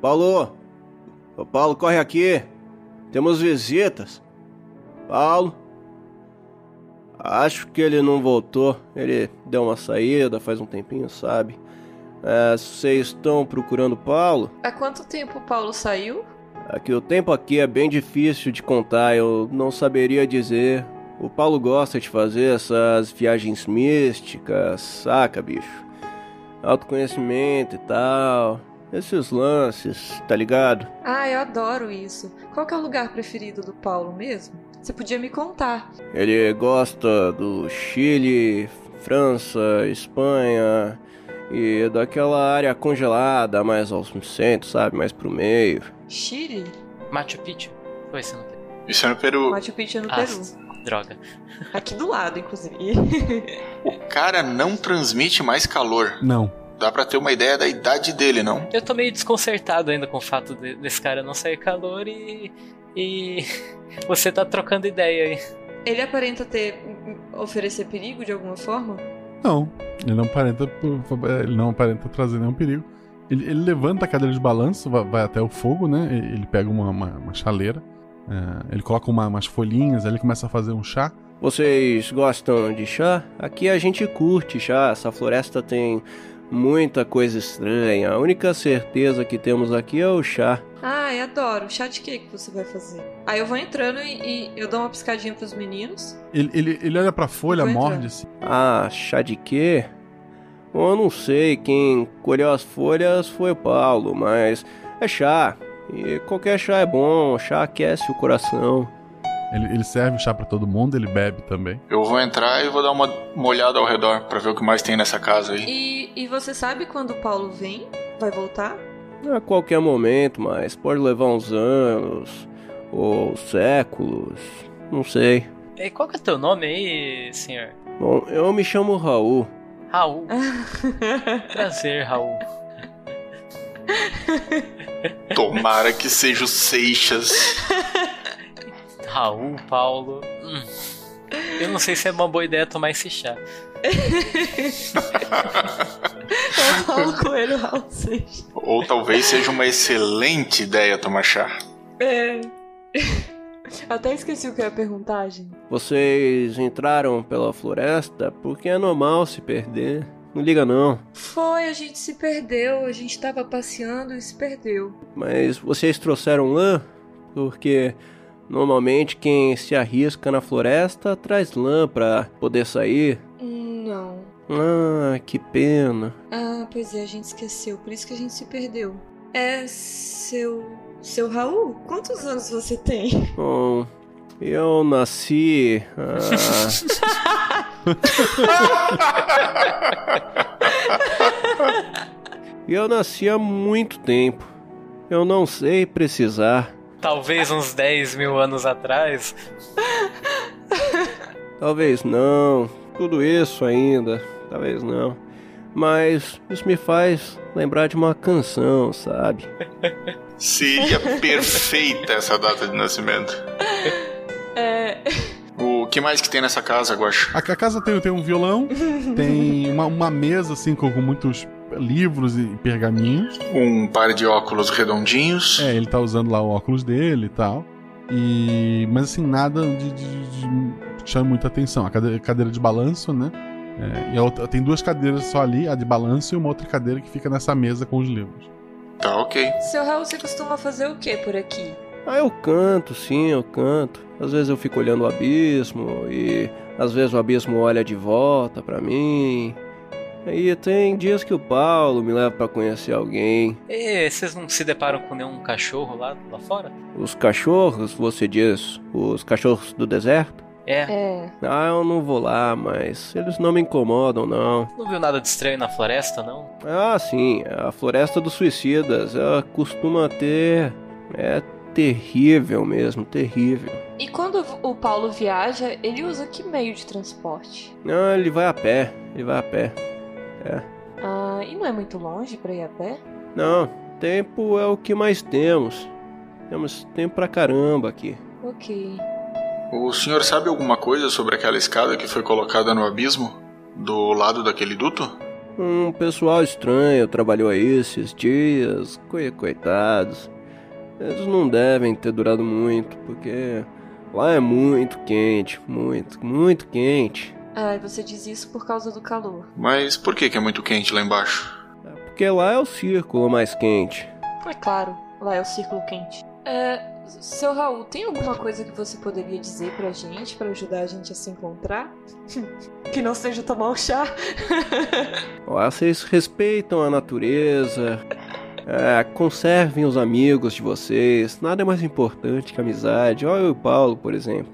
Paulo! Ô, Paulo, corre aqui! Temos visitas! Paulo! Acho que ele não voltou. Ele deu uma saída faz um tempinho, sabe? É, vocês estão procurando Paulo?
Há quanto tempo o Paulo saiu?
É que o tempo aqui é bem difícil de contar, eu não saberia dizer. O Paulo gosta de fazer essas viagens místicas, saca, bicho? Autoconhecimento e tal. Esses lances, tá ligado?
Ah, eu adoro isso. Qual que é o lugar preferido do Paulo mesmo? Você podia me contar.
Ele gosta do Chile, França, Espanha e daquela área congelada mais aos centro, sabe? Mais pro meio.
Chile?
Machu Picchu? Ou esse é no Peru?
Isso é no Peru.
Machu Picchu é no
Ah,
Peru.
Droga.
Aqui do lado, inclusive.
O cara não transmite mais calor.
Não.
Dá pra ter uma ideia da idade dele, não?
Eu tô meio desconcertado ainda com o fato de- desse cara não sair calor e. E. <laughs> Você tá trocando ideia aí.
<laughs> Ele aparenta ter hum, oferecer perigo de alguma forma?
Não, ele não aparenta, é, ele não aparenta trazer nenhum perigo. Ele, ele levanta a cadeira de balanço, vai, vai até o fogo, né? E- Ele pega uma, uma, uma chaleira, é, ele coloca uma- umas folhinhas, aí ele começa a fazer um chá.
Vocês gostam de chá? Aqui a gente curte chá. Essa floresta tem muita coisa estranha. A única certeza que temos aqui é o chá.
Ah, eu adoro. Chá de quê que você vai fazer? Aí eu vou entrando e, e eu dou uma piscadinha pros meninos.
Ele, ele, ele olha pra folha,
Vai entrar.
morde assim.
Ah, chá de quê? Bom, eu não sei, quem colheu as folhas foi o Paulo, mas é chá. E qualquer chá é bom, chá aquece o coração.
Ele, ele serve o chá pra todo mundo, ele bebe também.
Eu vou entrar e vou dar uma, uma olhada ao redor pra ver o que mais tem nessa casa aí.
E, e você sabe quando o Paulo vem? Vai voltar?
A qualquer momento, mas pode levar uns anos ou séculos, não sei.
E qual que é teu nome aí, senhor?
Bom, eu me chamo Raul.
Raul. Prazer, Raul.
Tomara que seja o Seixas.
Raul, Paulo. Hum. Eu não sei se é uma boa ideia tomar esse chá.
É o Paulo <laughs> Coelho Raul Seixas.
Ou talvez seja uma excelente ideia tomar chá.
É. <laughs> Até esqueci o que eu ia perguntar, gente.
Vocês entraram pela floresta porque é normal se perder. Não liga não.
Foi, a gente se perdeu. A gente tava passeando e se perdeu.
Mas vocês trouxeram lã? Porque normalmente quem se arrisca na floresta traz lã pra poder sair.
Hum, Não.
Ah, que pena.
Ah, pois é, a gente esqueceu. Por isso que a gente se perdeu. É, seu. Seu Raul, quantos anos você tem?
Bom, eu nasci. Ah, <laughs> eu nasci há muito tempo. Eu não sei precisar.
Talvez uns 10 mil anos atrás.
Talvez não. Tudo isso ainda. Talvez não. Mas isso me faz lembrar de uma canção, sabe?
Seria perfeita essa data de nascimento.
É.
O que mais que tem nessa casa, Guaxa?
A, a casa tem, tem um violão, tem uma, uma mesa assim com, com muitos livros e pergaminhos.
Um par de óculos redondinhos.
É, ele tá usando lá o óculos dele e tal. E. Mas assim, nada de, de- de- que chame muita atenção. A cadeira, cadeira de balanço, né? É, e a outra- tem duas cadeiras só ali, a de balanço e uma outra cadeira que fica nessa mesa com os livros.
Tá ok.
Seu Raul, você costuma fazer o que por aqui?
Ah, eu canto, sim, eu canto. Às vezes eu fico olhando o abismo e às vezes o abismo olha de volta pra mim. E tem dias que o Paulo me leva pra conhecer alguém.
E vocês não se deparam com nenhum cachorro lá, lá fora?
Os cachorros, você diz, os cachorros do deserto?
É.
Ah, eu não vou lá, mas eles não me incomodam, não.
Não viu nada de estranho na floresta, não?
Ah, sim, a Floresta dos Suicidas, ela costuma ter. É terrível mesmo, terrível.
E quando o Paulo viaja, ele usa que meio de transporte?
Não, ele vai a pé, ele vai a pé. É.
Ah, e não é muito longe pra ir a pé?
Não, tempo é o que mais temos. Temos tempo pra caramba aqui.
Ô, Ok.
O senhor sabe alguma coisa sobre aquela escada que foi colocada no abismo? Do lado daquele duto?
Um pessoal estranho trabalhou aí esses dias, coi- coitados. Eles não devem ter durado muito, porque lá é muito quente, muito, muito quente.
Ah, você diz isso por causa do calor.
Mas por que, que é muito quente lá embaixo?
Porque lá é o círculo mais quente.
É claro, lá é o círculo quente. É, seu Raul, tem alguma coisa que você poderia dizer pra gente, pra ajudar a gente a se encontrar? <laughs> que não seja tomar um chá?
Lá vocês respeitam a natureza. É, conservem os amigos de vocês. Nada é mais importante que a amizade. Olha eu e o Paulo, por exemplo.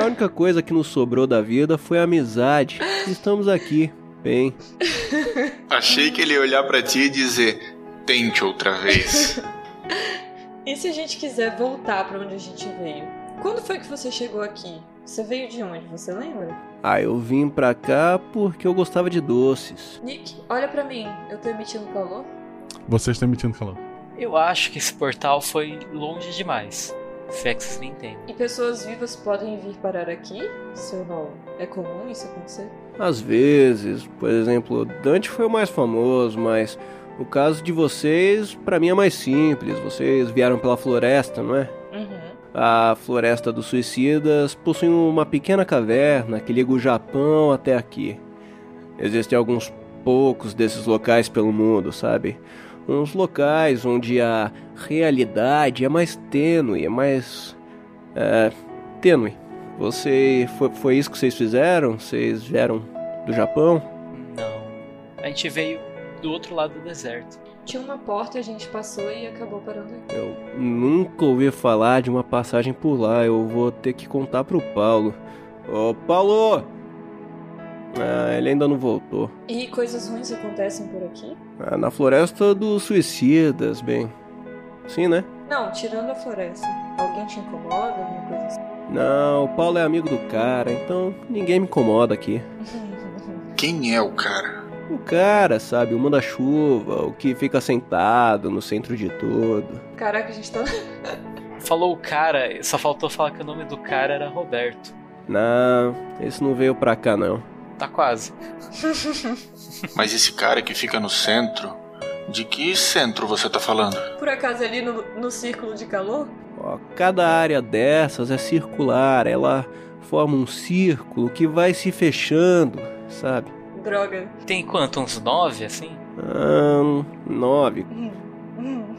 A única coisa que nos sobrou da vida foi a amizade. Estamos aqui, bem.
Achei que ele ia olhar pra ti e dizer: tente outra vez.
E se a gente quiser voltar pra onde a gente veio? Quando foi que você chegou aqui? Você veio de onde? Você lembra?
Ah, eu vim pra cá porque eu gostava de doces.
Nick, olha pra mim. Eu tô emitindo calor?
Vocês estão emitindo calor.
Eu acho que esse portal foi longe demais. Se é que vocês me entendem.
E pessoas vivas podem vir parar aqui, seu Raul? É comum isso acontecer?
Às vezes, por exemplo, Dante foi o mais famoso, mas o caso de vocês, pra mim é mais simples. Vocês vieram pela floresta, não é?
Uhum.
A Floresta dos Suicidas possui uma pequena caverna que liga o Japão até aqui. Existem alguns poucos desses locais pelo mundo, sabe? Uns locais onde a realidade é mais tênue, é mais. É, tênue. Você. Foi, foi isso que vocês fizeram? Vocês vieram do Japão?
A gente veio do outro lado do deserto.
Tinha uma porta e a gente passou e acabou parando aqui.
Nunca ouvi falar de uma passagem por lá. Eu vou ter que contar pro Paulo. Ô, Paulo! Ah, ele ainda não voltou.
E coisas ruins acontecem por aqui?
Ah, na Floresta dos Suicidas, bem. Sim, né?
Não, tirando a floresta. Alguém te incomoda, alguma coisa <laughs> assim?
Não, o Paulo é amigo do cara, então ninguém me incomoda aqui.
Quem é o cara?
O cara, sabe, o manda-chuva, o que fica sentado no centro de tudo.
Caraca, a gente tá. <laughs>
Falou o cara, só faltou falar que o nome do cara era Roberto.
Não, esse não veio pra cá, não.
Tá quase.
Mas esse cara que fica no centro. De que centro você tá falando?
Por acaso é ali no, no círculo de calor?
Ó, cada área dessas é circular, ela forma um círculo que vai se fechando, sabe?
Droga.
Tem quanto? Uns nove, assim?
Ahn, nove.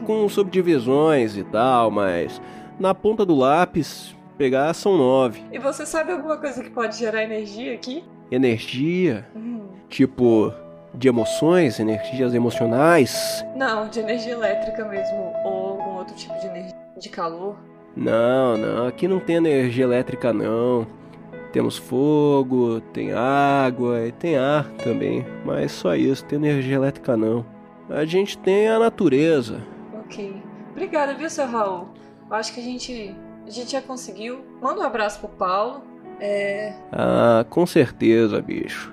Com subdivisões e tal, mas na ponta do lápis pegar são nove.
E você sabe alguma coisa que pode gerar energia aqui?
Energia, tipo de emoções, energias emocionais.
Não, de energia elétrica mesmo. Ou algum outro tipo de energia. De calor.
Não, não, aqui não tem energia elétrica não. Temos fogo, tem água e tem ar também, mas é só isso, tem energia elétrica não. A gente tem a natureza.
Ok. Obrigada, viu, seu Raul? Eu acho que a gente. A gente já conseguiu. Manda um abraço pro Paulo. É.
Ah, com certeza, bicho.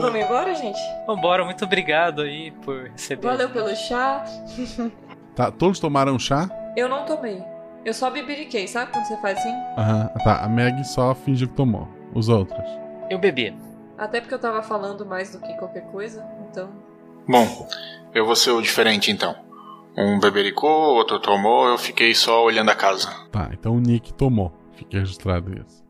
Vamos embora, gente?
Vambora, muito obrigado aí por receber.
Valeu pelo chá.
Tá, todos tomaram chá?
Eu não tomei. Eu só beberiquei, sabe quando você faz assim?
Aham, tá. A Meg só fingiu que tomou. Os outros.
Eu bebi.
Até porque eu tava falando mais do que qualquer coisa, então.
Bom, eu vou ser o diferente então. Um bebericou, outro tomou, eu fiquei só olhando a casa.
Tá, então o Nick tomou. Fiquei registrado isso.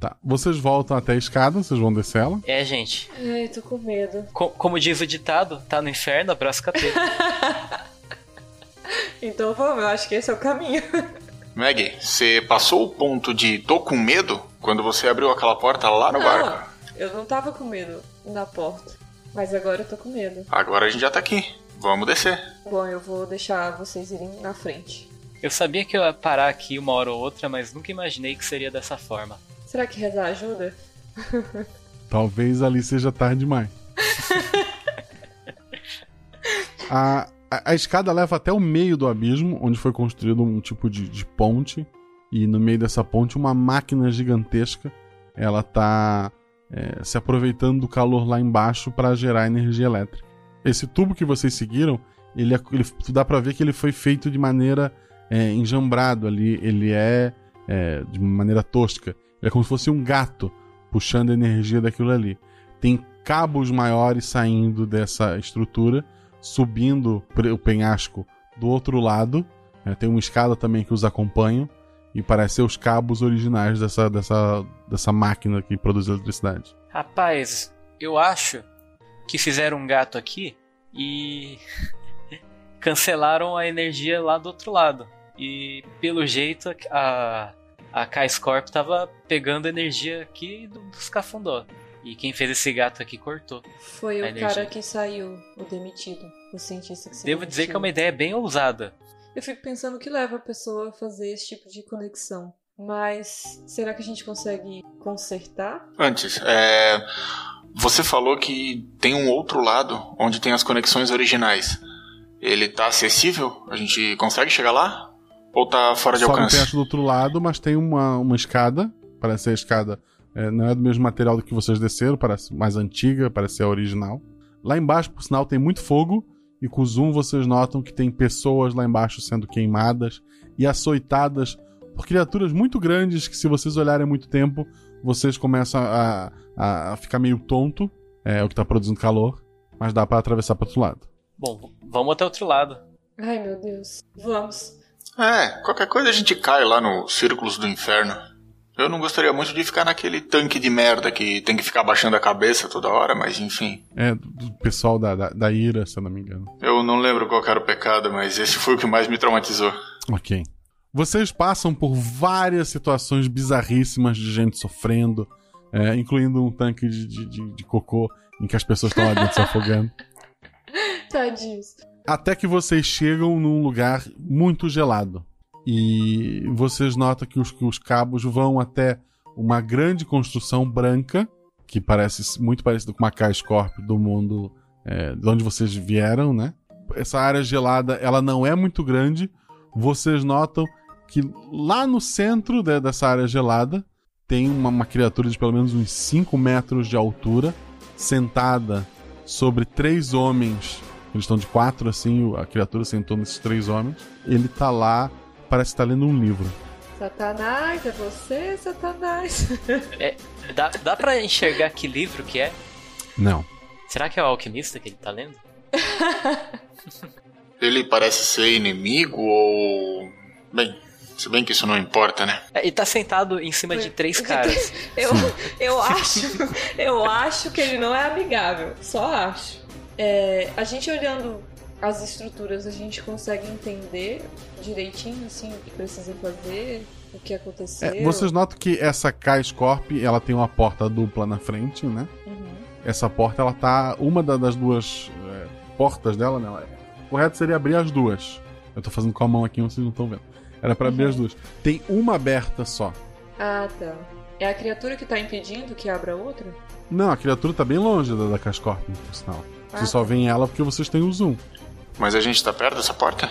Tá, vocês voltam até a escada, vocês vão descer ela.
É, gente.
Ai, tô com medo.
Co- como diz o ditado, tá no inferno, abraça o capeta.
Então vamos, eu acho que esse é o caminho. <laughs>
Maggie, você passou o ponto de tô com medo quando você abriu aquela porta lá no barco.
eu não tava com medo na porta. Mas agora eu tô com medo.
Agora a gente já tá aqui. Vamos descer.
Bom, eu vou deixar vocês irem na frente.
Eu sabia que eu ia parar aqui uma hora ou outra, mas nunca imaginei que seria dessa forma.
Será que rezar ajuda? <laughs>
Talvez ali seja tarde demais. a, a, a escada leva até o meio do abismo, onde foi construído um tipo de, de ponte. E no meio dessa ponte, uma máquina gigantesca. Ela tá é, se aproveitando do calor lá embaixo para gerar energia elétrica. Esse tubo que vocês seguiram, ele, é- ele- dá pra ver que ele foi feito de maneira é, enjambrado ali. Ele é, é, de maneira tosca. É como se fosse um gato puxando a energia daquilo ali. Tem cabos maiores saindo dessa estrutura, subindo pre- o penhasco do outro lado. né? Tem uma escada também que os acompanha. E parece ser os cabos originais dessa, dessa, dessa máquina que produz eletricidade.
Rapaz, eu acho que fizeram um gato aqui e <laughs> cancelaram a energia lá do outro lado. E pelo jeito a, a K-Scorp tava pegando energia aqui do- dos cafundó. E quem fez esse gato aqui cortou.
Foi o
a energia.
cara que saiu, o demitido, o cientista que se
Devo dizer que é
demitiu.
uma ideia bem ousada.
Eu fico pensando o que leva a pessoa a fazer esse tipo de conexão. Mas será que a gente consegue consertar?
Antes, é, você falou que tem um outro lado onde tem as conexões originais. Ele tá acessível? A gente consegue chegar lá? Ou tá fora de
Sobe o
alcance?
penhasco do outro lado, mas tem uma, uma escada. Parece ser a escada. é, não é do mesmo material do que vocês desceram, parece mais antiga, parece ser a original. Lá embaixo, por sinal, tem muito fogo. E com o zoom vocês notam que tem pessoas lá embaixo sendo queimadas e açoitadas por criaturas muito grandes que, se vocês olharem muito tempo, vocês começam a, a- a ficar meio tonto. É o que tá produzindo calor. Mas dá pra atravessar pro outro lado.
Bom, v- vamos até outro lado.
Ai meu Deus. Vamos.
É, qualquer coisa a gente cai lá no Círculos do Inferno. Eu não gostaria muito de ficar naquele tanque de merda que tem que ficar baixando a cabeça toda hora, mas enfim.
É do- do pessoal da, da, da ira, se eu não me engano.
Eu não lembro qual que era o pecado, mas esse foi o que mais me traumatizou.
Ok. Vocês passam por várias situações bizarríssimas de gente sofrendo, é, incluindo um tanque de, de- de- de cocô em que as pessoas estão lá dentro se afogando.
<laughs> Tadinhos.
Até que vocês chegam num lugar muito gelado. E vocês notam que os, que os cabos vão até uma grande construção branca, que parece muito parecido com uma K-Scorp do mundo é, de onde vocês vieram, né? Essa área gelada, ela não é muito grande. Vocês notam que lá no centro de- dessa área gelada tem uma, uma criatura de pelo menos uns 5 metros de altura, sentada sobre três homens. Eles estão de quatro, assim, o- a criatura sentou nesses três homens. Ele tá lá, parece que tá lendo um livro.
Satanás, é você, Satanás. <laughs>
É, dá, dá pra enxergar que livro que é?
Não.
Será que é o alquimista que ele tá lendo?
Ele parece ser inimigo ou. Bem, se bem que isso não importa, né?
É, Ele tá sentado em cima de três caras.
Eu, <laughs> eu acho, eu acho que ele não é amigável. Só acho. É, a gente olhando as estruturas, a gente consegue entender direitinho assim o que precisa fazer, o que aconteceu.
É, vocês notam que essa K-Scorp, ela tem uma porta dupla na frente, né?
Uhum.
Essa porta, ela tá. Uma da- das duas é, portas dela, né? ela- O correto seria abrir as duas. Eu tô fazendo com a mão aqui, vocês não estão vendo. Era pra abrir as duas. Tem uma aberta só.
Ah, tá. É a criatura que tá impedindo que abra outra?
Não, a criatura tá bem longe da, da K-Scorp, por sinal. Vocês só veem ela porque vocês têm o zoom.
Mas a gente tá perto dessa porta?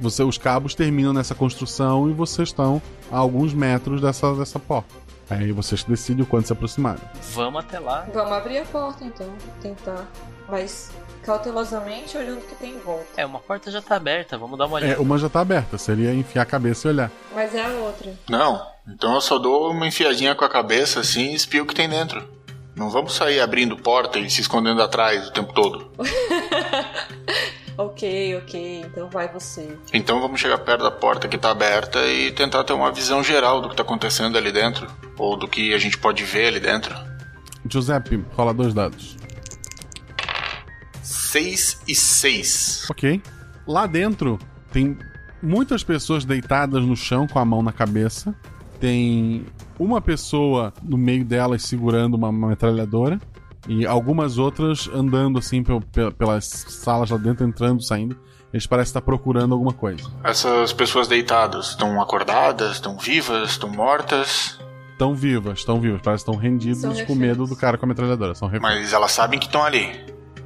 Você, os cabos terminam nessa construção e vocês estão a alguns metros dessa, dessa porta. Aí vocês decidem o quanto se aproximarem.
Vamos até lá.
Vamos abrir a porta então, tentar. Mas cautelosamente olhando o que tem em volta.
É, uma porta já tá aberta, vamos dar uma olhada.
É, uma já tá aberta, seria enfiar a cabeça e olhar.
Mas é a outra.
Não, então eu só dou uma enfiadinha com a cabeça assim e espio o que tem dentro. Não vamos sair abrindo porta e se escondendo atrás o tempo todo.
Ok, ok, então vai você.
Então vamos chegar perto da porta que tá aberta e tentar ter uma visão geral do que tá acontecendo ali dentro. Ou do que a gente pode ver ali dentro.
Giuseppe, rola dois dados.
6 e 6.
Ok. Lá dentro tem muitas pessoas deitadas no chão com a mão na cabeça. Tem uma pessoa no meio delas segurando uma uma metralhadora. E algumas outras andando assim pel- pel- pelas salas lá dentro, entrando, saindo. Eles parecem estar procurando alguma coisa.
Essas pessoas deitadas estão acordadas, estão vivas, estão mortas,
Estão vivas, estão vivas. Parecem que estão rendidos
São
com
reféns.
medo do cara com a metralhadora. São reféns.
mas elas sabem que estão ali.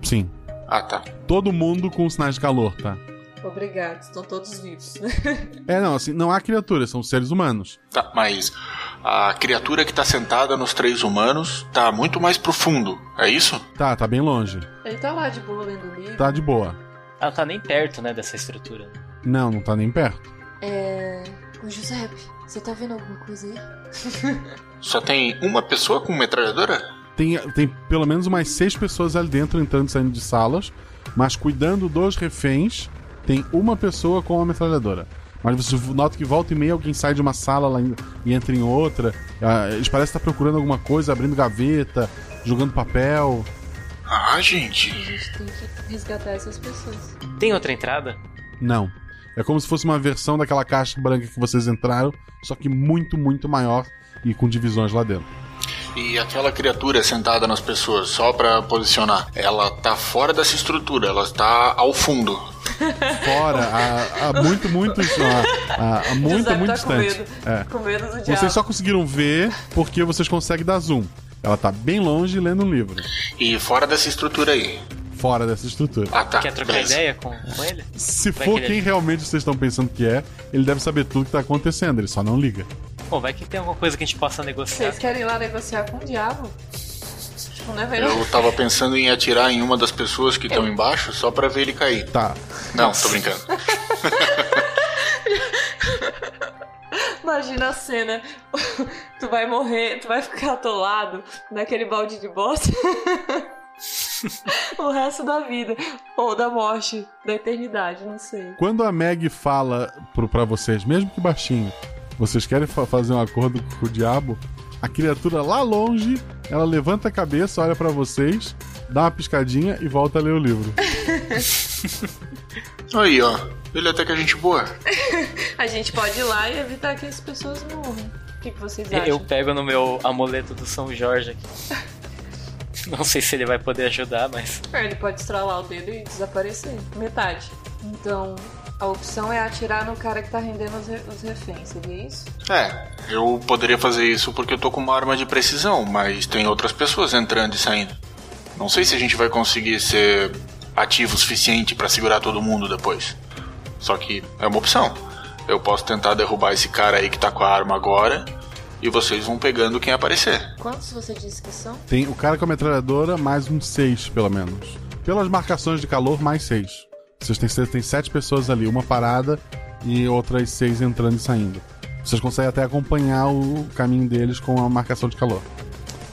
Sim.
Ah, tá.
Todo mundo com sinais de calor, tá?
Obrigado, estão todos vivos. <laughs>
É, não, assim, não há criaturas, são seres humanos.
Tá, mas a criatura que tá sentada nos três humanos tá muito mais profundo, é isso?
Tá, tá bem longe.
Ele tá lá de boa lendo livro.
Tá de boa.
Ela tá nem perto, né, dessa estrutura.
Não, não tá nem perto.
É. Ô Giuseppe, você tá vendo alguma coisa aí?
Só tem uma pessoa com metralhadora?
Tem, tem pelo menos umas seis pessoas ali dentro entrando e saindo de salas, mas cuidando dos reféns, tem uma pessoa com uma metralhadora. Mas você nota que volta e meia alguém sai de uma sala lá em- e entra em outra. Ah, Eles parecem estar procurando alguma coisa, abrindo gaveta, jogando papel.
Ah, <laughs> gente.
A gente tem que resgatar essas pessoas.
Tem outra entrada?
Não. É como se fosse uma versão daquela caixa branca que vocês entraram, só que muito, muito maior e com divisões lá dentro.
E aquela criatura sentada nas pessoas, só pra posicionar, ela tá fora dessa estrutura, ela tá ao fundo.
Fora, a, a muito, muito. A,
<laughs>
a, a muito,
Giuseppe
muito
tá com
distante.
medo.
É.
Com medo do diabo.
Vocês só conseguiram ver porque vocês conseguem dar zoom. Ela tá bem longe lendo um livro.
E fora dessa estrutura aí.
Fora dessa estrutura.
Ah, tá.
Quer trocar
beleza.
ideia com, com ele?
Se
Vai
for
que ele-
quem realmente vocês estão pensando que é, ele deve saber tudo que tá acontecendo, ele só não liga.
Bom, vai que tem alguma coisa que a gente possa negociar.
Vocês querem ir lá negociar com o diabo? Tipo, não é melhor?
Eu tava pensando em atirar em uma das pessoas que estão embaixo só pra ver ele cair.
Tá.
Não, tô brincando.
<laughs> Imagina a cena. <laughs> tu vai morrer, tu vai ficar atolado naquele balde de bosta. <laughs> o resto da vida. Ou da morte, da eternidade, não
<laughs>
sei. <laughs>
Quando a Meg fala pro, pra vocês, mesmo que baixinho, vocês querem fa- fazer um acordo com o diabo, a criatura lá longe, ela levanta a cabeça, olha pra vocês, dá uma piscadinha e volta a ler o livro.
Aí, ó. Ele é até que a gente boa.
A gente pode ir lá e evitar que as pessoas morram. O que, que vocês acham?
Eu pego no meu amuleto do São Jorge aqui. <laughs> Não sei se ele vai poder ajudar, mas.
É, Ele pode estralar o dedo e desaparecer. Metade. Então, a opção é atirar no cara que tá rendendo os, re- os reféns, seria isso?
É, eu poderia fazer isso porque eu tô com uma arma de precisão, mas tem outras pessoas entrando e saindo. Não sei se a gente vai conseguir ser ativo o suficiente pra segurar todo mundo depois. Só que é uma opção. Eu posso tentar derrubar esse cara aí que tá com a arma agora e vocês vão pegando quem aparecer.
Quantos você disse que são?
Tem o cara com a metralhadora, mais um 6, pelo menos. Pelas marcações de calor, mais 6. Vocês têm, vocês têm sete pessoas ali, uma parada e outras seis entrando e saindo. Vocês conseguem até acompanhar o caminho deles com a marcação de calor.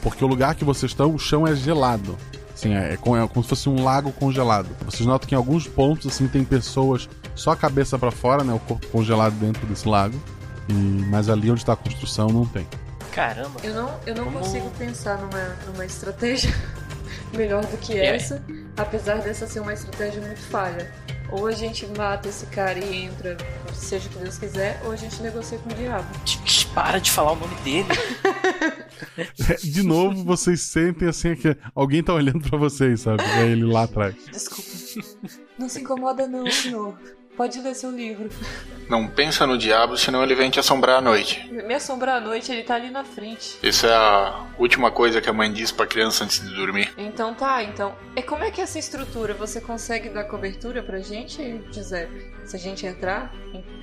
Porque o lugar que vocês estão, o chão é gelado. Assim, é, é como, é como se fosse um lago congelado. Vocês notam que em alguns pontos, assim, tem pessoas só a cabeça pra fora, né? O corpo congelado dentro desse lago. E, mas ali onde tá a construção, não tem.
Caramba.
Eu não, eu não
Vamos-
consigo pensar numa, numa estratégia <laughs> melhor do que essa, apesar dessa ser uma estratégia muito falha. Ou a gente mata esse cara e entra, seja o que Deus quiser, ou a gente negocia com o diabo.
Para de falar o nome dele.
É, De novo, vocês sentem assim que alguém tá olhando pra vocês, sabe? É ele lá atrás.
Desculpa. Não se incomoda não, senhor. Pode ler seu livro.
Não pensa no diabo, senão ele vem te assombrar à noite.
Me assombrar à noite, ele tá ali na frente.
Isso é a última coisa que a mãe diz pra criança antes de dormir.
Então tá, então. E como é que é essa estrutura? Você consegue dar cobertura pra gente, Giuseppe? Se a gente entrar,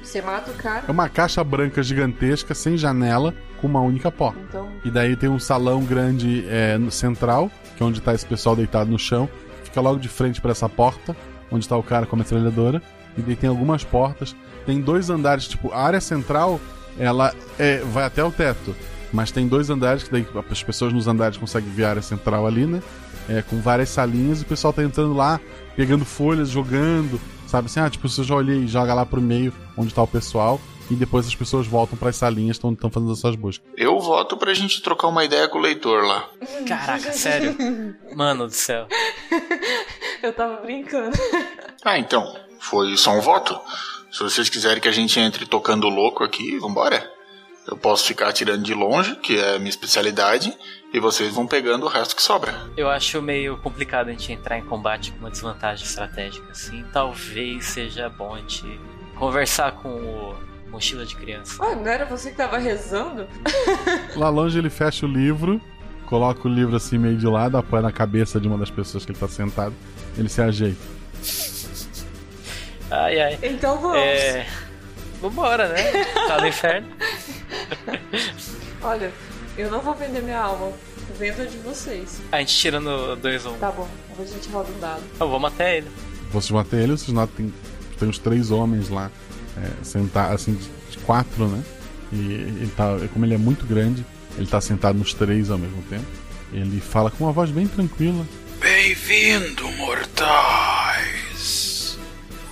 você mata o cara.
É uma caixa branca gigantesca, sem janela, com uma única porta.
Então-
E daí tem um salão grande é, no central, que é onde tá esse pessoal deitado no chão. Fica logo de frente pra essa porta, onde tá o cara com a metralhadora. E daí tem algumas portas. Tem dois andares, tipo, a área central, ela é, vai até o teto. Mas tem dois andares, que daí as pessoas nos andares conseguem ver a área central ali, né? É, com várias salinhas e o pessoal tá entrando lá, pegando folhas, jogando, sabe assim, ah, tipo, você já olha e joga lá pro meio onde tá o pessoal, e depois as pessoas voltam pras salinhas onde estão fazendo as suas buscas.
Eu voto pra gente trocar uma ideia com o leitor lá.
<laughs>
Caraca, sério. <laughs> Mano do céu.
Eu tava brincando. <laughs>
Ah, então. Foi só um voto. Se vocês quiserem que a gente entre tocando louco aqui, vambora. Eu posso ficar atirando de longe, que é a minha especialidade, e vocês vão pegando o resto que sobra.
Eu acho meio complicado a gente entrar em combate com uma desvantagem estratégica assim. Talvez seja bom a gente conversar com o mochila de criança.
Ah, não era você que tava rezando?
Lá longe ele fecha o livro, coloca o livro assim meio de lado, apoia na cabeça de uma das pessoas que ele tá sentado, ele se ajeita.
Ai, ai.
Então vamos.
É... Vambora, né? Tá no inferno.
Olha, eu não vou vender minha alma. Vendo a de vocês.
A gente tira no 2 1
Tá bom, agora a gente roda um dado.
Eu vou matar ele.
Vocês matam ele, vocês notam que tem, tem os três homens lá, é, senta- assim, de, de quatro, né? E ele tá, como ele é muito grande, ele tá sentado nos três ao mesmo tempo. Ele fala com uma voz bem tranquila.
Bem-vindo, mortais.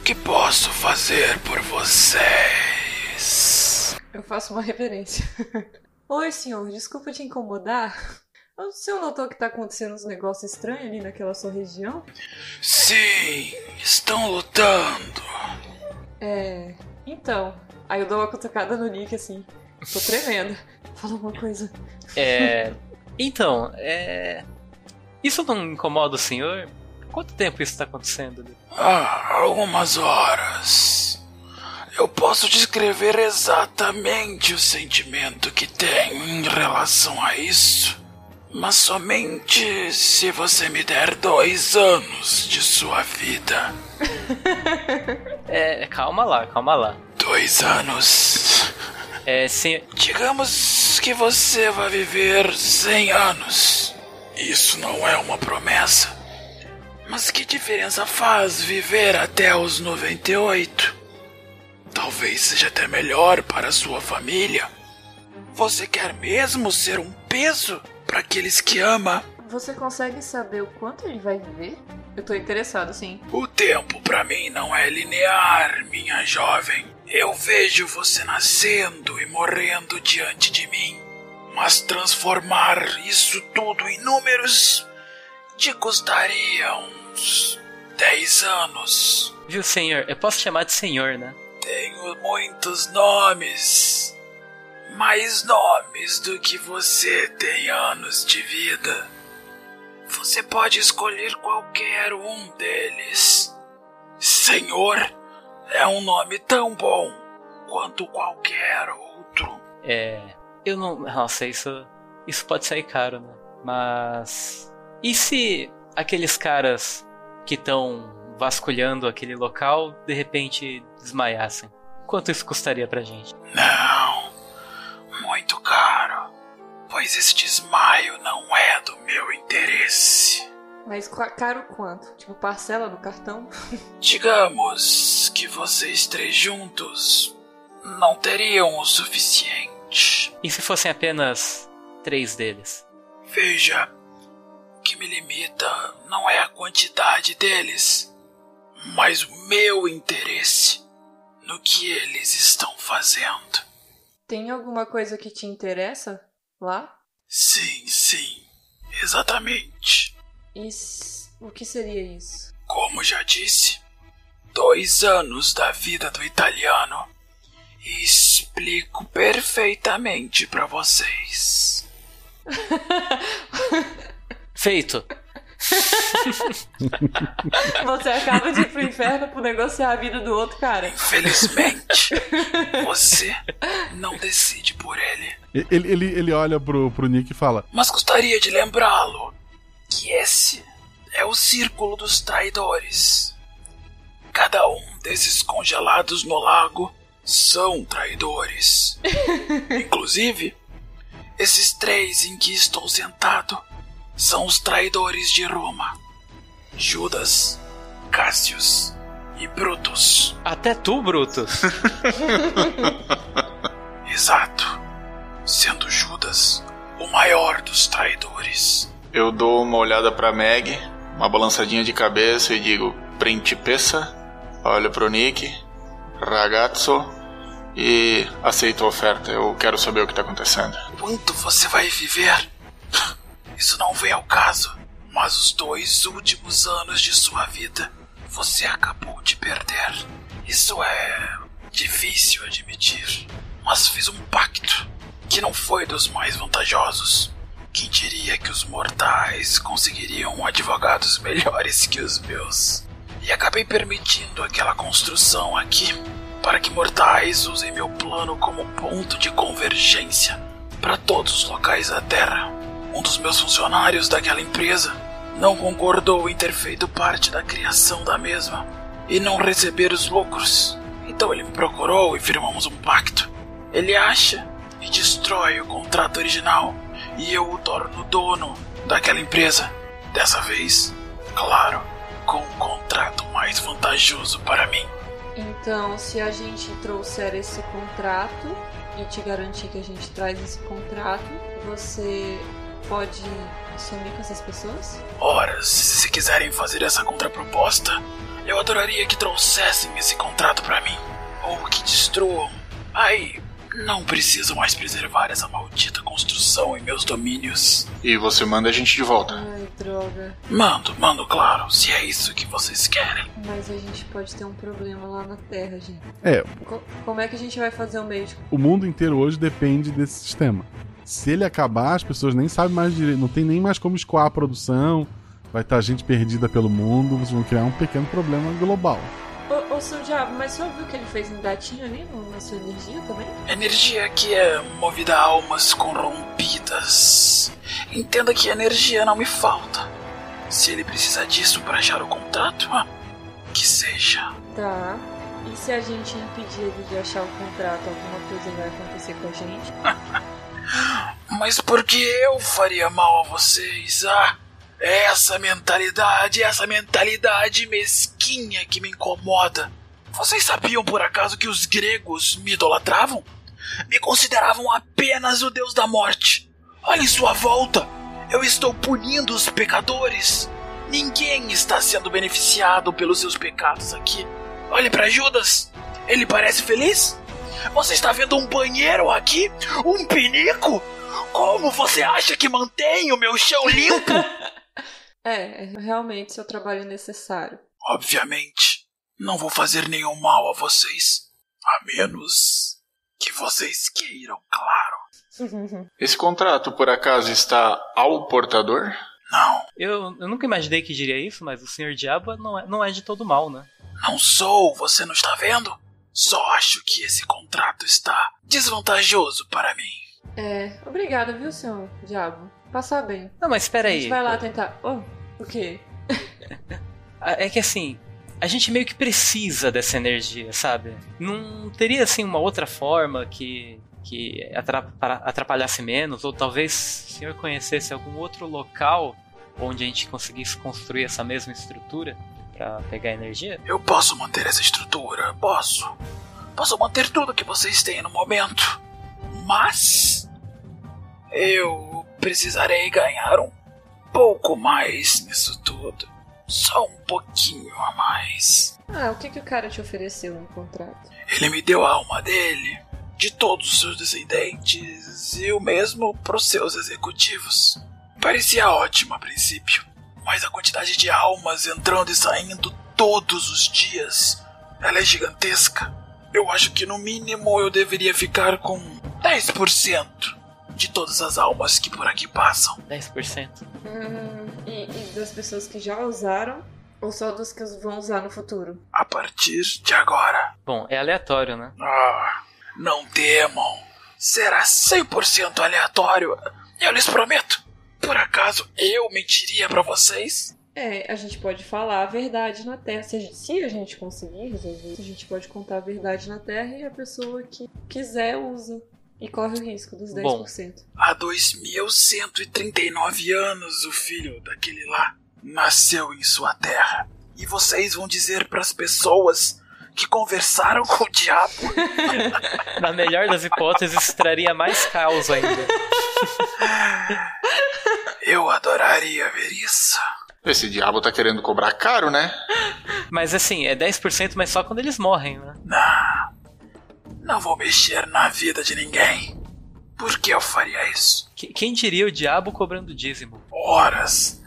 O que posso fazer por vocês?
Eu faço uma reverência. <laughs> Oi, senhor, desculpa te incomodar. O senhor notou que tá acontecendo uns negócios estranhos ali naquela sua região?
Sim, estão lutando.
É. Então. Aí eu dou uma cutucada no Nick assim. Tô tremendo. Fala alguma coisa.
É... Então, é... Isso não incomoda o senhor? Quanto tempo isso tá acontecendo ali?
Ah, algumas horas. Eu posso descrever exatamente o sentimento que tenho em relação a isso, mas somente se você me der dois anos de sua vida.
É, calma lá, calma lá.
Dois anos.
É, sim.
Digamos que você vai viver 100 anos. Isso não é uma promessa. Mas que diferença faz viver até os 98? Talvez seja até melhor para sua família. Você quer mesmo ser um peso para aqueles que ama?
Você consegue saber o quanto ele vai viver? Eu tô interessado, sim.
O tempo para mim não é linear, minha jovem. Eu vejo você nascendo e morrendo diante de mim. Mas transformar isso tudo em números te custaria uns 10 anos.
Viu, senhor? Eu posso chamar de senhor, né?
Tenho muitos nomes. Mais nomes do que você tem anos de vida. Você pode escolher qualquer um deles. Senhor é um nome tão bom quanto qualquer outro.
É... Eu não... Nossa, isso... Isso pode sair caro, né? Mas... E se aqueles caras que estão vasculhando aquele local de repente desmaiassem? Quanto isso custaria pra gente?
Não, muito caro, pois este desmaio não é do meu interesse.
Mas qua- caro quanto? Tipo, parcela no cartão?
Digamos que vocês três juntos não teriam o suficiente.
E se fossem apenas três deles?
Veja, o que me limita não é a quantidade deles, mas o meu interesse no que eles estão fazendo.
<laughs> Tem alguma coisa que te interessa lá?
Sim, sim, exatamente.
E s- o que seria isso?
Como já disse, dois anos da vida do italiano. E explico perfeitamente para vocês.
Feito!
<laughs> Você acaba de ir pro inferno por negociar a vida do outro cara. <laughs>
Infelizmente, você não decide por ele.
E- Ele, ele, ele olha pro, pro Nick e fala:
Mas gostaria de lembrá-lo que esse é o círculo dos traidores. Cada um desses congelados no lago são traidores.
<laughs>
Inclusive, esses três em que estou sentado são os traidores de Roma: Judas, Cássius e Brutus.
Até tu, Brutus!
Exato. Sendo Judas o maior dos traidores.
Eu dou uma olhada pra Meg, uma balançadinha de cabeça e digo: Principessa. Olho pro Nick, ragazzo, e aceito a oferta. Eu quero saber o que tá acontecendo.
Quanto você vai viver? Isso não vem ao caso. Mas os dois últimos anos de sua vida você acabou de perder. Isso é difícil admitir. Mas fiz um pacto que não foi dos mais vantajosos. Quem diria que os mortais conseguiriam advogados melhores que os meus? E acabei permitindo aquela construção aqui para que mortais usem meu plano como ponto de convergência para todos os locais da Terra. Um dos meus funcionários daquela empresa não concordou em ter feito parte da criação da mesma e não receber os lucros. Então ele me procurou e firmamos um pacto. Ele acha e destrói o contrato original e eu o torno dono daquela empresa. Dessa vez, claro, com um contrato mais vantajoso para mim.
Então, se a gente trouxer esse contrato e te garantir que a gente traz esse contrato, você pode sumir com essas pessoas?
Ora, se se quiserem fazer essa contraproposta, eu adoraria que trouxessem esse contrato pra mim. Ou que destruam. Aí, não preciso mais preservar essa maldita construção em meus domínios.
E você manda a gente de volta.
Ai, droga.
Mando, mando, claro, se é isso que vocês querem.
Mas a gente pode ter um problema lá na Terra, gente.
É,
Co- como é que a gente vai fazer o médico?
o mundo inteiro hoje depende desse sistema. Se ele acabar, as pessoas nem sabem mais direito, não tem nem mais como escoar a produção, vai estar gente perdida pelo mundo, vocês vão criar um pequeno problema global.
Ô, ô, seu diabo, mas você ouviu o que ele fez no gatinho ali, no- na sua energia também?
Energia que é movida a almas corrompidas. Entenda que energia não me falta. Se ele precisa disso para achar o contrato, ah, que seja.
Tá. E se a gente impedir ele de achar o contrato, alguma coisa vai acontecer com a gente?
Mas por que eu faria mal a vocês? Ah, essa mentalidade, essa mentalidade mesquinha que me incomoda. Vocês sabiam por acaso que os gregos me idolatravam? Me consideravam apenas o deus da morte. Olhe em sua volta. Eu estou punindo os pecadores. Ninguém está sendo beneficiado pelos seus pecados aqui. Olhe para Judas. Ele parece feliz? Você está vendo um banheiro aqui? Um pinico? Como você acha que mantém o meu chão limpo?
É, realmente seu trabalho é necessário.
Obviamente, não vou fazer nenhum mal a vocês. A menos que vocês queiram, claro.
Esse contrato, por acaso, está ao portador?
Eu, eu nunca imaginei que diria isso, mas o Senhor Diabo não é, não é de todo mal, né?
Não sou, você não está vendo? Só acho que esse contrato está desvantajoso para mim.
É, obrigada, viu, senhor diabo? Passar bem.
Não, mas espera
A gente
aí.
vai lá tentar. Oh, o quê?
É que assim, a gente meio que precisa dessa energia, sabe? Não teria assim uma outra forma que que atra- para- atrapalhasse menos, ou talvez o senhor conhecesse algum outro local onde a gente conseguisse construir essa mesma estrutura para pegar energia?
Eu posso manter essa estrutura, posso. Posso manter tudo que vocês têm no momento. Mas. Eu precisarei ganhar um pouco mais nisso tudo. Só um pouquinho a mais.
Ah, o que, que o cara te ofereceu no contrato?
Ele me deu a alma dele, de todos os seus descendentes e o mesmo para os seus executivos. Parecia ótimo a princípio, mas a quantidade de almas entrando e saindo todos os dias, ela é gigantesca. Eu acho que no mínimo eu deveria ficar com 10% de todas as almas que por aqui passam.
10%?
Hum, e, e das pessoas que já usaram ou só dos que vão usar no futuro?
A partir de agora.
Bom, é aleatório, né?
Ah, não temam. Será 100% aleatório. Eu lhes prometo. Por acaso eu mentiria pra vocês?
É, a gente pode falar a verdade na Terra. Se a gente, se a gente conseguir resolver isso, a gente pode contar a verdade na Terra e a pessoa que quiser usa. E corre o risco dos 10%.
Bom. Há 2139 anos, o filho daquele lá nasceu em sua terra. E vocês vão dizer pras pessoas que conversaram com o diabo?
Na melhor das hipóteses, traria mais caos ainda.
Eu adoraria ver isso.
Esse diabo tá querendo cobrar caro, né?
Mas assim, é 10%, mas só quando eles morrem, né?
Não vou mexer na vida de ninguém. Por que eu faria isso?
Qu- Quem diria o diabo cobrando dízimo?
Horas.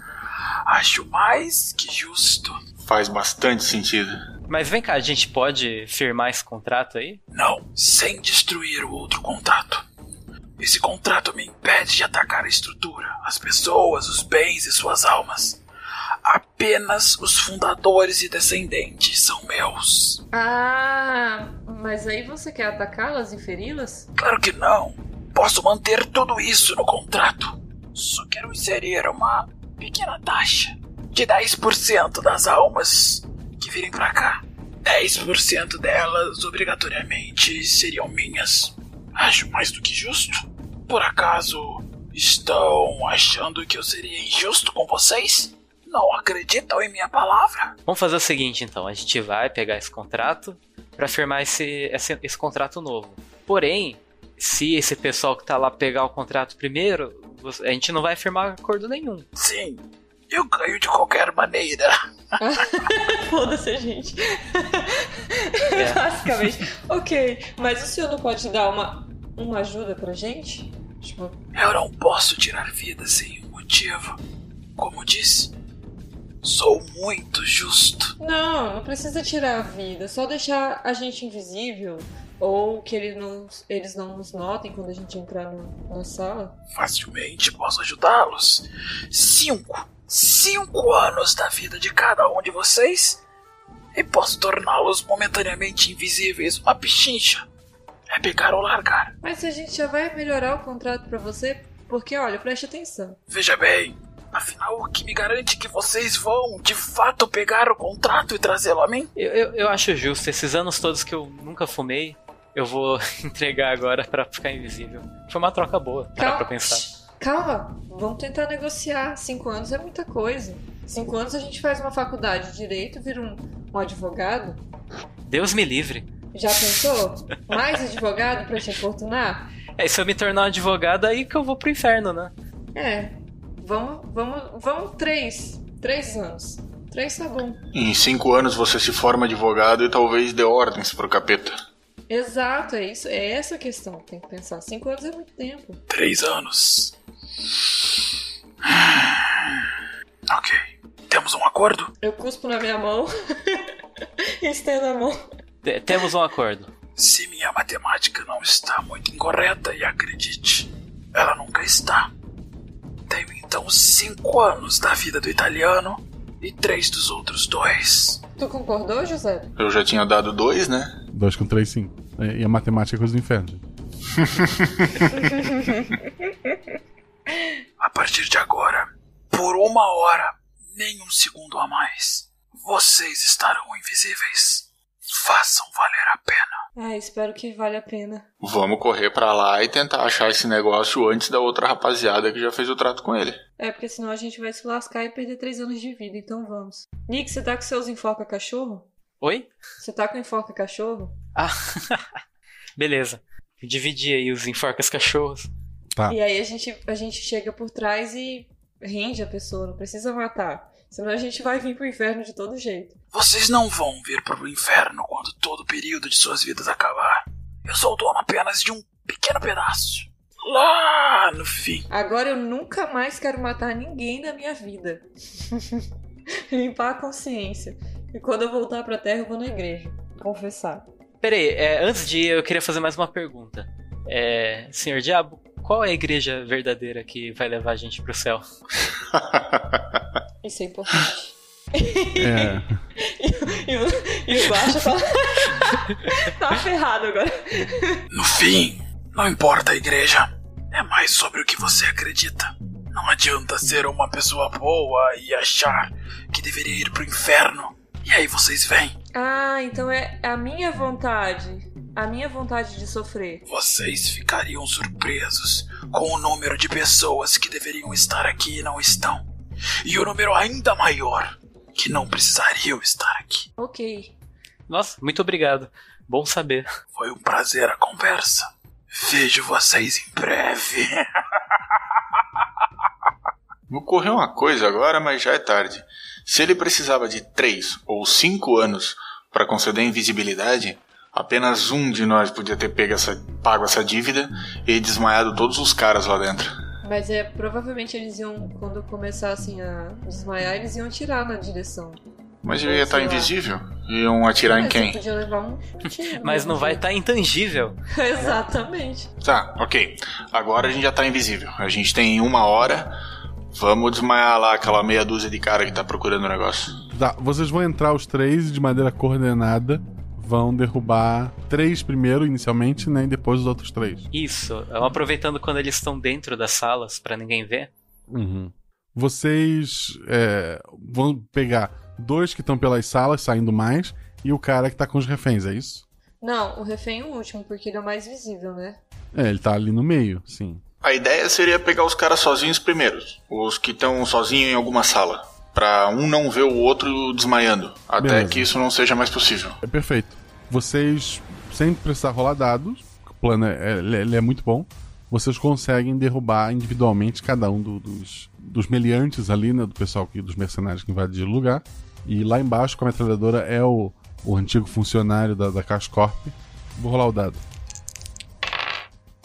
Acho mais que justo.
Faz bastante sentido.
Mas vem cá, a gente pode firmar esse contrato aí?
Não, sem destruir o outro contrato. Esse contrato me impede de atacar a estrutura, as pessoas, os bens e suas almas. Apenas os fundadores e descendentes são meus.
Ah, mas aí você quer atacá-las e feri-las?
Claro que não. Posso manter tudo isso no contrato. Só quero inserir uma pequena taxa de 10% das almas que virem pra cá. 10% delas obrigatoriamente seriam minhas. Acho mais do que justo. Por acaso estão achando que eu seria injusto com vocês? Não acreditam em minha palavra?
Vamos fazer o seguinte então, a gente vai pegar esse contrato para firmar esse, esse, esse contrato novo. Porém, se esse pessoal que tá lá pegar o contrato primeiro, a gente não vai firmar acordo nenhum.
Sim, eu ganho de qualquer maneira.
<laughs> Foda-se, <laughs> gente. É. Basicamente. Ok, mas o senhor não pode dar uma, uma ajuda pra gente? Tipo...
Eu não posso tirar vida sem um motivo. Como disse, sou muito justo.
Não, não precisa tirar a vida. Só deixar a gente invisível. Ou que ele não, eles não nos notem quando a gente entrar no, na sala.
Facilmente posso ajudá-los. Cinco cinco anos da vida de cada um de vocês e posso torná-los momentaneamente invisíveis uma pichincha. É pegar ou largar.
Mas a gente já vai melhorar o contrato para você, porque olha, preste atenção.
Veja bem, afinal, o que me garante que vocês vão de fato pegar o contrato e trazê-lo a mim?
Eu, eu, eu acho justo. Esses anos todos que eu nunca fumei, eu vou <laughs> entregar agora para ficar invisível. Foi uma troca boa, para pra pensar
calma, vamos tentar negociar. Cinco anos é muita coisa. Cinco anos a gente faz uma faculdade de direito, vira um, um advogado.
Deus me livre.
Já pensou? Mais advogado pra te afortunar?
É, se eu me tornar um advogado, aí que eu vou pro inferno, né?
É. Vamos, vamos, vamos três. Três anos. Três tá bom.
Em cinco anos você se forma advogado e talvez dê ordens pro capeta.
Exato, é isso. É essa a questão. Tem que pensar. Cinco anos é muito tempo.
Três anos. <sighs> Ok. Temos um acordo?
Eu cuspo na minha mão <laughs> e estendo a mão.
T Temos um acordo.
Se minha matemática não está muito incorreta, e acredite, ela nunca está. Tenho então cinco anos da vida do italiano e três dos
<laughs>
outros dois.
Tu concordou, José?
Eu já tinha dado dois, né?
Dois com três, sim. E a matemática é coisa do inferno.
a partir de agora, por uma hora, nem um segundo a mais, vocês estarão invisíveis. Façam valer a pena.
Ah, espero que valha a pena.
Vamos correr para lá e tentar achar esse negócio antes da outra rapaziada que já fez o trato com ele.
É, porque senão a gente vai se lascar e perder três anos de vida, então vamos. Nick, você tá com seus enfoca cachorro?
Oi?
Você tá com enforca cachorro?
Ah, beleza. Dividi aí os enforcas cachorros.
Tá.
E aí a gente, a gente chega por trás e rende a pessoa, não precisa matar. Senão a gente vai vir pro inferno de todo jeito.
Vocês não vão vir pro inferno quando todo o período de suas vidas acabar. Eu sou dono apenas de um pequeno pedaço. Lá no fim.
Agora eu nunca mais quero matar ninguém na minha vida. <laughs> Limpar a consciência. E quando eu voltar pra terra, eu vou na igreja. Confessar.
Peraí, é, antes de ir, eu queria fazer mais uma pergunta. É, senhor Diabo, qual é a igreja verdadeira que vai levar a gente pro céu?
Isso é importante.
É.
<laughs> e, o Guacha
<laughs>
tá, tá ferrado agora.
No fim, não importa a igreja. É mais sobre o que você acredita. Não adianta ser uma pessoa boa e achar que deveria ir pro inferno. E aí vocês vêm.
Ah, então é a minha vontade. A minha vontade de sofrer.
Vocês ficariam surpresos com o número de pessoas que deveriam estar aqui e não estão. E o número ainda maior que não precisariam estar aqui.
<laughs> Ok.
Nossa, muito obrigado. Bom saber.
Foi um prazer a conversa. Vejo vocês em breve. <laughs>
Ocorreu uma coisa agora, mas já é tarde. Se ele precisava de três ou cinco anos para conceder invisibilidade, apenas um de nós podia ter pego essa, pago essa dívida e desmaiado todos os caras lá dentro.
Mas é, provavelmente eles iam, quando começassem a desmaiar, eles iam atirar na direção.
Mas ele ia estar tá invisível? Iam atirar
Mas
Tá em quem?
Podia levar um
<laughs>
tiro,
Mas não vai estar intangível.
Exatamente.
Tá, ok. Agora a gente já tá invisível. A gente tem uma hora. Vamos desmaiar lá aquela meia dúzia de cara que tá procurando o negócio.
Tá, vocês vão entrar os três e de maneira coordenada. Vão derrubar três primeiro, inicialmente, né? E depois os outros três.
Isso. Aproveitando quando eles estão dentro das salas para ninguém ver.
Uhum. Vocês é, vão pegar dois que estão pelas salas, saindo mais, e o cara que tá com os reféns, é isso?
Não, o refém é o último, porque ele é o mais visível, né?
É, ele tá ali no meio, sim.
A ideia seria pegar os caras sozinhos primeiro, os que estão sozinhos em alguma sala, Pra um não ver o outro desmaiando, até
Beleza.
que isso não seja mais possível.
É perfeito. Vocês, sem precisar rolar dados, o plano é, ele, ele é muito bom, vocês conseguem derrubar individualmente cada um do- dos, dos meliantes ali, né? Do pessoal que, dos mercenários que invadiram o lugar. E lá embaixo, com a metralhadora, é o, o antigo funcionário da, da Cascorp. Vou rolar o dado.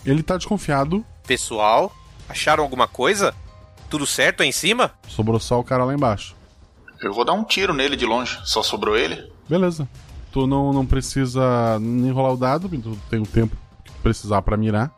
Ele tá desconfiado,
Pessoal, acharam alguma coisa? Tudo certo aí em cima?
sobrou só o cara lá embaixo.
Eu vou dar um tiro nele de longe, só sobrou ele.
Beleza. Tu não, não precisa nem rolar o dado, tu tem o tempo que tu precisar pra mirar.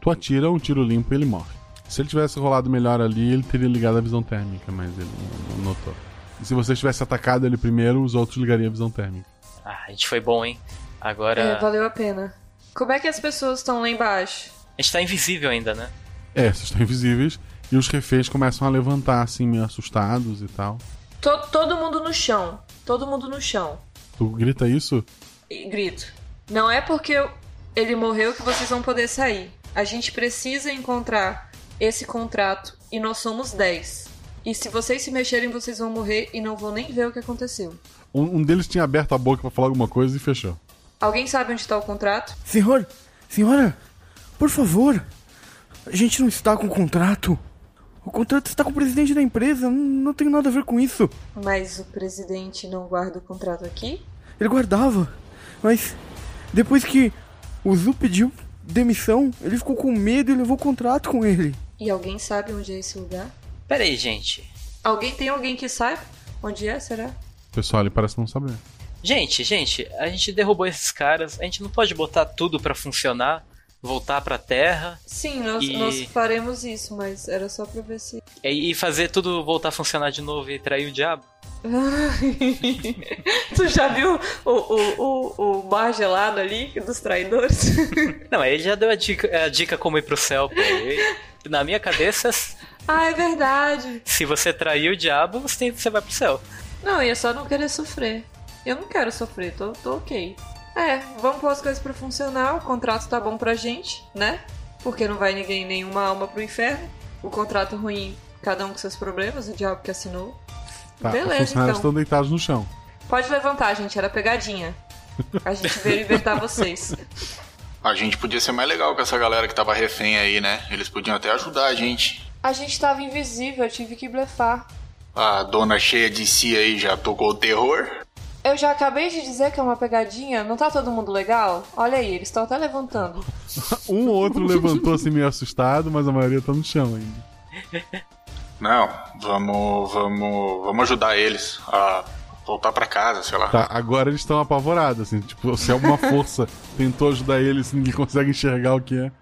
Tu atira um tiro limpo e ele morre. Se ele tivesse rolado melhor ali, ele teria ligado a visão térmica, mas ele não- não notou. E se você tivesse atacado ele primeiro, os outros ligariam a visão térmica.
Ah, a gente foi bom, hein? Agora.
É, valeu a pena. Como é que as pessoas estão lá embaixo?
A gente tá invisível ainda, né?
É, vocês estão invisíveis e os reféns começam a levantar, assim, meio assustados e tal.
To- todo mundo no chão. Todo mundo no chão.
Tu grita isso?
E grito. Não é porque eu- ele morreu que vocês vão poder sair. A gente precisa encontrar esse contrato e nós somos 10. E se vocês se mexerem, vocês vão morrer e não vão nem ver o que aconteceu.
Um, um deles tinha aberto a boca pra falar alguma coisa e fechou.
Alguém sabe onde tá o contrato?
Senhor, senhora, por favor, a gente não está com contrato. O contrato está com o presidente da empresa, não, não tem nada a ver com isso.
Mas o presidente não guarda o contrato aqui?
Ele guardava, mas depois que o Zu pediu demissão, ele ficou com medo e levou o contrato com ele.
E alguém sabe onde é esse lugar?
Pera aí, gente.
Alguém tem alguém que saiba onde é, será?
O pessoal ali parece não saber.
Gente, gente, a gente derrubou esses caras. A gente não pode botar tudo pra funcionar, voltar pra terra
Sim, nós,
E-
nós faremos isso, mas era só pra ver se.
e e fazer tudo voltar a funcionar de novo e trair o diabo.
<laughs> tu já viu o, o, o, o bar gelado ali dos traidores?
Não, ele já deu a dica, a dica como ir pro céu. pô. E <laughs> Na minha cabeça, se
<laughs> ah, é verdade.
você trair o diabo, você, tem- você vai pro céu.
Não, e é só não querer sofrer. Eu não quero sofrer, tô, tô ok. É, vamos pôr as coisas pra funcionar, o contrato tá bom pra gente, né? Porque não vai ninguém, nenhuma alma pro inferno. O contrato ruim, cada um com seus problemas, o diabo que assinou.
Tá, os
Beleza,
funcionários
então.
estão deitados no chão.
Pode levantar, gente, era pegadinha. A gente veio libertar
<laughs>
vocês.
A gente podia ser mais legal com essa galera que tava refém aí, né? Eles podiam até ajudar a gente.
A gente tava invisível, eu tive que blefar.
A dona cheia de si aí já tocou o terror.
Eu já acabei de dizer que é uma pegadinha, não tá todo mundo legal? Olha aí, eles estão até levantando.
<laughs> Um ou outro levantou assim meio assustado, mas a maioria tá no chão ainda.
Não, vamos, vamos, vamos ajudar eles a voltar pra casa, sei lá.
Tá, agora eles estão apavorados, assim, tipo, se alguma força tentou ajudar eles, assim, ninguém consegue enxergar o que é.
<laughs>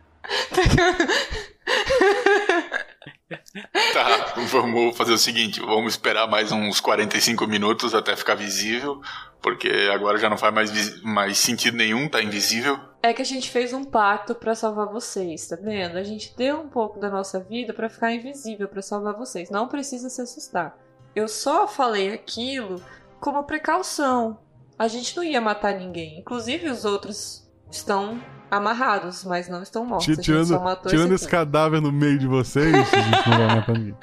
Tá, vamos fazer o seguinte, vamos esperar mais uns 45 minutos até ficar visível, porque agora já não faz mais, vis- mais sentido nenhum, tá invisível.
É que a gente fez um pacto pra salvar vocês, tá vendo? A gente deu um pouco da nossa vida pra ficar invisível, pra salvar vocês. Não precisa se assustar. Eu só falei aquilo como precaução. A gente não ia matar ninguém. Inclusive, os outros estão amarrados, mas não estão mortos.
Ti-
a gente
tirando
só matou
tirando
esse
esse
aqui.
cadáver no meio de vocês, a gente não vai matar
<laughs>
ninguém.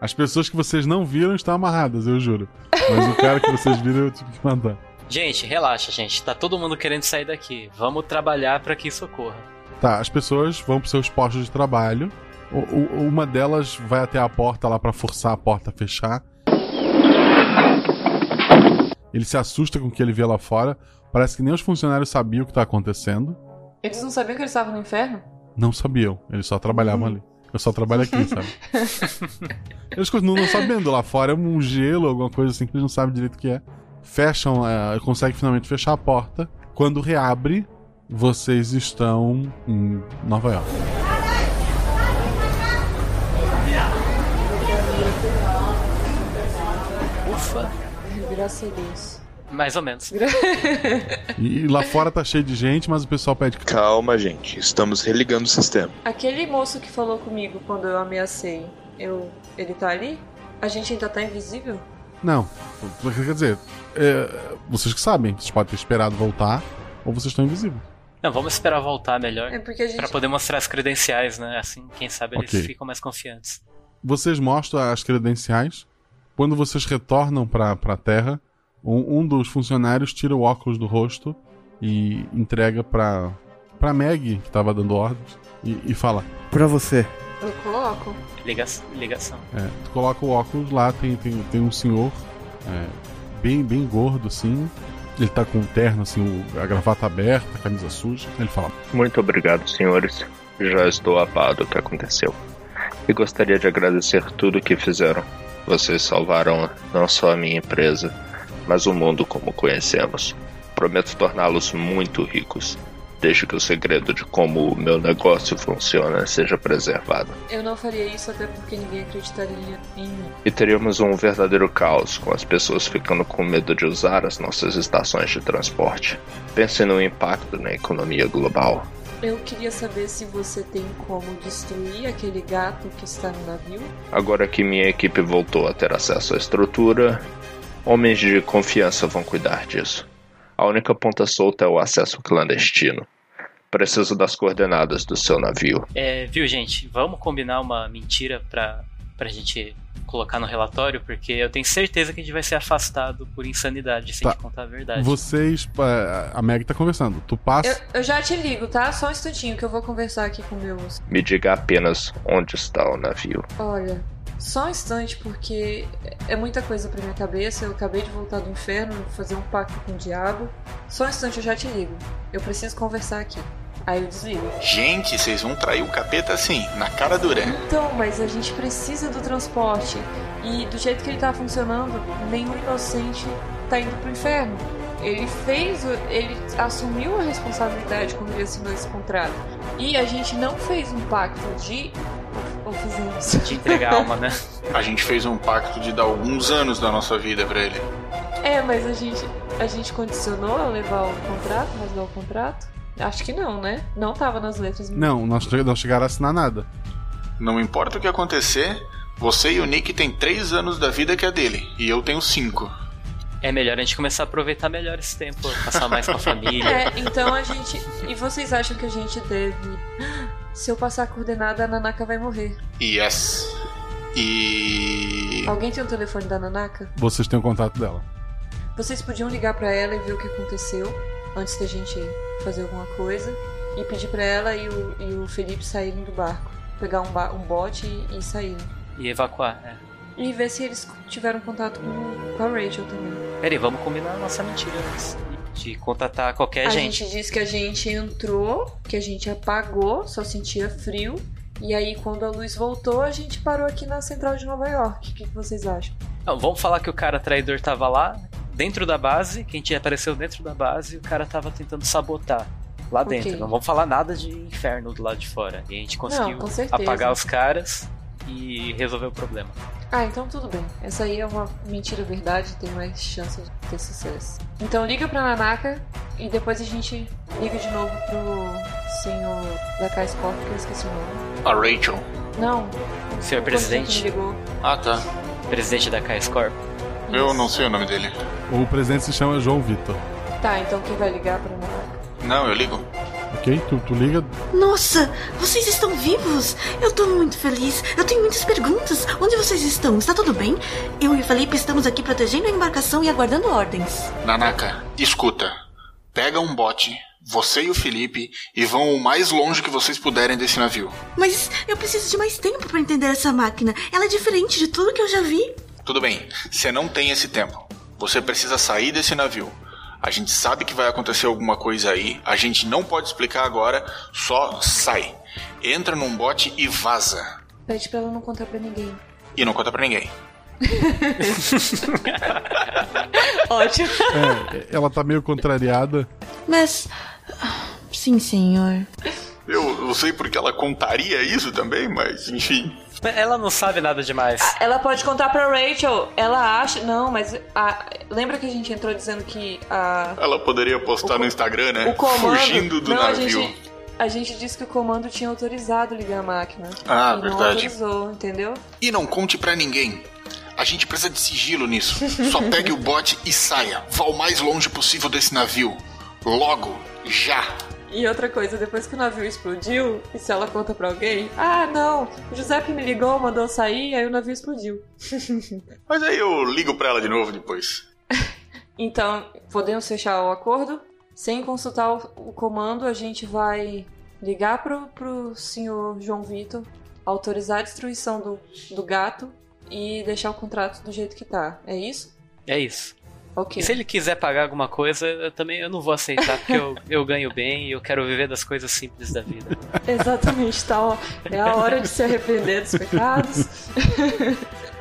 As pessoas que vocês não viram estão amarradas, eu juro. Mas o cara que vocês viram eu tive que mandar.
Gente, relaxa, gente. Tá todo mundo querendo sair daqui. Vamos trabalhar pra que isso ocorra.
Tá, as pessoas vão pros seus postos de trabalho. O- o- uma delas vai até a porta lá pra forçar a porta a fechar. Ele se assusta com o que ele vê lá fora. Parece que nem os funcionários sabiam o que tá acontecendo.
Eles não sabiam que eles estavam no
<laughs>
inferno?
Não sabiam, eles só trabalhavam ali. Eu só trabalho aqui, sabe? Eles continuam não sabendo lá fora, é um gelo, alguma coisa assim que eles não sabem direito o que é. Fecham, eh, conseguem finalmente fechar a porta. Quando reabre, vocês estão em Nova York.
Ufa!
Graças a Deus.
Mais
<laughs>
ou menos.
E e lá fora tá cheio de gente, mas o pessoal pede.
Calma, gente. Estamos religando o sistema.
<laughs> Aquele moço que falou comigo quando eu ameacei, eu. ele tá ali? A gente ainda tá invisível?
Não. Quer dizer, é, vocês que sabem, vocês podem ter esperado voltar ou vocês estão invisíveis.
Não, vamos esperar voltar melhor.
É porque a gente-
Pra poder mostrar as credenciais, né? Assim, quem sabe eles
Ok.
ficam mais confiantes.
Vocês mostram as credenciais. Quando vocês retornam pra a Terra, um, um dos funcionários tira o óculos do rosto e entrega pra, pra Meg, que tava dando ordens, e, e fala:
Pra você.
Eu coloco.
Liga- ligação.
É, tu coloca o óculos lá, tem, tem, tem um senhor é, bem, bem gordo, assim. Ele tá com um terno, assim, o- a gravata aberta, a camisa suja. Ele fala:
Muito obrigado, senhores. Já estou a par do que aconteceu. E gostaria de agradecer tudo o que fizeram. Vocês salvaram não só a minha empresa, mas o mundo como o conhecemos. Prometo torná-los muito ricos, desde que o segredo de como o meu negócio funciona seja preservado.
Eu não faria isso até porque ninguém acreditaria em mim.
E teríamos um verdadeiro caos, com as pessoas ficando com medo de usar as nossas estações de transporte. Pense no impacto na economia global.
Eu queria saber se você tem como destruir aquele gato que está no navio.
Agora que minha equipe voltou a ter acesso à estrutura, homens de confiança vão cuidar disso. A única ponta solta é o acesso clandestino. Preciso das coordenadas do seu navio.
É, viu, gente? Vamos combinar uma mentira pra, pra gente colocar no relatório, porque eu tenho certeza que a gente vai ser afastado por insanidade se a gente
Tá.
contar a verdade.
Vocês. pa- A Meg tá conversando. Tu passa.
Eu, eu já te ligo, tá? Só um instantinho que eu vou conversar aqui com o meu moço.
Me diga apenas onde está o navio.
Olha, só um instante porque é muita coisa pra minha cabeça. Eu acabei de voltar do inferno, fazer um pacto com o diabo. Só um instante, eu já te ligo. Eu preciso conversar aqui. Aí eu desligo.
Gente, vocês vão trair o capeta assim, na cara dura.
Então, mas a gente precisa do transporte. E do jeito que ele tá funcionando, nenhum inocente tá indo pro inferno. Ele fez, o- ele assumiu a responsabilidade quando ele assinou esse contrato. E a gente não fez um pacto de. Ou fizemos.
De entregar a alma, né?
A gente fez um pacto de dar alguns anos da nossa vida pra ele.
É, mas a gente, a gente condicionou a levar o contrato, mas não o contrato? Acho que não, né? Não tava nas letras.
Não, nós che- não chegaram a assinar nada.
Não importa o que acontecer, você e o Nick têm três anos da vida que é dele, e eu tenho cinco.
É melhor a gente começar a aproveitar melhor esse tempo, passar mais com a família.
É, então a gente. E vocês acham que a gente deve. "Ah, Se eu passar a coordenada, a Nanaka vai morrer.
Yes. E.
Alguém tem o telefone da Nanaka?
Vocês têm o contato dela.
Vocês podiam ligar pra ela e ver o que aconteceu antes da gente fazer alguma coisa. E pedir pra ela e o, e o Felipe saírem do barco. Pegar um, ba um bote e, e sair.
E evacuar, né?
E ver se eles tiveram contato com, com a Rachel também.
Peraí, vamos combinar a nossa mentira antes de contatar
É,
qualquer
a
gente.
gente. disse que a gente entrou, que a gente apagou, só sentia frio. E aí, quando a luz voltou, a gente parou aqui na central de Nova York. O que que vocês acham?
Não, vamos falar que o cara traidor tava lá, dentro da base, quem tinha apareceu dentro da base e o cara tava tentando sabotar. Lá
Ok.
dentro. Não vamos falar nada de inferno do lado de fora. E a gente conseguiu
com certeza.
apagar os caras e resolver o problema.
Ah, então tudo bem. Essa aí é uma mentira verdade, tem mais chance de ter sucesso. Então liga pra Nanaka e depois a gente liga de novo pro senhor da K-Sport, que eu esqueci o nome.
A Rachel.
Não,
Senhor
que
presidente,
ligou.
Ah, tá.
presidente da K-Scorp.
Eu não sei o nome dele.
O presidente se chama João Vitor.
Tá, então quem vai ligar pra Nanaka?
Não, eu ligo.
Ok? Tu, tu liga.
Nossa, vocês estão vivos? Eu tô muito feliz. Eu tenho muitas perguntas. Onde vocês estão? Está tudo bem? Eu e o Felipe estamos aqui protegendo a embarcação e aguardando ordens.
Nanaka, escuta. Pega um bote, você e o Felipe, e vão o mais longe que vocês puderem desse navio.
Mas eu preciso de mais tempo para entender essa máquina. Ela é diferente de tudo que eu já vi.
Tudo bem, você não tem esse tempo. Você precisa sair desse navio. A gente sabe que vai acontecer alguma coisa aí, a gente não pode explicar agora, só sai. Entra num bote e vaza.
Pede pra ela não contar pra ninguém.
E não conta pra ninguém.
Ótimo.
É, ela tá meio contrariada.
Mas. ah, Sim, senhor.
Eu não sei porque ela contaria isso também, mas enfim.
Ela não sabe nada demais.
Ela pode contar pra Rachel, ela acha. Não, mas a- lembra que a gente entrou dizendo que a.
Ela poderia postar no Instagram, né?
o comando.
Fugindo do
não,
navio.
A gente, a gente disse que o comando tinha autorizado ligar a máquina.
Ah,
e
verdade.
Não autorizou, entendeu?
E não conte pra ninguém. A gente precisa de sigilo nisso. Só pegue o bote e saia. Vá o mais longe possível desse navio. Logo, já.
E outra coisa, depois que o navio explodiu, e se ela conta pra alguém, ah não, o Giuseppe me ligou, mandou eu sair, aí o navio explodiu. <laughs>
Mas aí eu ligo pra ela de novo depois.
Então, podemos fechar o acordo? Sem consultar o, o comando, a gente vai ligar pro, pro senhor João Vitor, autorizar a destruição do, do gato e deixar o contrato do jeito que tá. É isso?
É isso.
Ok.
E se ele quiser pagar alguma coisa, eu também eu não vou aceitar,
<laughs>
porque eu, eu ganho bem e eu quero viver das coisas simples da vida.
<laughs> Exatamente, tá? ó, É a hora de se arrepender dos pecados.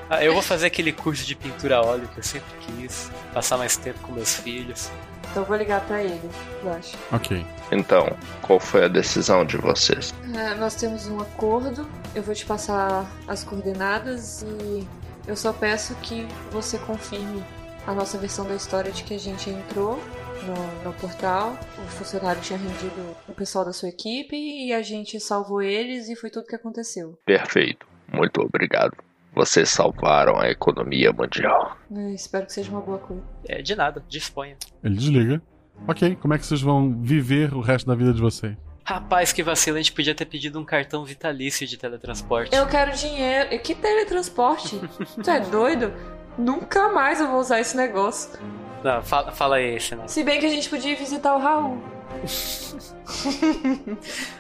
Ah, eu vou fazer aquele curso de pintura a óleo que eu sempre quis, passar mais tempo com meus filhos.
Então eu vou ligar pra ele, eu acho.
Ok.
Então, qual foi a decisão de vocês?
É, nós temos um acordo, eu vou te passar as coordenadas e eu só peço que você confirme a nossa versão da história de que a gente entrou no, no portal, o funcionário tinha rendido o pessoal da sua equipe e a gente salvou eles e foi tudo que aconteceu.
Perfeito. Muito obrigado. Vocês salvaram a economia mundial.
É, espero que seja uma boa coisa.
É, de nada, disponha.
Ele desliga. Ok, como é que vocês vão viver o resto da vida de vocês?
Rapaz, que vacilo, a gente podia ter pedido um cartão vitalício de teletransporte.
Eu quero dinheiro. E que teletransporte? tu é doido? Nunca mais eu vou usar esse negócio.
Não, fala, fala aí, Senão.
Se bem que a gente podia ir visitar o Raul.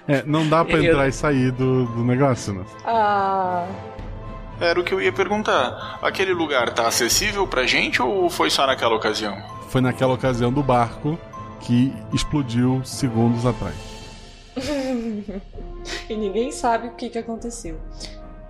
É, não dá pra
Eu-
entrar e sair do, do negócio, né?
Ah. <laughs>
Era o que eu ia perguntar. Aquele lugar tá acessível pra gente ou foi só naquela ocasião?
Foi naquela ocasião do barco que explodiu segundos atrás.
e ninguém sabe o que, que aconteceu.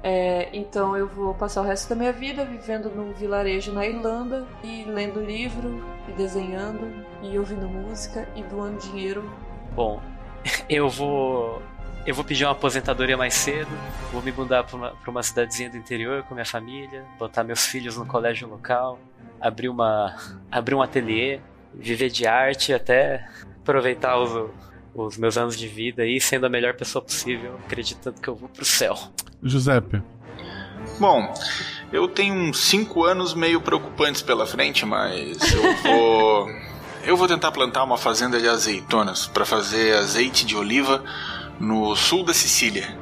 É, então eu vou passar o resto da minha vida vivendo num vilarejo na Irlanda e lendo livro e desenhando e ouvindo música e doando dinheiro.
Bom, <laughs> eu vou. Eu vou pedir uma aposentadoria mais cedo, vou me mudar pra uma, pra uma cidadezinha do interior com minha família, botar meus filhos no colégio local, abrir uma. abrir um ateliê, viver de arte até aproveitar os, os meus anos de vida aí, sendo a melhor pessoa possível, acreditando que eu vou pro céu.
Giuseppe,
Bom, eu tenho uns 5 anos meio preocupantes pela frente, mas eu vou. <laughs> eu vou tentar plantar uma fazenda de azeitonas para fazer azeite de oliva no sul da Sicília.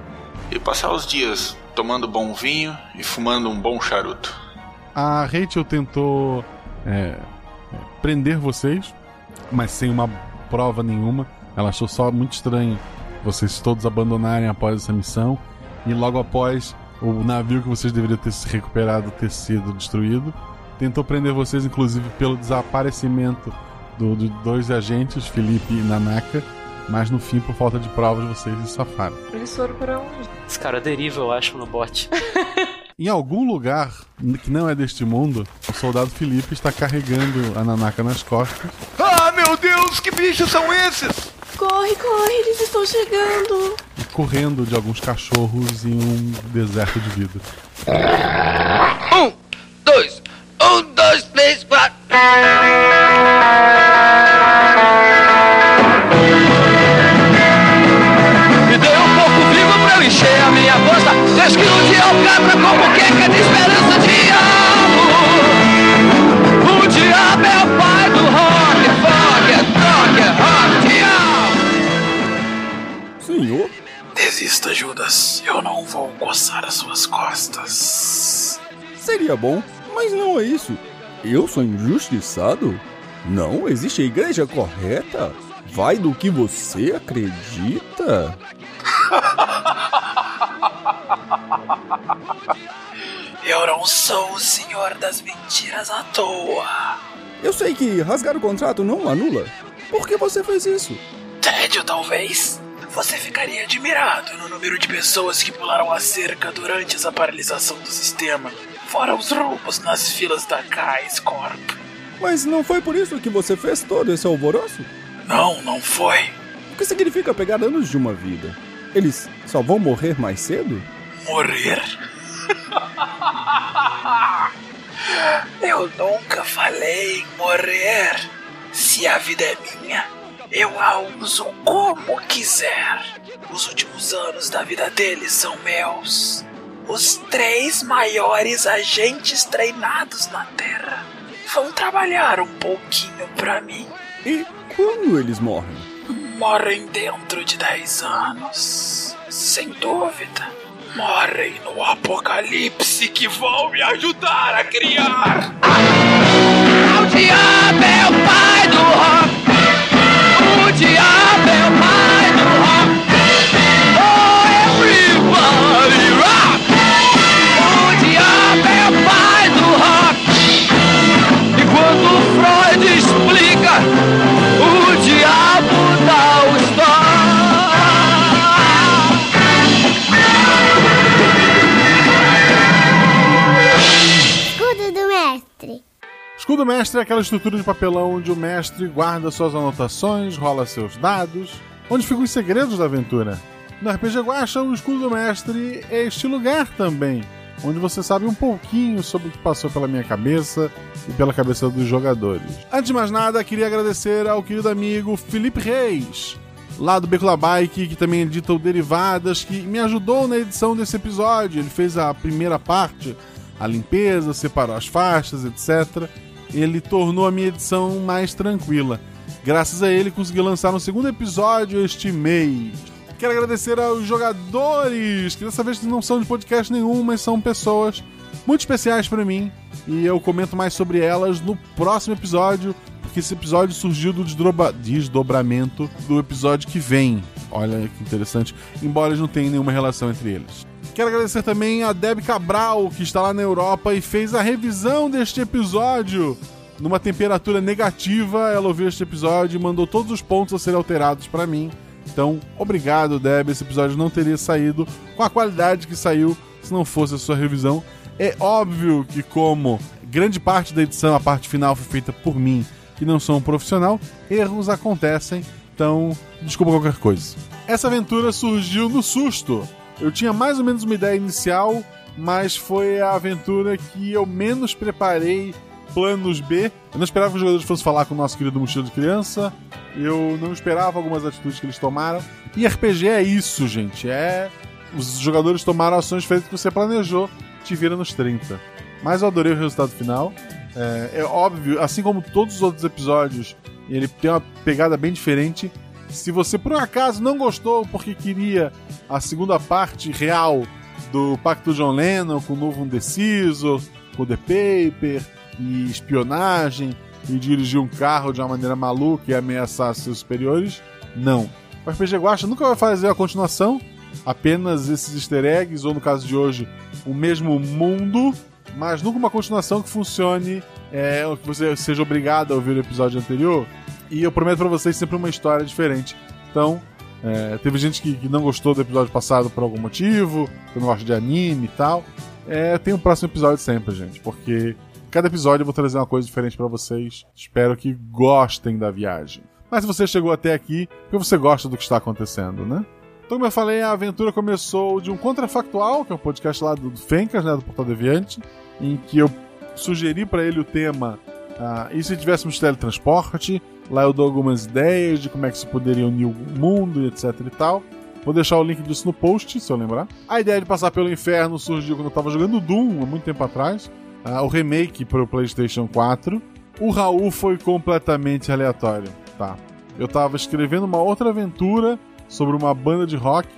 E passar os dias tomando bom vinho e fumando um bom charuto.
a Rachel tentou é, prender vocês, mas sem uma prova nenhuma. Ela achou só muito estranho vocês todos abandonarem após essa missão e logo após o navio que vocês deveriam ter se recuperado ter sido destruído. Tentou prender vocês, inclusive, pelo desaparecimento do- de dois agentes, Felipe e Nanaka, mas no fim, por falta de provas, vocês se safaram.
Eles foram pra onde?
Os caras derivam, eu acho, no bote.
Em algum lugar que não é deste mundo, o soldado Felipe está carregando a Nanaka nas costas.
Ah, meu Deus, que bichos são esses?
Corre, corre, eles estão chegando!
e correndo de alguns cachorros em um deserto de vida.
Um, dois, um, dois, três, quatro. Me dê um pouco de vinho pra eu encher a minha bolsa. Três quilos de alcatra com buqueca de esperança de amor. O diabo é o pai do rock, fog, é rock, é rock, diabo.
Senhor?
Desista, Judas. Eu não vou coçar as suas costas.
Seria bom, mas não é isso. Eu sou injustiçado? Não existe a igreja correta. Vai do que você acredita.
Eu não sou o senhor das mentiras à toa.
Eu sei que rasgar o contrato não anula. Por que você fez isso?
Tédio, talvez? Você ficaria admirado no número de pessoas que pularam a cerca durante essa paralisação do sistema, fora os roubos nas filas da Cais Corp.
Mas não foi por isso que você fez todo esse alvoroço?
Não, não foi.
O que significa pegar anos de uma vida? Eles só vão morrer mais cedo?
Morrer? Ah, Eu nunca falei em morrer. Se a vida é minha, eu a uso como quiser. Os últimos anos da vida deles são meus. Os três maiores agentes treinados na Terra vão trabalhar um pouquinho pra mim.
E quando eles morrem?
Morrem dentro de 10 anos. Sem dúvida. Morrem no apocalipse que vão me ajudar a criar. O diabo é o pai do rock. O diabo é o pai do rock. Oh, everybody rock. O diabo é o pai do rock. E quando Freud explica, o diabo dá o
Escudo do mestre.
Escudo mestre é aquela estrutura de papelão onde o mestre guarda suas anotações, rola seus dados, onde ficam os segredos da aventura. No RPG Guacha, o escudo do mestre é este lugar também, onde você sabe um pouquinho sobre o que passou pela minha cabeça e pela cabeça dos jogadores. Antes de mais nada, queria agradecer ao querido amigo Felipe Reis, lá do Becula Bike, que também edita o Derivadas, que me ajudou na edição desse episódio. Ele fez a primeira parte, a limpeza, separou as faixas, etc. Ele tornou a minha edição mais tranquila. Graças a ele, consegui lançar um segundo episódio este mês. Quero agradecer aos jogadores, que dessa vez não são de podcast nenhum, mas são pessoas muito especiais para mim. E eu comento mais sobre elas no próximo episódio, porque esse episódio surgiu do desdobra- desdobramento do episódio que vem. Olha que interessante. Embora eles não tenham nenhuma relação entre eles. Quero agradecer também a Deb Cabral, que está lá na Europa e fez a revisão deste episódio. Numa temperatura negativa, ela ouviu este episódio e mandou todos os pontos a serem alterados para mim. Então, obrigado, Deb. Esse episódio não teria saído com a qualidade que saiu se não fosse a sua revisão. É óbvio que, como grande parte da edição, a parte final foi feita por mim, que não sou um profissional, erros acontecem. Então, desculpa qualquer coisa. Essa aventura surgiu no susto. Eu tinha mais ou menos uma ideia inicial, mas foi a aventura que eu menos preparei planos B. Eu não esperava que os jogadores fossem falar com o nosso querido mochila de criança. Eu não esperava algumas atitudes que eles tomaram. E RPG é isso, gente. É. Os jogadores tomaram ações feitas que você planejou, te vira nos 30. Mas eu adorei o resultado final. É, é óbvio, assim como todos os outros episódios, ele tem uma pegada bem diferente. Se você por um acaso não gostou porque queria a segunda parte real do Pacto John Lennon com o novo Undeciso, com The Paper e espionagem e dirigir um carro de uma maneira maluca e ameaçar seus superiores, não. O RPG Guacha nunca vai fazer a continuação, apenas esses easter eggs, ou no caso de hoje, o mesmo mundo, mas nunca uma continuação que funcione, é, ou que você seja obrigado a ouvir o episódio anterior. E eu prometo pra vocês sempre uma história diferente. Então, é, teve gente que, que não gostou do episódio passado por algum motivo, que não gosta de anime e tal. É, tem um próximo episódio sempre, gente, porque cada episódio eu vou trazer uma coisa diferente pra vocês. Espero que gostem da viagem. Mas se você chegou até aqui, porque você gosta do que está acontecendo, né? Então, como eu falei, a aventura começou de um contrafactual, que é um podcast lá do do Fencas, né, do Portal Deviante, em que eu sugeri pra ele o tema ah, e se tivéssemos teletransporte? Lá eu dou algumas ideias de como é que se poderia unir o mundo e etc e tal. Vou deixar o link disso no post, se eu lembrar. A ideia de passar pelo inferno surgiu quando eu tava jogando Doom, há muito tempo atrás. ah, o remake pro PlayStation 4. O Raul foi completamente aleatório, tá? Eu tava escrevendo uma outra aventura sobre uma banda de rock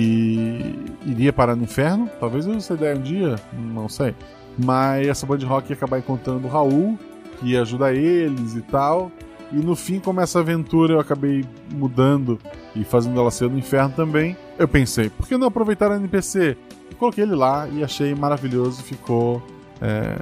que iria parar no inferno. Talvez eu essa ideia um dia, não sei. Mas essa banda de rock ia acabar encontrando o Raul, que ia ajudar eles e tal. E no fim, como essa aventura eu acabei mudando e fazendo ela ser no inferno também, eu pensei, por que não aproveitar o NPC? E coloquei ele lá e achei maravilhoso, ficou. é,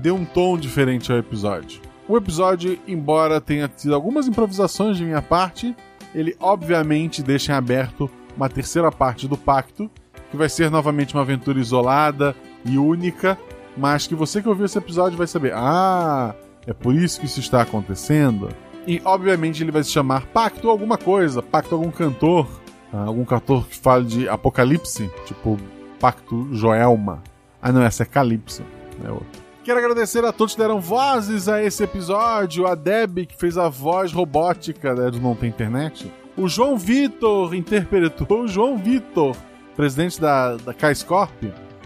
deu um tom diferente ao episódio. O episódio, embora tenha tido algumas improvisações de minha parte, ele obviamente deixa em aberto uma terceira parte do pacto, que vai ser novamente uma aventura isolada e única, mas que você que ouviu esse episódio vai saber: ah, é por isso que isso está acontecendo. E obviamente ele vai se chamar Pacto alguma coisa, Pacto algum cantor, ah, algum cantor que fale de apocalipse, tipo Pacto Joelma. Ah, não, essa é Calypso, é outro. Quero agradecer a todos que deram vozes a esse episódio. A Deb, que fez a voz robótica né, do Não Tem Internet. O João Vitor interpretou o João Vitor, presidente da, da K-Scorp.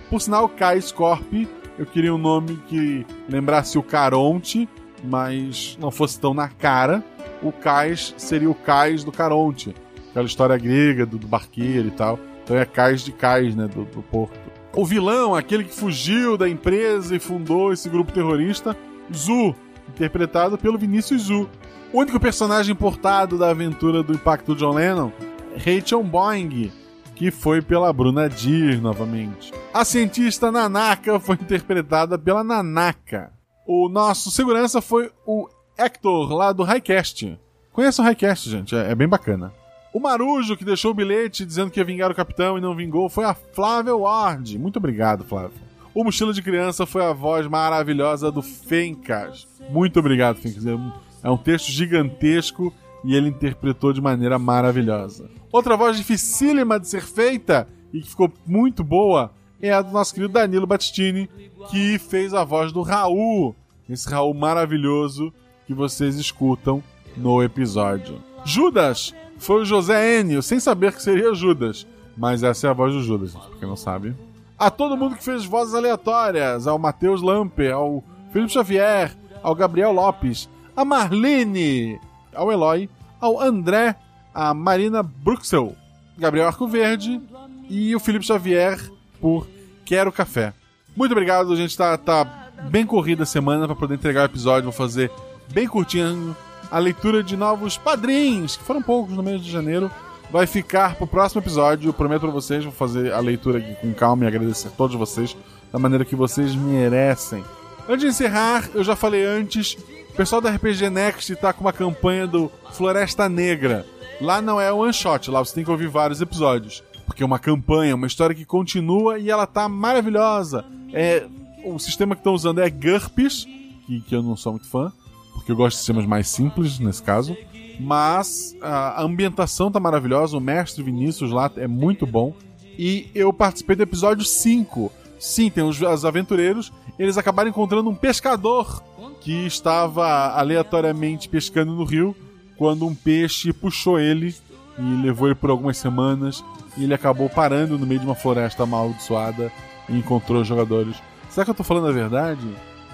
Por sinal, Kai Scorp, eu queria um nome que lembrasse o Caronte, mas não fosse tão na cara. O Cais seria o Cais do Caronte, aquela história grega do, do barqueiro e tal. Então é Cais de Cais, né, do, do porto. O vilão, aquele que fugiu da empresa e fundou esse grupo terrorista, Zu, interpretado pelo Vinícius Zu. O único personagem importado da aventura do impacto do John Lennon, Rachel Boing, que foi pela Bruna Deer novamente. A cientista Nanaka foi interpretada pela Nanaka. O nosso segurança foi o Hector, lá do Highcast. Conheça o Highcast, gente, é, é bem bacana. O Marujo, que deixou o bilhete dizendo que ia vingar o capitão e não vingou, foi a Flávia Ward. Muito obrigado, Flávia. O Mochila de Criança foi a voz maravilhosa do Fencas. Muito obrigado, Fencas. É um texto gigantesco e ele interpretou de maneira maravilhosa. Outra voz dificílima de ser feita e que ficou muito boa é a do nosso querido Danilo Battistini, que fez a voz do Raul, esse Raul maravilhoso que vocês escutam no episódio. Judas foi o José Enio, sem saber que seria Judas, mas essa é a voz do Judas, gente, pra quem não sabe. A todo mundo que fez vozes aleatórias, ao Matheus Lamper, ao Felipe Xavier, ao Gabriel Lopes, a Marlene, ao Eloy, ao André, a Marina Bruxel, Gabriel Arcoverde e o Felipe Xavier por Quero Café. Muito obrigado, a gente tá, tá bem corrida a semana para poder entregar o episódio, vou fazer bem curtinho. A leitura de novos padrinhos, que foram poucos no mês de janeiro, vai ficar pro próximo episódio. Eu prometo pra vocês, vou fazer a leitura aqui com calma e agradecer a todos vocês da maneira que vocês merecem. Antes de encerrar, eu já falei antes, o pessoal da RPG Next tá com uma campanha do Floresta Negra. Lá não é one shot, lá você tem que ouvir vários episódios. Porque é uma campanha, uma história que continua e ela tá maravilhosa. É, o sistema que estão usando é GURPS, que, que eu não sou muito fã, porque eu gosto de sistemas mais simples nesse caso. Mas a ambientação tá maravilhosa, o mestre Vinícius lá é muito bom. E eu participei do episódio 5. Sim, tem os, os aventureiros, eles acabaram encontrando um pescador que estava aleatoriamente pescando no rio quando um peixe puxou ele e levou ele por algumas semanas e ele acabou parando no meio de uma floresta amaldiçoada e encontrou os jogadores. Será que eu estou falando a verdade?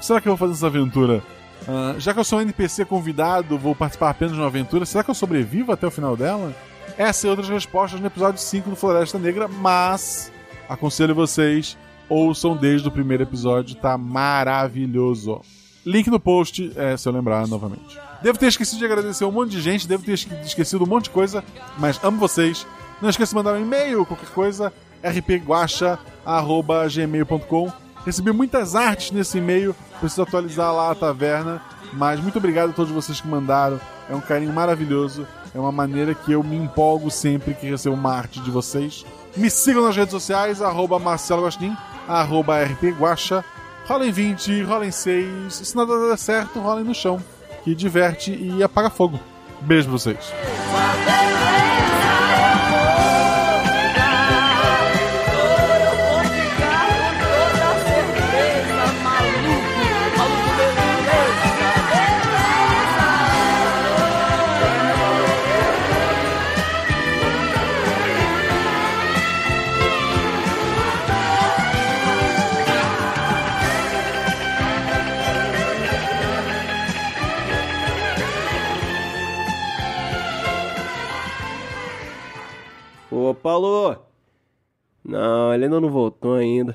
Será que eu vou fazer essa aventura? Ah, já que eu sou um NPC convidado, vou participar apenas de uma aventura, será que eu sobrevivo até o final dela? Essas e outras respostas no episódio 5 do Floresta Negra, mas aconselho vocês ouçam desde o primeiro episódio, tá maravilhoso. Link no post, é, se eu lembrar novamente. Devo ter esquecido de agradecer um monte de gente, devo ter esquecido um monte de coisa, mas amo vocês. Não esqueça de mandar um e-mail, qualquer coisa, rpguacha.gmail.com. Recebi muitas artes nesse e-mail, preciso atualizar lá a taverna, mas muito obrigado a todos vocês que mandaram. É um carinho maravilhoso, é uma maneira que eu me empolgo sempre que recebo uma arte de vocês. Me sigam nas redes sociais, arroba Marcelo Gostin, arroba rpguacha. Rolem 20, rolem 6. Se nada der certo, rolem no chão. Que diverte e apaga fogo. Beijo pra vocês.
Ô, Paulo! Não, ele ainda não voltou ainda.